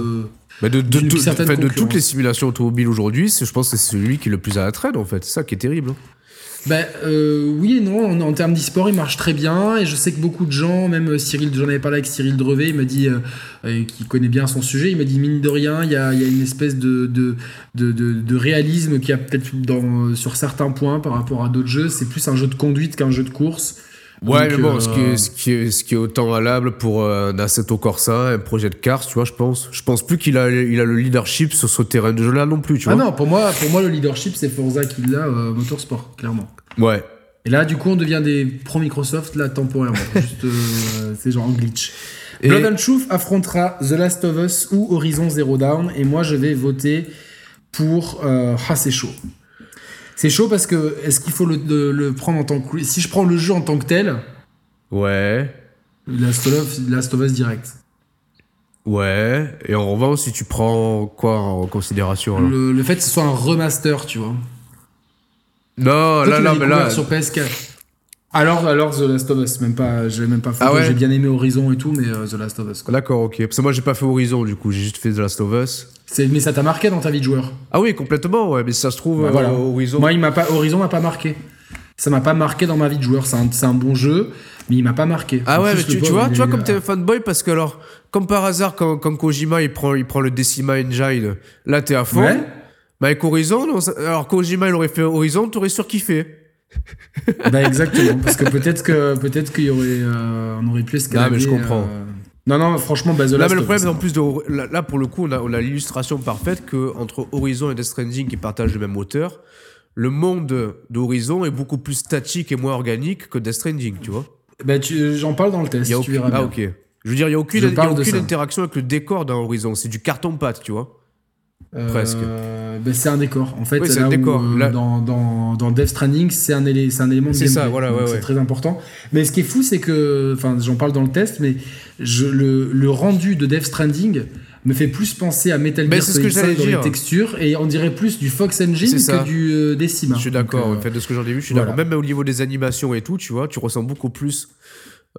S2: bah, de, de,
S1: D'une
S2: tout-
S1: certaine
S2: enfin, de
S1: concurrence.
S2: toutes les simulations automobiles aujourd'hui, c'est- je pense que c'est celui qui est le plus à la traîne en fait. C'est ça qui est terrible. hein.
S1: Ben euh, oui et non, en, en termes d'e-sport, il marche très bien. Et je sais que beaucoup de gens, même euh, Cyril, j'en avais parlé avec Cyril Drevet, il m'a dit, euh, euh, qui connaît bien son sujet, il m'a dit, mine de rien, il y a, il y a une espèce de, de, de, de- de réalisme qui a peut-être dans- euh, sur certains points par rapport à d'autres jeux. C'est plus un jeu de conduite qu'un jeu de course.
S2: Ouais,
S1: Donc,
S2: mais bon,
S1: euh,
S2: ce, qui est, ce, qui est, ce qui est autant valable pour euh, un Assetto Corsa, un projet de cars, tu vois, je pense. Je pense plus qu'il a, il a le leadership sur ce terrain de jeu-là non plus, tu
S1: ah
S2: vois.
S1: non, pour moi, pour moi, le leadership, c'est Forza qui l'a, euh, Motorsport, clairement.
S2: Ouais.
S1: Et là, du coup, on devient des pro Microsoft, là, temporairement. Juste, euh, c'est genre un glitch.
S2: Et-
S1: Blood and Truth affrontera The Last of Us ou Horizon Zero Dawn. Et moi, je vais voter pour. euh, ah, c'est chaud. C'est chaud parce que est-ce qu'il faut le, le- le prendre en tant que. Si je prends le jeu en tant que tel,
S2: Ouais.
S1: Last of Us, Last of Us direct.
S2: Ouais. Et en revanche, si tu prends quoi en considération alors
S1: Le, le fait que ce soit un remaster, tu vois.
S2: Non,
S1: Toi,
S2: là,
S1: tu
S2: là,
S1: l'as
S2: mais là. euh,
S1: découvert sur PS4. Alors, alors The Last of Us, même pas, j'ai même pas fait.
S2: Ah ouais
S1: J'ai bien aimé Horizon et tout, mais euh, The Last of Us. quoi.
S2: D'accord, ok. Parce que moi, j'ai pas fait Horizon, du coup, j'ai juste fait The Last of Us.
S1: C'est- Mais ça t'a marqué dans ta vie de joueur.
S2: Ah oui, complètement, ouais, mais si ça se trouve,
S1: Bah
S2: euh,
S1: voilà.
S2: Horizon.
S1: Moi, il m'a pas, Horizon m'a pas marqué. Ça m'a pas marqué dans ma vie de joueur. C'est un, c'est un bon jeu, mais il m'a pas marqué.
S2: Ah
S1: En
S2: ouais,
S1: plus,
S2: mais
S1: le
S2: tu, tu
S1: pauvre,
S2: vois,
S1: il
S2: tu vois,
S1: est- euh,
S2: comme t'es un fanboy, parce que alors, Comme par hasard, quand, quand Kojima il prend, il prend le Decima Engine, là t'es à fond.
S1: Ouais.
S2: Bah, avec Horizon, non, ça- alors Kojima il aurait fait Horizon, t'aurais surkiffé.
S1: Bah exactement, parce que peut-être que peut-être qu'il y aurait, euh, on aurait pu escalader.
S2: Non, mais je comprends.
S1: euh, Non non, franchement, bah, Base
S2: Là, mais le problème, en plus, de, Hor- là, là, pour le coup, on a, on a l'illustration parfaite que entre Horizon et Death Stranding qui partagent le même auteur, le monde d'Horizon est beaucoup plus statique et moins organique que Death Stranding, tu vois.
S1: Bah tu- j'en parle dans le test,
S2: Il y a
S1: tu
S2: aucune-
S1: verras bien.
S2: Ah, ok. Je veux dire, il n'y a aucune,
S1: Je
S2: il y a
S1: parle de
S2: aucune
S1: ça.
S2: interaction avec le décor d'un Horizon. C'est du carton-pâte, tu vois.
S1: Euh,
S2: Presque.
S1: bah, c'est un décor. En fait,
S2: Oui, c'est
S1: là
S2: un
S1: où,
S2: décor.
S1: euh,
S2: Là-
S1: Dans, dans, dans Death Stranding, c'est un, élé- c'est un élément de
S2: C'est ça,
S1: gameplay.
S2: voilà,
S1: Donc,
S2: ouais,
S1: c'est
S2: ouais.
S1: très important. Mais ce qui est fou, c'est que, enfin, j'en parle dans le test, mais je, le, le rendu de Death Stranding me fait plus penser à Metal
S2: Mais
S1: Gear
S2: Ben, c'est ce
S1: Solid
S2: que
S1: 5
S2: j'allais
S1: dans les
S2: dire.
S1: textures et on dirait plus du Fox Engine
S2: C'est ça.
S1: que du euh, Decima.
S2: Je suis
S1: Donc,
S2: d'accord.
S1: euh,
S2: en fait, de ce que j'en ai vu, je suis
S1: voilà.
S2: d'accord. Même au niveau des animations et tout, tu vois, tu ressens beaucoup plus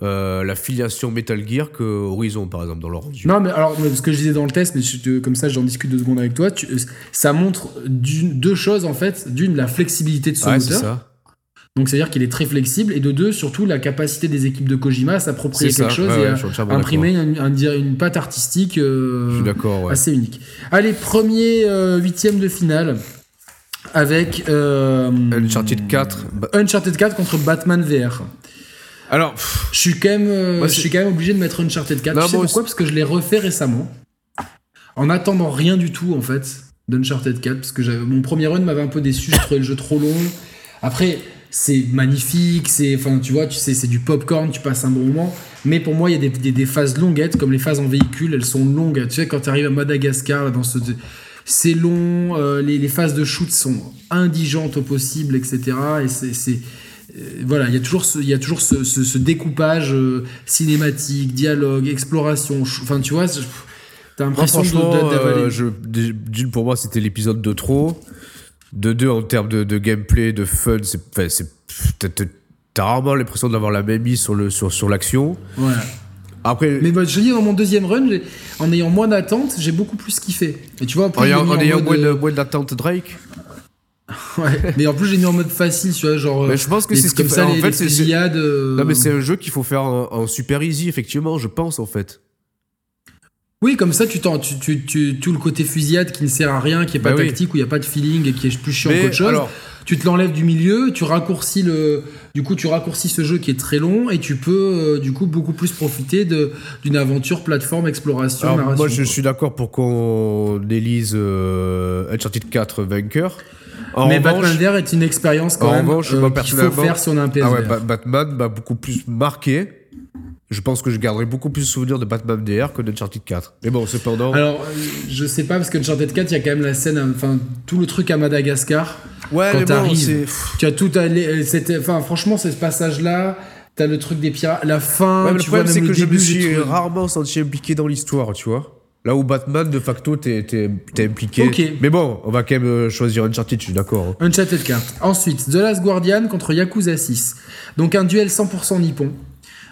S2: euh, la filiation Metal Gear que Horizon, par exemple, dans leur rendu.
S1: Non, mais alors, mais ce que je disais dans le test, mais je te- comme ça, j'en discute deux secondes avec toi. tu- ça montre d'une- deux choses, en fait. D'une, la flexibilité de son
S2: ouais, c'est
S1: moteur.
S2: ça.
S1: Donc, c'est-à-dire qu'il est très flexible. Et de deux, surtout, la capacité des équipes de Kojima à s'approprier
S2: C'est ça.
S1: quelque chose
S2: Ouais,
S1: et
S2: ouais,
S1: à
S2: je suis entièrement d'accord.
S1: imprimer un- un- dire une patte artistique euh,
S2: Je suis d'accord, ouais.
S1: assez unique. Allez, premier euh, huitième de finale avec euh,
S2: Uncharted 4. bah-
S1: Uncharted 4 contre Batman VR.
S2: Alors, pff,
S1: Je suis quand même, euh, je
S2: Moi, Bah, c'est-
S1: suis quand même obligé de mettre Uncharted 4.
S2: Non,
S1: tu sais
S2: moi
S1: pourquoi Parce que je l'ai refait récemment. En attendant rien du tout, en fait, d'Uncharted 4. Parce que j'avais- mon premier run m'avait un peu déçu. Je trouvais le jeu trop long. Après, c'est magnifique. C'est, enfin, tu vois, tu sais, c'est du popcorn. Tu passes un bon moment. Mais pour moi, il y a des, des- des phases longuettes, comme les phases en véhicule. Elles sont longues. Tu sais, quand tu arrives à Madagascar, là, dans ce. C'est long, euh, les, les phases de shoot sont indigentes au possible, etc. Et c'est- c'est, euh, voilà, il y a toujours ce, il y a toujours ce, ce- ce découpage euh, cinématique, dialogue, exploration. ch- Enfin, tu vois, je- pff, t'as
S2: moi,
S1: l'impression de-
S2: franchement,
S1: de- d'avaler.
S2: euh, je- dé- d'une, pour moi, c'était l'épisode de trop. De deux, en termes de, de gameplay, de fun, c'est. enfin, c'est- pff, t'as- t'as- T'as rarement l'impression d'avoir la même mise sur l'action. Sur, sur l'action.
S1: Voilà.
S2: Après,
S1: Mais bah, je dis dans mon deuxième run, j'ai- en ayant moins d'attente, j'ai beaucoup plus kiffé. Et tu vois, en plus,
S2: en
S1: je l'ai
S2: ayant
S1: mis
S2: en
S1: en
S2: ayant
S1: mode,
S2: moins de-
S1: euh,
S2: moins d'attente Drake.
S1: ouais. mais en plus j'ai mis en mode facile, tu vois, genre.
S2: Mais je pense que
S1: les-
S2: c'est ce qui
S1: comme
S2: fait-
S1: ça.
S2: en
S1: les,
S2: fait,
S1: les
S2: c'est- c'est-
S1: fusillades, euh,
S2: Non, mais c'est un jeu qu'il faut faire en, en super easy, effectivement, je pense, en fait.
S1: Oui, comme ça, tu, t'en, tu, tu, tu- tout le côté fusillade qui ne sert à rien, qui est pas
S2: Bah oui.
S1: tactique, où il n'y a pas de feeling et qui est plus chiant
S2: Mais
S1: qu'autre chose.
S2: alors-
S1: Tu te l'enlèves du milieu, tu raccourcis le, du coup, tu raccourcis ce jeu qui est très long et tu peux, euh, du coup, beaucoup plus profiter de, d'une aventure plateforme, exploration,
S2: Alors,
S1: narration.
S2: moi, je
S1: quoi.
S2: suis d'accord pour qu'on élise euh, Uncharted 4 vainqueur. En
S1: Mais
S2: revanche-
S1: Batman VR est une expérience quand
S2: en
S1: même
S2: revanche,
S1: euh,
S2: moi,
S1: qu'il faut
S2: personnellement-
S1: faire si on a un PSVR.
S2: Ah ouais, Ba- Batman m'a beaucoup plus marqué. Je pense que je garderai beaucoup plus souvenir de Batman DR que d'Uncharted 4. Mais bon, cependant.
S1: Alors, euh, je sais pas, parce que Uncharted 4, il y a quand même la scène, euh, enfin, tout le truc à Madagascar.
S2: ouais,
S1: quand
S2: mais bon,
S1: t'arrives,
S2: c'est.
S1: Tu as tout à les- euh, c'était- enfin franchement c'est ce passage là, t'as le truc des pirates, la fin,
S2: Ouais, mais le
S1: tu vois
S2: problème,
S1: même
S2: c'est
S1: le
S2: que je me
S1: début
S2: suis
S1: j'ai trouvé-
S2: rarement senti impliqué dans l'histoire, tu vois. Là où Batman, de facto, t'es t'es- t'es impliqué.
S1: Ok.
S2: Mais bon, on va quand même euh, choisir Uncharted, je suis d'accord. hein.
S1: Uncharted 4. Ensuite, The Last Guardian contre Yakuza 6. Donc un duel 100% nippon.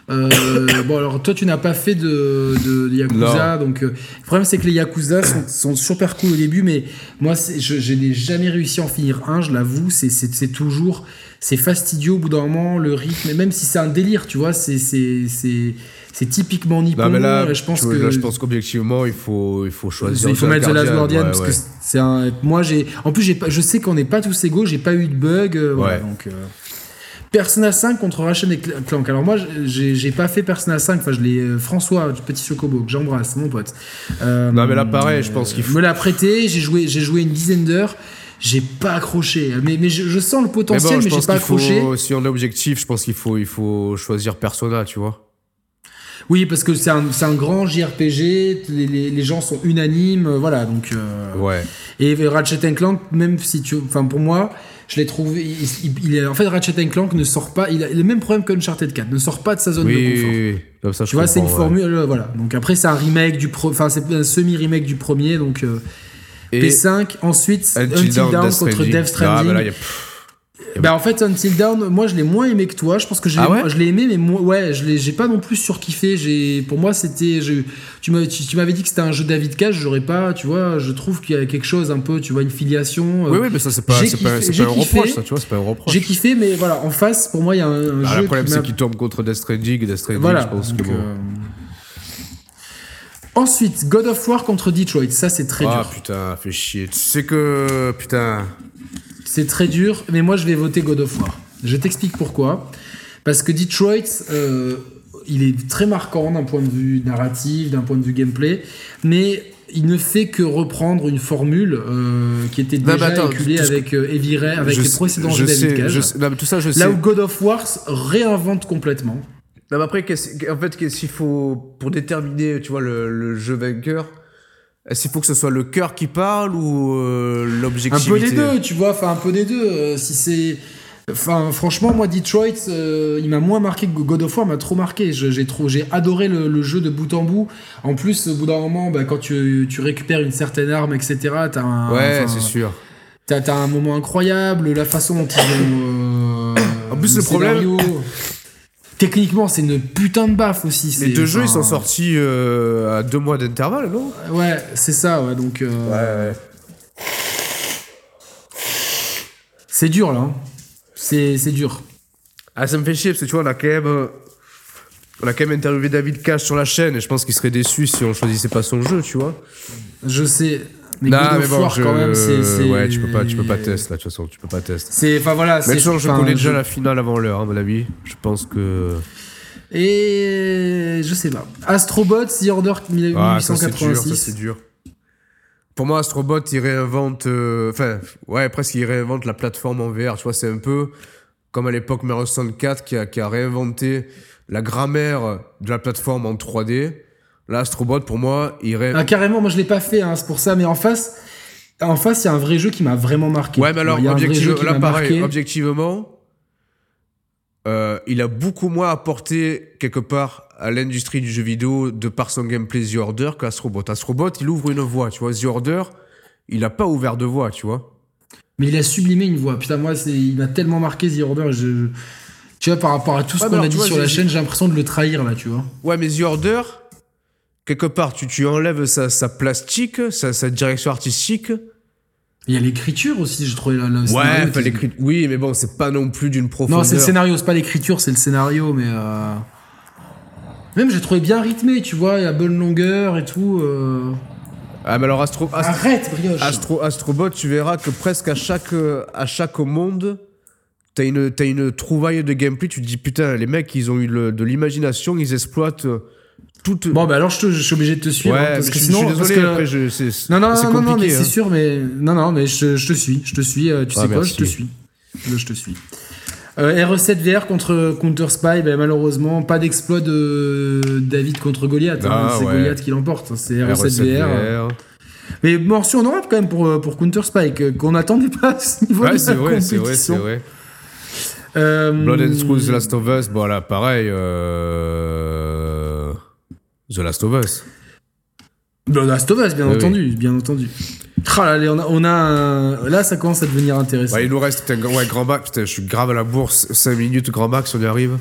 S1: Euh, bon alors toi tu n'as pas fait de, de, de Yakuza donc euh, le problème c'est que les Yakuza sont, sont super cool au début mais moi c'est- je, je n'ai jamais réussi à en finir un je l'avoue c'est, c'est, c'est toujours c'est fastidieux au bout d'un moment le rythme et même si c'est un délire tu vois c'est, c'est, c'est, c'est typiquement nippon
S2: Non, mais là,
S1: et Euh, je pense
S2: tu vois,
S1: que
S2: là, je pense qu'objectivement, il faut, il faut choisir.
S1: Il faut mettre The Last Guardian
S2: ouais,
S1: parce
S2: ouais.
S1: que c'est un. Moi j'ai. En plus j'ai pas. Je sais qu'on n'est pas tous égaux. J'ai pas eu de bug. euh, voilà,
S2: Ouais.
S1: donc. euh, Persona 5 contre Ratchet et Cl- Clank. Alors moi, j'ai j'ai pas fait Persona 5. Enfin, je l'ai euh, François, du petit chocobo que j'embrasse, mon pote. Euh,
S2: Non, mais là, pareil, je pense qu'il faut-
S1: me l'a prêté. J'ai joué. J'ai joué une dizaine d'heures. J'ai pas accroché. Mais mais je, je sens le
S2: Mais
S1: potentiel,
S2: bon,
S1: mais,
S2: je
S1: j'ai
S2: pense
S1: pas
S2: qu'il
S1: accroché.
S2: faut, si on est objectif, je pense qu'il faut, il faut choisir Persona, tu vois.
S1: Oui, parce que c'est un, c'est un grand JRPG. Les, les- les gens sont unanimes. euh, Voilà, donc. euh,
S2: Ouais.
S1: Et Ratchet Clank, même si tu. Enfin, pour moi, je l'ai trouvé. il- il- il est- en fait, Ratchet Clank ne sort pas. Il a le même problème qu'Uncharted 4, ne sort pas de sa zone
S2: Oui,
S1: de confort.
S2: oui, oui. Comme ça, je
S1: Tu vois, c'est une
S2: comprends, ouais.
S1: formule. euh, Voilà. Donc après, c'est un remake du. pro- Enfin, c'est un semi-remake du premier. Donc euh,
S2: Et
S1: P5. Ensuite,
S2: Until Dawn, Death
S1: contre Death
S2: Ah,
S1: Stranding.
S2: bah là, il y a-
S1: Bah en fait Until Dawn, moi je l'ai moins aimé que toi. Je pense que je l'ai,
S2: Ah ouais
S1: je l'ai aimé, mais moi, ouais, je l'ai, j'ai pas non plus surkiffé. J'ai, pour moi c'était, je- tu m'avais, tu, tu m'avais dit que c'était un jeu David Cage, j'aurais pas, tu vois, je trouve qu'il y a quelque chose un peu, tu vois, une filiation. euh,
S2: Oui, oui, mais ça, c'est pas,
S1: J'ai
S2: c'est pas,
S1: kiffé-
S2: c'est
S1: j'ai
S2: pas un
S1: kiffé.
S2: reproche, ça, tu vois, c'est pas un reproche.
S1: J'ai kiffé, mais voilà, en face pour moi il y a un, un
S2: Ah,
S1: jeu.
S2: le problème,
S1: qui
S2: c'est
S1: m'a- euh,
S2: qu'il tombe contre Death Stranding, et Death Stranding,
S1: voilà.
S2: je pense que
S1: donc,
S2: bon.
S1: euh, Ensuite, God of War contre Detroit. Ça, c'est très
S2: Ah
S1: dur.
S2: putain, fait chier. Tu sais que. Putain.
S1: C'est très dur, mais moi, je vais voter God of War. Je t'explique pourquoi. Parce que Detroit, euh, il est très marquant d'un point de vue narratif, d'un point de vue gameplay, mais il ne fait que reprendre une formule euh, qui était
S2: Non,
S1: déjà
S2: mais attends,
S1: éculée
S2: tout ce que-
S1: avec euh, Heavy Rain, avec
S2: Je
S1: les
S2: sais-
S1: précédents jeux
S2: je
S1: David
S2: sais,
S1: Cage.
S2: je sais- non, mais tout ça, je sais.
S1: Là où God of War s- réinvente complètement.
S3: Non, mais après, qu'est-ce- en fait, qu'est-ce qu'il faut pour déterminer, tu vois, le, le jeu vainqueur
S2: Est-ce qu'il faut que ce soit le cœur qui parle ou euh,
S1: Un peu
S2: l'objectivité
S1: des deux, tu vois, enfin un peu des deux. Euh, si c'est. Enfin, franchement, moi, Detroit, euh, il m'a moins marqué que God of War m'a trop marqué. Je- J'ai trop, j'ai adoré le, le jeu de bout en bout. En plus, au bout d'un moment, bah, quand tu, tu récupères une certaine arme, etc., t'as un,
S2: Ouais,
S1: enfin,
S2: c'est sûr.
S1: t'as, t'as un moment incroyable, la façon dont ils ont. euh,
S2: En plus, le problème-
S1: scénario. Techniquement, c'est une putain de baffe aussi.
S2: Les
S1: c'est-
S2: deux jeux, ils
S1: enfin,
S2: sont sortis euh, à deux mois d'intervalle, non
S1: Ouais, c'est ça, ouais, donc. euh,
S2: Ouais,
S1: C'est dur, là. hein. C'est, c'est dur.
S2: Ah, ça me fait chier parce que tu vois, on a quand même. euh, On a quand même interviewé David Cage sur la chaîne et je pense qu'il serait déçu si on choisissait pas son jeu, tu vois.
S1: Je sais. Mais
S2: Non,
S1: God of War,
S2: je-
S1: quand même, c'est. c'est-
S2: Ouais, tu peux pas, tu peux pas test là, de toute façon, tu peux pas test.
S1: C'est. Enfin voilà.
S2: Mais
S1: c'est-
S2: de toute façon, je
S1: enfin,
S2: connais déjà la finale avant l'heure, hein, à mon avis. Je pense que.
S1: Et. Je sais pas. Astrobot, The Order
S2: Ah, ça, c'est dur, ça,
S1: 1886.
S2: c'est dur. Pour moi, Astrobot, il réinvente. euh, Enfin, ouais, presque, il réinvente la plateforme en VR. Tu vois, c'est un peu comme à l'époque Mario 64 qui a, qui a réinventé la grammaire de la plateforme en 3D. Là, Astrobot, pour moi, il ré...
S1: Ah, carrément, moi je l'ai pas fait, hein, c'est pour ça. Mais en face, en face, il y a un vrai jeu qui m'a vraiment marqué.
S2: Ouais, mais alors,
S1: Il y a un vrai
S2: objective-
S1: jeu qui
S2: là,
S1: m'a
S2: pareil,
S1: marqué.
S2: objectivement, euh, il a beaucoup moins apporté, quelque part, à l'industrie du jeu vidéo de par son gameplay The Order qu'Astrobot. Astrobot, il ouvre une voie, tu vois. The Order, il n'a pas ouvert de voie, tu vois.
S1: Mais il a sublimé une voix. Putain, moi, c'est, il m'a tellement marqué The Order. Je... je- Tu vois, par rapport à tout ce
S2: Ouais, mais
S1: qu'on a
S2: alors,
S1: dit
S2: tu vois,
S1: sur la
S2: j'ai-
S1: chaîne, j'ai l'impression de le trahir là, tu vois.
S2: Ouais, mais The Order, quelque part, tu, tu enlèves sa, sa plastique, sa, sa direction artistique.
S1: Il y a l'écriture aussi, j'ai trouvé la. la- le scénario
S2: Ouais,
S1: qui-
S2: l'écrit. Oui, mais bon, c'est pas non plus d'une profondeur.
S1: Non, c'est le scénario, c'est pas l'écriture, c'est le scénario, mais. euh, Même, j'ai trouvé bien rythmé, tu vois, il y a bonne longueur et tout. euh.
S2: Ah, mais alors, Astro, Astro-
S1: Arrête, brioche
S2: Astro, Astrobot, tu verras que presque à chaque, euh, à chaque monde, t'as une, t'as une trouvaille de gameplay. Tu te dis, putain, les mecs, ils ont eu le- de l'imagination, ils exploitent euh, toute.
S1: Bon, bah alors, je, te- je suis obligé de te
S2: ouais,
S1: suivre, hein, parce
S2: mais
S1: que
S2: je,
S1: sinon.
S2: je suis
S1: parce
S2: désolé,
S1: que-
S2: après, je- c'est
S1: Non, non,
S2: c'est
S1: non, non, non, mais
S2: compliqué,
S1: c'est
S2: hein.
S1: sûr, mais. Non, non, mais je, je te suis, je te suis, euh, tu
S2: Ah,
S1: sais quoi,
S2: merci.
S1: je te suis. Là, je te suis. Euh, RE7 VR contre Counter Spy, ben, malheureusement, pas d'exploit de David contre Goliath. hein,
S2: Ah,
S1: c'est
S2: ouais. E
S1: Goliath qui l'emporte, hein, c'est RE7
S2: R7
S1: VR. euh,
S2: VR.
S1: Mais mention honorable quand même pour, euh, pour Counter Spike, euh, qu'on n'attendait pas à ce niveau
S2: Ouais,
S1: de
S2: c'est
S1: la
S2: vrai, c'est vrai, c'est
S1: compétition.
S2: vrai.
S1: Euh,
S2: Blood and Screws, The Last of Us, voilà, pareil. euh, The Last of Us.
S1: Blood Last of Us, bien
S2: Oui,
S1: entendu, bien entendu. Ah là, allez, on a, on a un- là, ça commence à devenir intéressant.
S2: Ouais, il nous reste, putain, ouais, grand max, putain, je suis grave à la bourse. 5 minutes, grand max, on y arrive.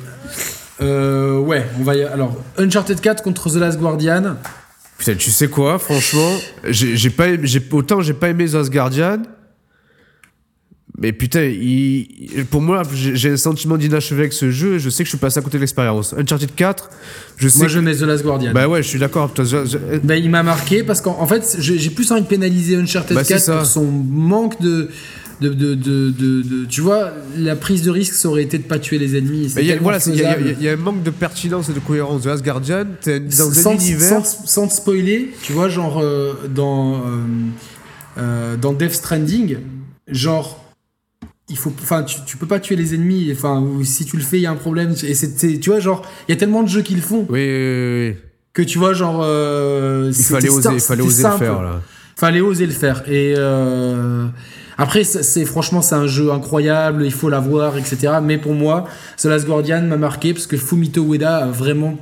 S1: Euh, ouais, on va y... Alors, Uncharted 4 contre The Last Guardian.
S2: Putain, tu sais quoi, franchement, j'ai j'ai pas, aimé- j'ai autant j'ai pas aimé The Last Guardian, mais putain, il- il- pour moi, j'ai j'ai un sentiment d'inachevé avec ce jeu. et Je sais que je suis passé à côté de l'expérience. Uncharted 4, je sais.
S1: Moi,
S2: que-
S1: je mets The Last Guardian.
S2: Bah ouais, je suis d'accord. putain, The- The-
S1: Ben, il m'a marqué parce qu'en en fait, j'ai j'ai plus envie de pénaliser Uncharted
S2: Bah, c'est
S1: 4
S2: ça.
S1: pour son manque de de, de, de, de- de- Tu vois, la prise de risque, ça aurait été de pas tuer les ennemis.
S2: Mais
S1: C'est
S2: il y a-
S1: tellement
S2: voilà, c'est- il y, a-
S1: faisable.
S2: il y a- il y a un manque de pertinence et de cohérence. The Last Guardian, t'es dans
S1: sans,
S2: un univers.
S1: sans- sans te spoiler, tu vois, genre euh, dans, euh, euh, dans Death Stranding, genre. Il faut, enfin, tu, tu peux pas tuer les ennemis. Enfin, ou si tu le fais, il y a un problème. Et c'est, c'est- tu vois, genre, il y a tellement de jeux qui le font
S2: Oui, oui, oui, oui.
S1: que tu vois, genre, euh,
S2: il
S1: c'était
S2: fallait
S1: sim-
S2: oser, il fallait
S1: c'était
S2: oser le
S1: simple.
S2: faire là.
S1: Fallait oser le faire. Et euh, après, c'est, c'est- franchement, c'est un jeu incroyable. Il faut l'avoir, etc. Mais pour moi, The Last Guardian m'a marqué parce que Fumito Ueda a vraiment.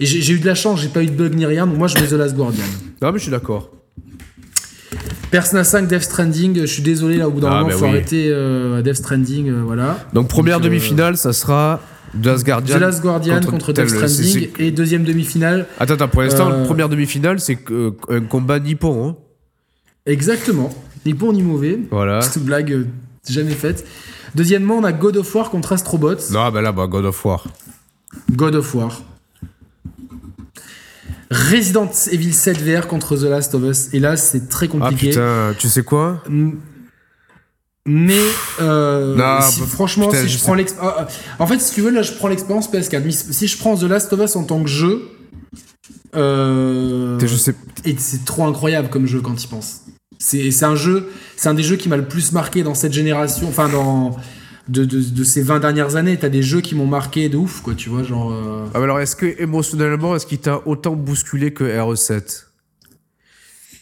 S1: Et j'ai, j'ai eu de la chance, j'ai pas eu de bug ni rien. Donc moi, je mets The Last Guardian.
S2: Non, mais je suis d'accord.
S1: Persona 5, Death Stranding. Je suis désolé, là, au bout d'un
S2: Ah,
S1: moment,
S2: bah
S1: faut
S2: oui.
S1: arrêter euh, Death Stranding. euh, voilà.
S2: Donc première
S1: euh,
S2: demi-finale, ça sera The Last
S1: The
S2: Guardian.
S1: Last Guardian contre, Death
S2: tel- c'est- c'est-
S1: Stranding. Et deuxième demi-finale.
S2: Attends, attends, pour l'instant,
S1: Euh,
S2: la première demi-finale, c'est que- euh, un combat nippon. Hein.
S1: Exactement. Ni bon ni mauvais.
S2: Voilà.
S1: Petite blague euh, jamais faite. Deuxièmement, on a God of War contre Astrobot.
S2: bah, Non, ben là, bah, God of War.
S1: God of War. Resident Evil 7 VR contre The Last of Us. Et là, c'est très
S2: Ah
S1: compliqué.
S2: putain, tu sais quoi
S1: M- Mais euh,
S2: Non,
S1: si-
S2: bah,
S1: franchement,
S2: putain,
S1: si
S2: je
S1: je
S2: sais
S1: prends l'expérience, en fait, si tu veux, là, je prends l'expérience PS4. Mais si je prends The Last of Us en tant que jeu, euh,
S2: Putain, Je sais.
S1: et c'est trop incroyable comme jeu quand il pense. C'est c'est un jeu, c'est un des jeux qui m'a le plus marqué dans cette génération, enfin dans de, de- de ces 20 dernières années. T'as des jeux qui m'ont marqué de ouf, quoi. Tu vois, genre. euh,
S2: Ah, mais alors, est-ce que émotionnellement, est-ce qu'il t'a autant bousculé que RE7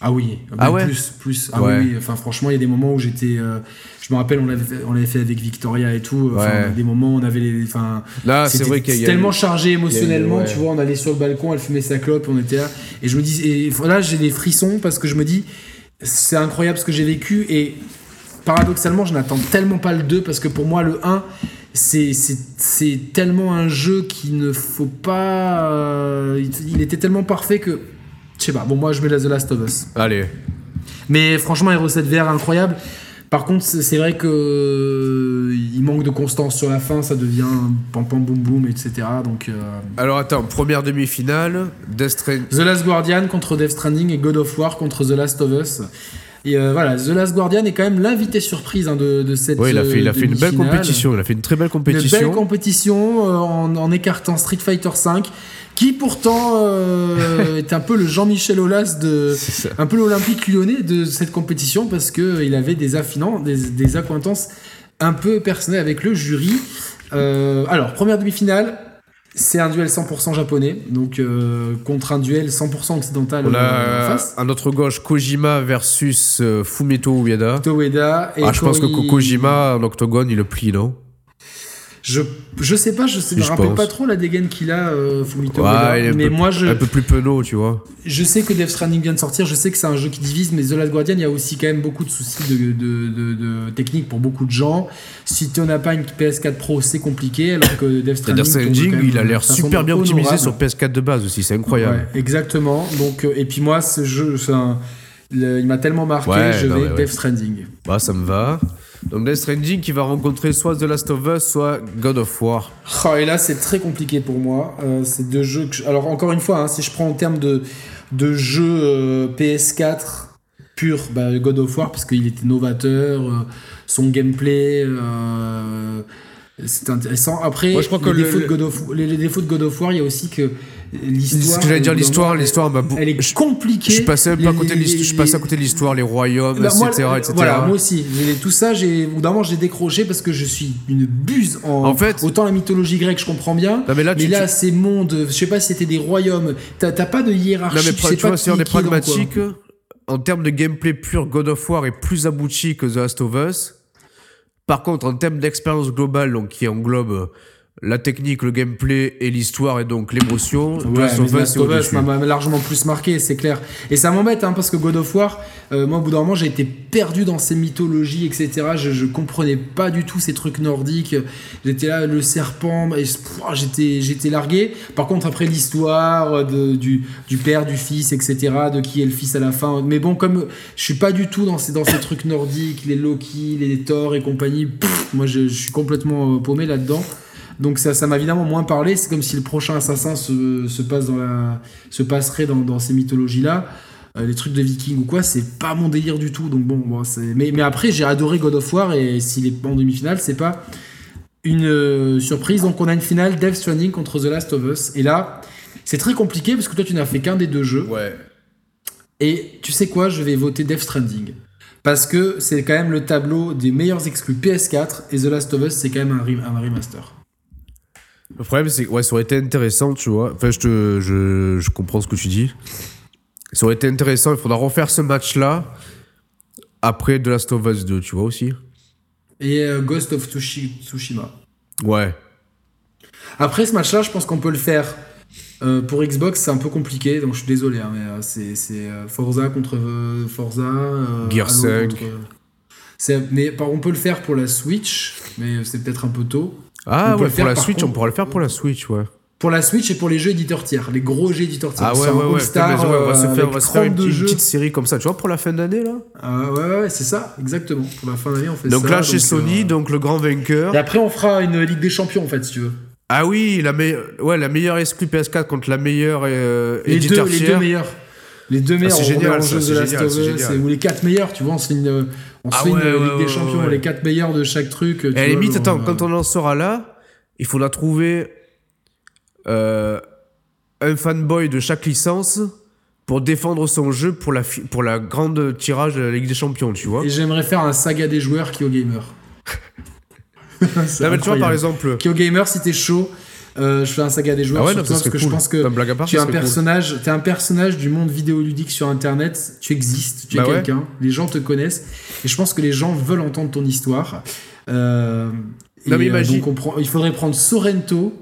S1: Ah oui,
S2: Ah
S1: mais
S2: ouais
S1: plus, plus. Ah
S2: Ouais.
S1: oui, oui. enfin franchement, il y a des moments où j'étais. euh, je me rappelle, on l'avait fait, on l'avait fait avec Victoria et tout. Enfin,
S2: Ouais.
S1: Des moments, on avait les. Enfin,
S2: Là, c'est
S1: c'était
S2: vrai qu'il y a.
S1: tellement chargé émotionnellement,
S2: ouais.
S1: tu vois. On allait sur le balcon, elle fumait sa clope, on était là. Et je me dis. Et là, j'ai des frissons parce que je me dis, c'est incroyable ce que j'ai vécu. Et paradoxalement, je n'attends tellement pas le 2 parce que pour moi, le 1. C'est c'est- c'est tellement un jeu qu'il ne faut pas. euh, il- il était tellement parfait que. Je sais pas, bon, moi je mets la The Last of Us.
S2: Allez.
S1: Mais franchement, Hero 7 VR incroyable. Par contre, c'est c'est vrai que euh, il manque de constance sur la fin, ça devient pam pam boum boum, etc. Donc euh,
S2: Alors, attends, première demi-finale, Death Stranding.
S1: The Last Guardian contre Death Stranding et God of War contre The Last of Us. Et euh, voilà, The Last Guardian est quand même l'invité surprise hein, de, de cette.
S2: Oui, il a fait, il a
S1: euh,
S2: fait une belle
S1: demi-finale.
S2: compétition. Il a fait une très belle
S1: Une belle
S2: compétition.
S1: compétition euh, en, en écartant Street Fighter V, qui pourtant euh, est un peu le Jean-Michel Aulas de,
S2: C'est ça.
S1: un peu l'Olympique lyonnais de cette compétition parce que euh, il avait des affinants, des, des acquaintances un peu personnelles avec le jury. Euh, alors, première demi-finale, c'est un duel 100% japonais, donc euh, contre un duel 100% occidental
S2: On
S1: euh, en
S2: a
S1: face.
S2: à notre gauche Kojima versus euh, Fumito Ueda.
S1: Toeda et
S2: Ah, je pense que
S1: Cory-
S2: Ko- Kojima en octogone, il le plie, non
S1: Je, je sais pas, je, sais,
S2: Je
S1: je me rappelle
S2: pense.
S1: pas trop la dégaine qu'il a, euh, Fumito
S2: Ouais,
S1: Ueda,
S2: il est un
S1: mais
S2: peu-
S1: moi je,
S2: Un peu plus penaud, tu vois.
S1: Je sais que Death Stranding vient de sortir, je sais que c'est un jeu qui divise, mais The Last Guardian, il y a aussi quand même beaucoup de soucis de, de, de- de technique pour beaucoup de gens. Si tu n'as pas une PS4 Pro, c'est compliqué, alors que Death
S2: Et
S1: Stranding,
S2: Death Stranding,
S1: tombe quand même
S2: il a
S1: de
S2: l'air
S1: façon
S2: super bien optimisé
S1: honorable.
S2: sur PS4 de base aussi, c'est incroyable.
S1: Ouais, exactement. Donc, euh, et puis moi, ce jeu, c'est un- le- il m'a tellement marqué,
S2: Ouais,
S1: je
S2: non,
S1: vais
S2: mais ouais.
S1: Death Stranding.
S2: Bah, ça me va. Donc Death Stranding qui va rencontrer soit The Last of Us, soit God of War.
S1: Oh, et là, c'est très compliqué pour moi. Euh, ces deux jeux que je- Alors, encore une fois, hein, si je prends en termes de, de jeu euh, PS4 pur, bah, God of War, parce qu'il était novateur, euh, son gameplay. euh, C'est intéressant. Après,
S3: Moi, je crois
S1: les,
S3: que le-
S1: défauts de
S3: le-
S1: God of... les, les défauts de God of War, il y a aussi que l'histoire.
S2: C'est ce que j'allais dire,
S1: au bout d'un
S2: l'histoire,
S1: moment,
S2: l'histoire m'a bou-
S1: Elle est
S2: Je,
S1: compliquée.
S2: je suis passé un peu à côté de
S1: Les-
S2: l'histoire, je suis passé à côté de l'histoire, les royaumes,
S1: bah,
S2: etc.
S1: moi, euh,
S2: etc.
S1: Voilà, moi aussi. J'ai- Tout ça, j'ai, au bout d'un moment, j'ai décroché parce que je suis une buse en.
S2: En fait-
S1: Autant la mythologie grecque, je comprends bien.
S2: Non, mais là, tu- tu-
S1: ces mondes, je sais pas si c'était des royaumes. T'as t'as pas de hiérarchie.
S2: Non, mais
S1: tu
S2: pra-
S1: sais
S2: tu
S1: pas
S2: vois, si on
S1: qui-
S2: est
S1: qui dans quoi.
S2: pragmatique, en termes de gameplay pur, God of War est plus abouti que The Last of Us. Par contre, en termes d'expérience globale, donc qui englobe euh, la technique, le gameplay et l'histoire et donc l'émotion, The
S1: Ouais,
S2: Last
S1: mais
S2: of
S1: The
S2: Us
S1: Last
S2: est
S1: of Us
S2: au-dessus.
S1: m'a m'a largement plus marqué, c'est clair. Et ça m'embête, hein, parce que God of War, euh, moi, au bout d'un moment, j'ai été perdu dans ces mythologies, etc. Je, je comprenais pas du tout ces trucs nordiques. J'étais là, le serpent, et je- pouah, j'étais, j'étais largué. Par contre, après l'histoire euh, de- du, du père, du fils, etc., de qui est le fils à la fin. Mais bon, comme euh, je suis pas du tout dans ces, dans ces trucs nordiques, les Loki, les Thor et compagnie, pff, moi, je, je suis complètement euh, paumé là-dedans. Donc ça, ça m'a évidemment moins parlé. C'est comme si le prochain assassin se, se passe dans la, se passerait dans, dans ces mythologies-là. Euh, les trucs de vikings ou quoi, c'est pas mon délire du tout. Donc bon, bon, c'est- mais, mais après, j'ai adoré God of War et s'il est en demi-finale, c'est pas une euh, surprise. Donc on a une finale Death Stranding contre The Last of Us. Et là, c'est très compliqué parce que toi, tu n'as fait qu'un des deux jeux.
S2: Ouais.
S1: Et tu sais quoi, je vais voter Death Stranding. Parce que c'est quand même le tableau des meilleurs exclus PS4 et The Last of Us, c'est quand même un, rem- un remaster.
S2: Le problème, c'est que ouais, ça aurait été intéressant, tu vois. Enfin, je, te, je, je comprends ce que tu dis. Ça aurait été intéressant, il faudra refaire ce match-là après The Last of Us 2, tu vois aussi.
S1: et euh, Ghost of Tsushi- Tsushima.
S2: Ouais.
S1: Après ce match-là, je pense qu'on peut le faire. Euh, pour Xbox, c'est un peu compliqué, donc je suis désolé, hein, mais euh, c'est c'est, euh, Forza contre euh, Forza. euh,
S2: Gear
S1: Halo
S2: 5.
S1: contre, euh, c'est- Mais par- on peut le faire pour la Switch, mais c'est peut-être un peu tôt. On peut
S2: Ah ouais,
S1: le
S2: pour
S1: faire
S2: la
S1: par
S2: Switch, on
S1: contre.
S2: pourra le faire pour la Switch, ouais.
S1: Pour la Switch et pour les jeux éditeurs tiers, les gros jeux éditeurs tiers.
S2: Ah ouais,
S1: C'est
S2: ouais,
S1: un
S2: ouais.
S1: All-Star,
S2: putain, mais ouais, on va se
S1: euh,
S2: faire, on
S1: avec
S2: va se faire une,
S1: 32
S2: petite, une
S1: jeux.
S2: petite série comme ça, tu vois, pour la fin d'année, là.
S1: Ah ouais, ouais, ouais, c'est ça, exactement. Pour la fin d'année, on fait
S2: Donc
S1: ça.
S2: là, chez
S1: donc,
S2: Sony,
S1: euh,
S2: donc le grand vainqueur.
S1: Et après, on fera une Ligue des Champions, en fait, si tu veux.
S2: Ah oui, la, me- ouais, la meilleure exclu PS4 contre la meilleure euh,
S1: Les
S2: Edith
S1: deux, les
S2: Tertiaire.
S1: deux meilleurs. Les deux meilleurs,
S2: Ah, c'est
S1: on
S2: génial,
S1: revient au
S2: ça,
S1: jeu
S2: c'est
S1: de Last
S2: génial,
S1: of
S2: c'est
S1: Us,
S2: génial.
S1: et- ou les quatre meilleurs, tu vois, on se ligne, euh, on se
S2: Ah
S1: ligne
S2: ouais,
S1: euh, Ligue
S2: ouais,
S1: des
S2: ouais,
S1: Champions,
S2: ouais, ouais.
S1: les quatre meilleurs de chaque truc. tu
S2: Et à la
S1: vois,
S2: limite,
S1: genre,
S2: attends,
S1: euh,
S2: quand on en sera là, il faudra trouver euh, un fanboy de chaque licence pour défendre son jeu pour la, fi- pour la grande tirage de la Ligue des Champions, tu vois.
S1: Et j'aimerais faire un saga des joueurs Kyo Gamer. C'est
S2: Non, mais tu vois, par
S1: incroyable.
S2: exemple.
S1: Kyo Gamer, si t'es chaud, euh, je fais un saga des joueurs
S2: Ah ouais,
S1: sur
S2: non,
S1: toi, parce
S2: ça serait
S1: que
S2: cool.
S1: je pense que
S2: Putain, blague à part,
S1: tu es
S2: ça
S1: un
S2: serait cool.
S1: personnage, t'es un personnage du monde vidéoludique sur Internet. Tu existes, tu es
S2: Bah ouais.
S1: quelqu'un. Les gens te connaissent, et je pense que les gens veulent entendre ton histoire. Euh,
S2: Non,
S1: et,
S2: mais
S1: euh,
S2: imagine-
S1: donc on prend- il faudrait prendre Sorrento.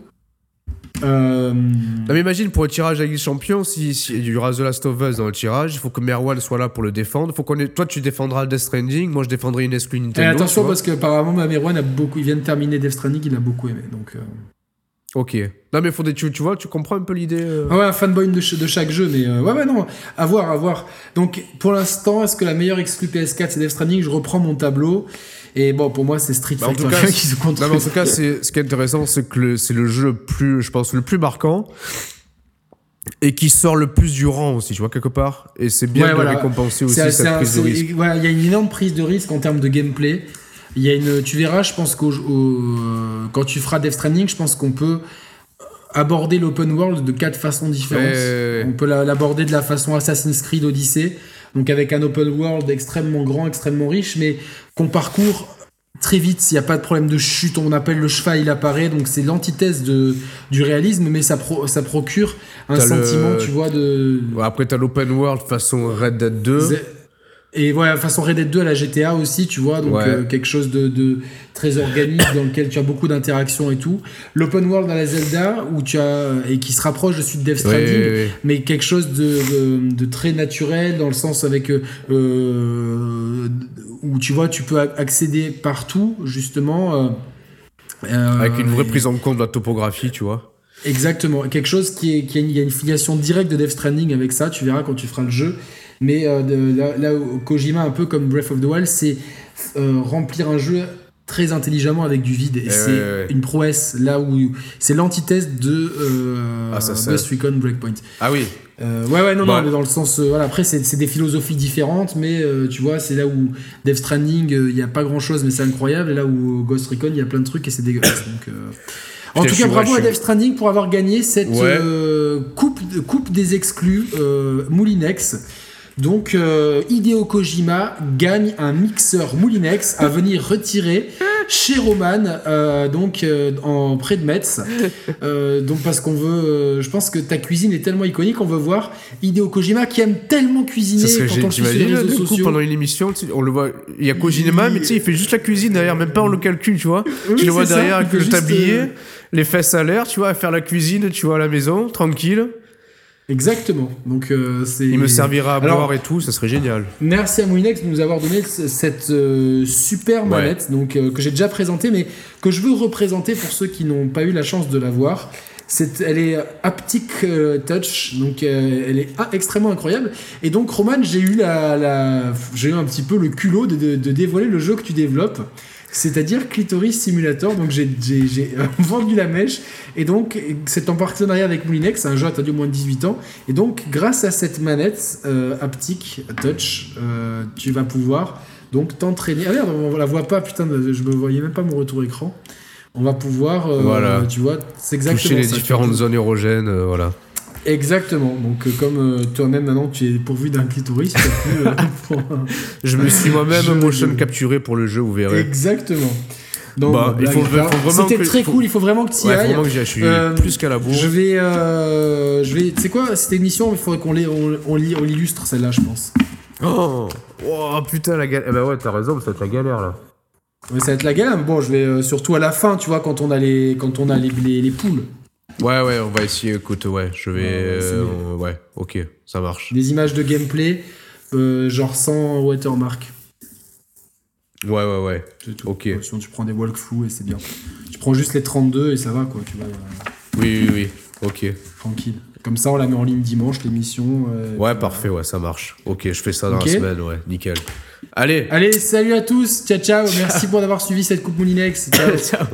S1: euh,
S2: Non, mais imagine pour le tirage avec les champions, si, si il y aura The Last of Us dans le tirage, il faut que Merwan soit là pour le défendre. Faut qu'on ait- Toi, tu défendras Death Stranding, moi, je défendrai une exclu
S1: et
S2: Nintendo.
S1: Eh, attention
S2: tu vois.
S1: parce que apparemment Mamerwan a beaucoup, il vient de terminer Death Stranding, il a beaucoup aimé. Donc euh,
S2: Ok. Non, mais faut des... tu, tu vois, tu comprends un peu l'idée. euh
S1: Ah ouais, un fanboy de, ch- de chaque jeu, mais euh, ouais, ouais, non, à voir, à voir. Donc, pour l'instant, est-ce que la meilleure exclue PS4 c'est Death Stranding Je reprends mon tableau. Et bon, pour moi, c'est Street
S2: Bah, en
S1: Fighter
S2: tout cas,
S1: 1 qui se contre.
S2: Non, mais en tout cas, c'est, ce qui est intéressant, c'est que le- c'est le jeu le plus, je pense, le plus marquant et qui sort le plus du rang aussi, tu vois, quelque part. Et c'est bien
S1: Ouais,
S2: de
S1: voilà.
S2: récompenser aussi
S1: C'est- c'est
S2: cette
S1: un-
S2: prise de
S1: c'est-
S2: risque.
S1: voilà, il y a une énorme prise de risque en termes de gameplay. Il y a une, tu verras, je pense qu'au au- euh, quand tu feras Death Stranding, je pense qu'on peut euh, aborder l'open world de quatre façons différentes.
S2: Ouais.
S1: On peut la- l'aborder de la façon Assassin's Creed Odyssey, donc avec un open world extrêmement grand, extrêmement riche, mais qu'on parcourt très vite. S'il n'y a pas de problème de chute, on appelle le cheval, il apparaît. Donc c'est l'antithèse de du réalisme, mais ça, pro- ça procure un
S2: T'as le-
S1: sentiment, tu vois, de
S2: Ouais, Après, t'as l'open world façon Red Dead 2.
S1: Zé- Et voilà, façon Red Dead 2 à la GTA aussi, tu vois, donc
S2: Ouais.
S1: euh, quelque chose de, de très organique dans lequel tu as beaucoup d'interactions et tout. L'open world à la Zelda, où tu as, et qui se rapproche de suite Death
S2: Ouais,
S1: Stranding,
S2: ouais, ouais.
S1: mais quelque chose de, de, de très naturel dans le sens avec euh, euh, où tu vois, tu peux ac- accéder partout, justement. euh, euh,
S2: Avec une vraie
S1: et-
S2: prise en compte de la topographie, tu vois.
S1: Exactement, quelque chose qui est qui a une, il y a une filiation directe de Death Stranding avec ça, tu verras quand tu feras le jeu. Mais euh, de- là, là, où Kojima, un peu comme Breath of the Wild, c'est euh, remplir un jeu très intelligemment avec du vide. Et,
S2: Eh
S1: c'est
S2: ouais, ouais, ouais.
S1: une prouesse là où c'est l'antithèse de euh,
S2: Ah, ça, ça.
S1: Ghost Recon Breakpoint.
S2: Ah oui.
S1: Euh, ouais, ouais, non,
S2: Bah.
S1: non, mais dans le sens. euh, voilà, après, c'est c'est des philosophies différentes, mais euh, tu vois, c'est là où Death Stranding, euh, il n'y a pas grand chose, mais c'est incroyable. Et là où euh, Ghost Recon, il y a plein de trucs et c'est dégueulasse. Donc, euh, En
S2: Putain,
S1: tout
S2: je suis
S1: cas,
S2: vrai,
S1: bravo
S2: je
S1: à
S2: suis-
S1: Death Stranding pour avoir gagné cette
S2: Ouais.
S1: euh, coupe, coupe des exclus euh, Moulinex. Donc, euh, Hideo Kojima gagne un mixeur Moulinex à venir retirer chez Roman, euh, donc euh, en près de Metz. Euh, donc parce qu'on veut, euh, je pense que ta cuisine est tellement iconique, on veut voir Hideo Kojima qui aime tellement cuisiner
S2: Ça serait
S1: quand on
S2: génial.
S1: le suit sur les
S2: T'imagines, là,
S1: réseaux
S2: du coup,
S1: sociaux.
S2: pendant une émission, tu- on le voit. Il y a Kojima,
S1: Il- Mm.
S2: mais tu sais, il fait juste la cuisine derrière, même pas on le calcule, tu vois.
S1: Oui,
S2: tu le vois
S1: c'est ça,
S2: derrière
S1: il
S2: avec
S1: fait
S2: le
S1: juste,
S2: tablier,
S1: euh,
S2: les fesses à l'air, tu vois, à faire la cuisine, tu vois, à la maison, tranquille.
S1: Exactement. Donc euh, c'est.
S2: Il me servira à
S1: Alors-
S2: boire et tout, ça serait génial.
S1: Merci à Moulinex de nous avoir donné ce- cette euh, super
S2: Ouais.
S1: manette donc, euh, que j'ai déjà présentée, mais que je veux représenter pour ceux qui n'ont pas eu la chance de la voir. C'est- elle est haptic euh, touch, donc euh, elle est ah, extrêmement incroyable. Et donc, Roman, j'ai eu, la, la- j'ai eu un petit peu le culot de, de- de dévoiler le jeu que tu développes, c'est-à-dire Clitoris Simulator. Donc, j'ai, j'ai- j'ai, euh, vendu la mèche. Et donc, c'est en partenariat avec Moulinex, un jeu attendu au moins de 18 ans. Et donc, grâce à cette manette euh, haptique touch, euh, tu vas pouvoir donc t'entraîner. Ah merde, on la voit pas, putain, je me voyais même pas mon retour écran. On va pouvoir, euh,
S2: Voilà.
S1: tu vois, c'est exactement
S2: Toucher les
S1: ça.
S2: différentes zones érogènes, euh, voilà.
S1: Exactement. Donc, euh, comme euh, toi-même maintenant, tu es pourvu d'un clitoris, t'as pu, euh, pour un-
S2: Je me suis moi-même
S1: Je-
S2: motion
S1: je-
S2: capturé pour le jeu, vous verrez.
S1: Exactement. Donc,
S2: Bah, il
S1: blague
S2: faut-
S1: à part,
S2: faut vraiment
S1: C'était
S2: que-
S1: très
S2: faut-
S1: cool. Il faut vraiment que tu y
S2: Ouais,
S1: ailles.
S2: vraiment que j'y aille, je suis
S1: Euh,
S2: plus qu'à la bourre.
S1: Je vais, euh, je vais. Tu sais quoi, cette émission, il faudrait qu'on l'ait- on, on l'y- on l'illustre celle-là, je pense.
S2: Oh, Oh, putain, la galère. Eh ben ouais, t'as raison, ça va être la galère là.
S1: Mais ça va être la galère. mais Bon, je vais euh, surtout à la fin, tu vois, quand on a les, quand on a les, les, les poules,
S2: Ouais, ouais, on va essayer. Écoute, ouais, je vais.
S1: Ouais, c'est
S2: euh,
S1: mieux.
S2: on- ouais, ok, ça marche.
S1: des images de gameplay, euh, genre sans watermark.
S2: Ouais, ouais, ouais.
S1: C'est tout.
S2: Ok.
S1: Sinon, tu prends des walkthroughs et c'est bien. Tu prends juste les 32 et ça va, quoi. Tu vois. euh.
S2: Oui, oui, oui. Ok.
S1: Tranquille. Comme ça, on la met en ligne dimanche, l'émission. euh,
S2: Ouais, parfait, ouais, ça marche. Ok, je fais ça dans
S1: Ok.
S2: la semaine, ouais, nickel. Allez,
S1: Allez, salut à tous. Ciao, ciao. Merci pour d'avoir suivi cette Coupe Moulinex. Ciao.
S2: ciao.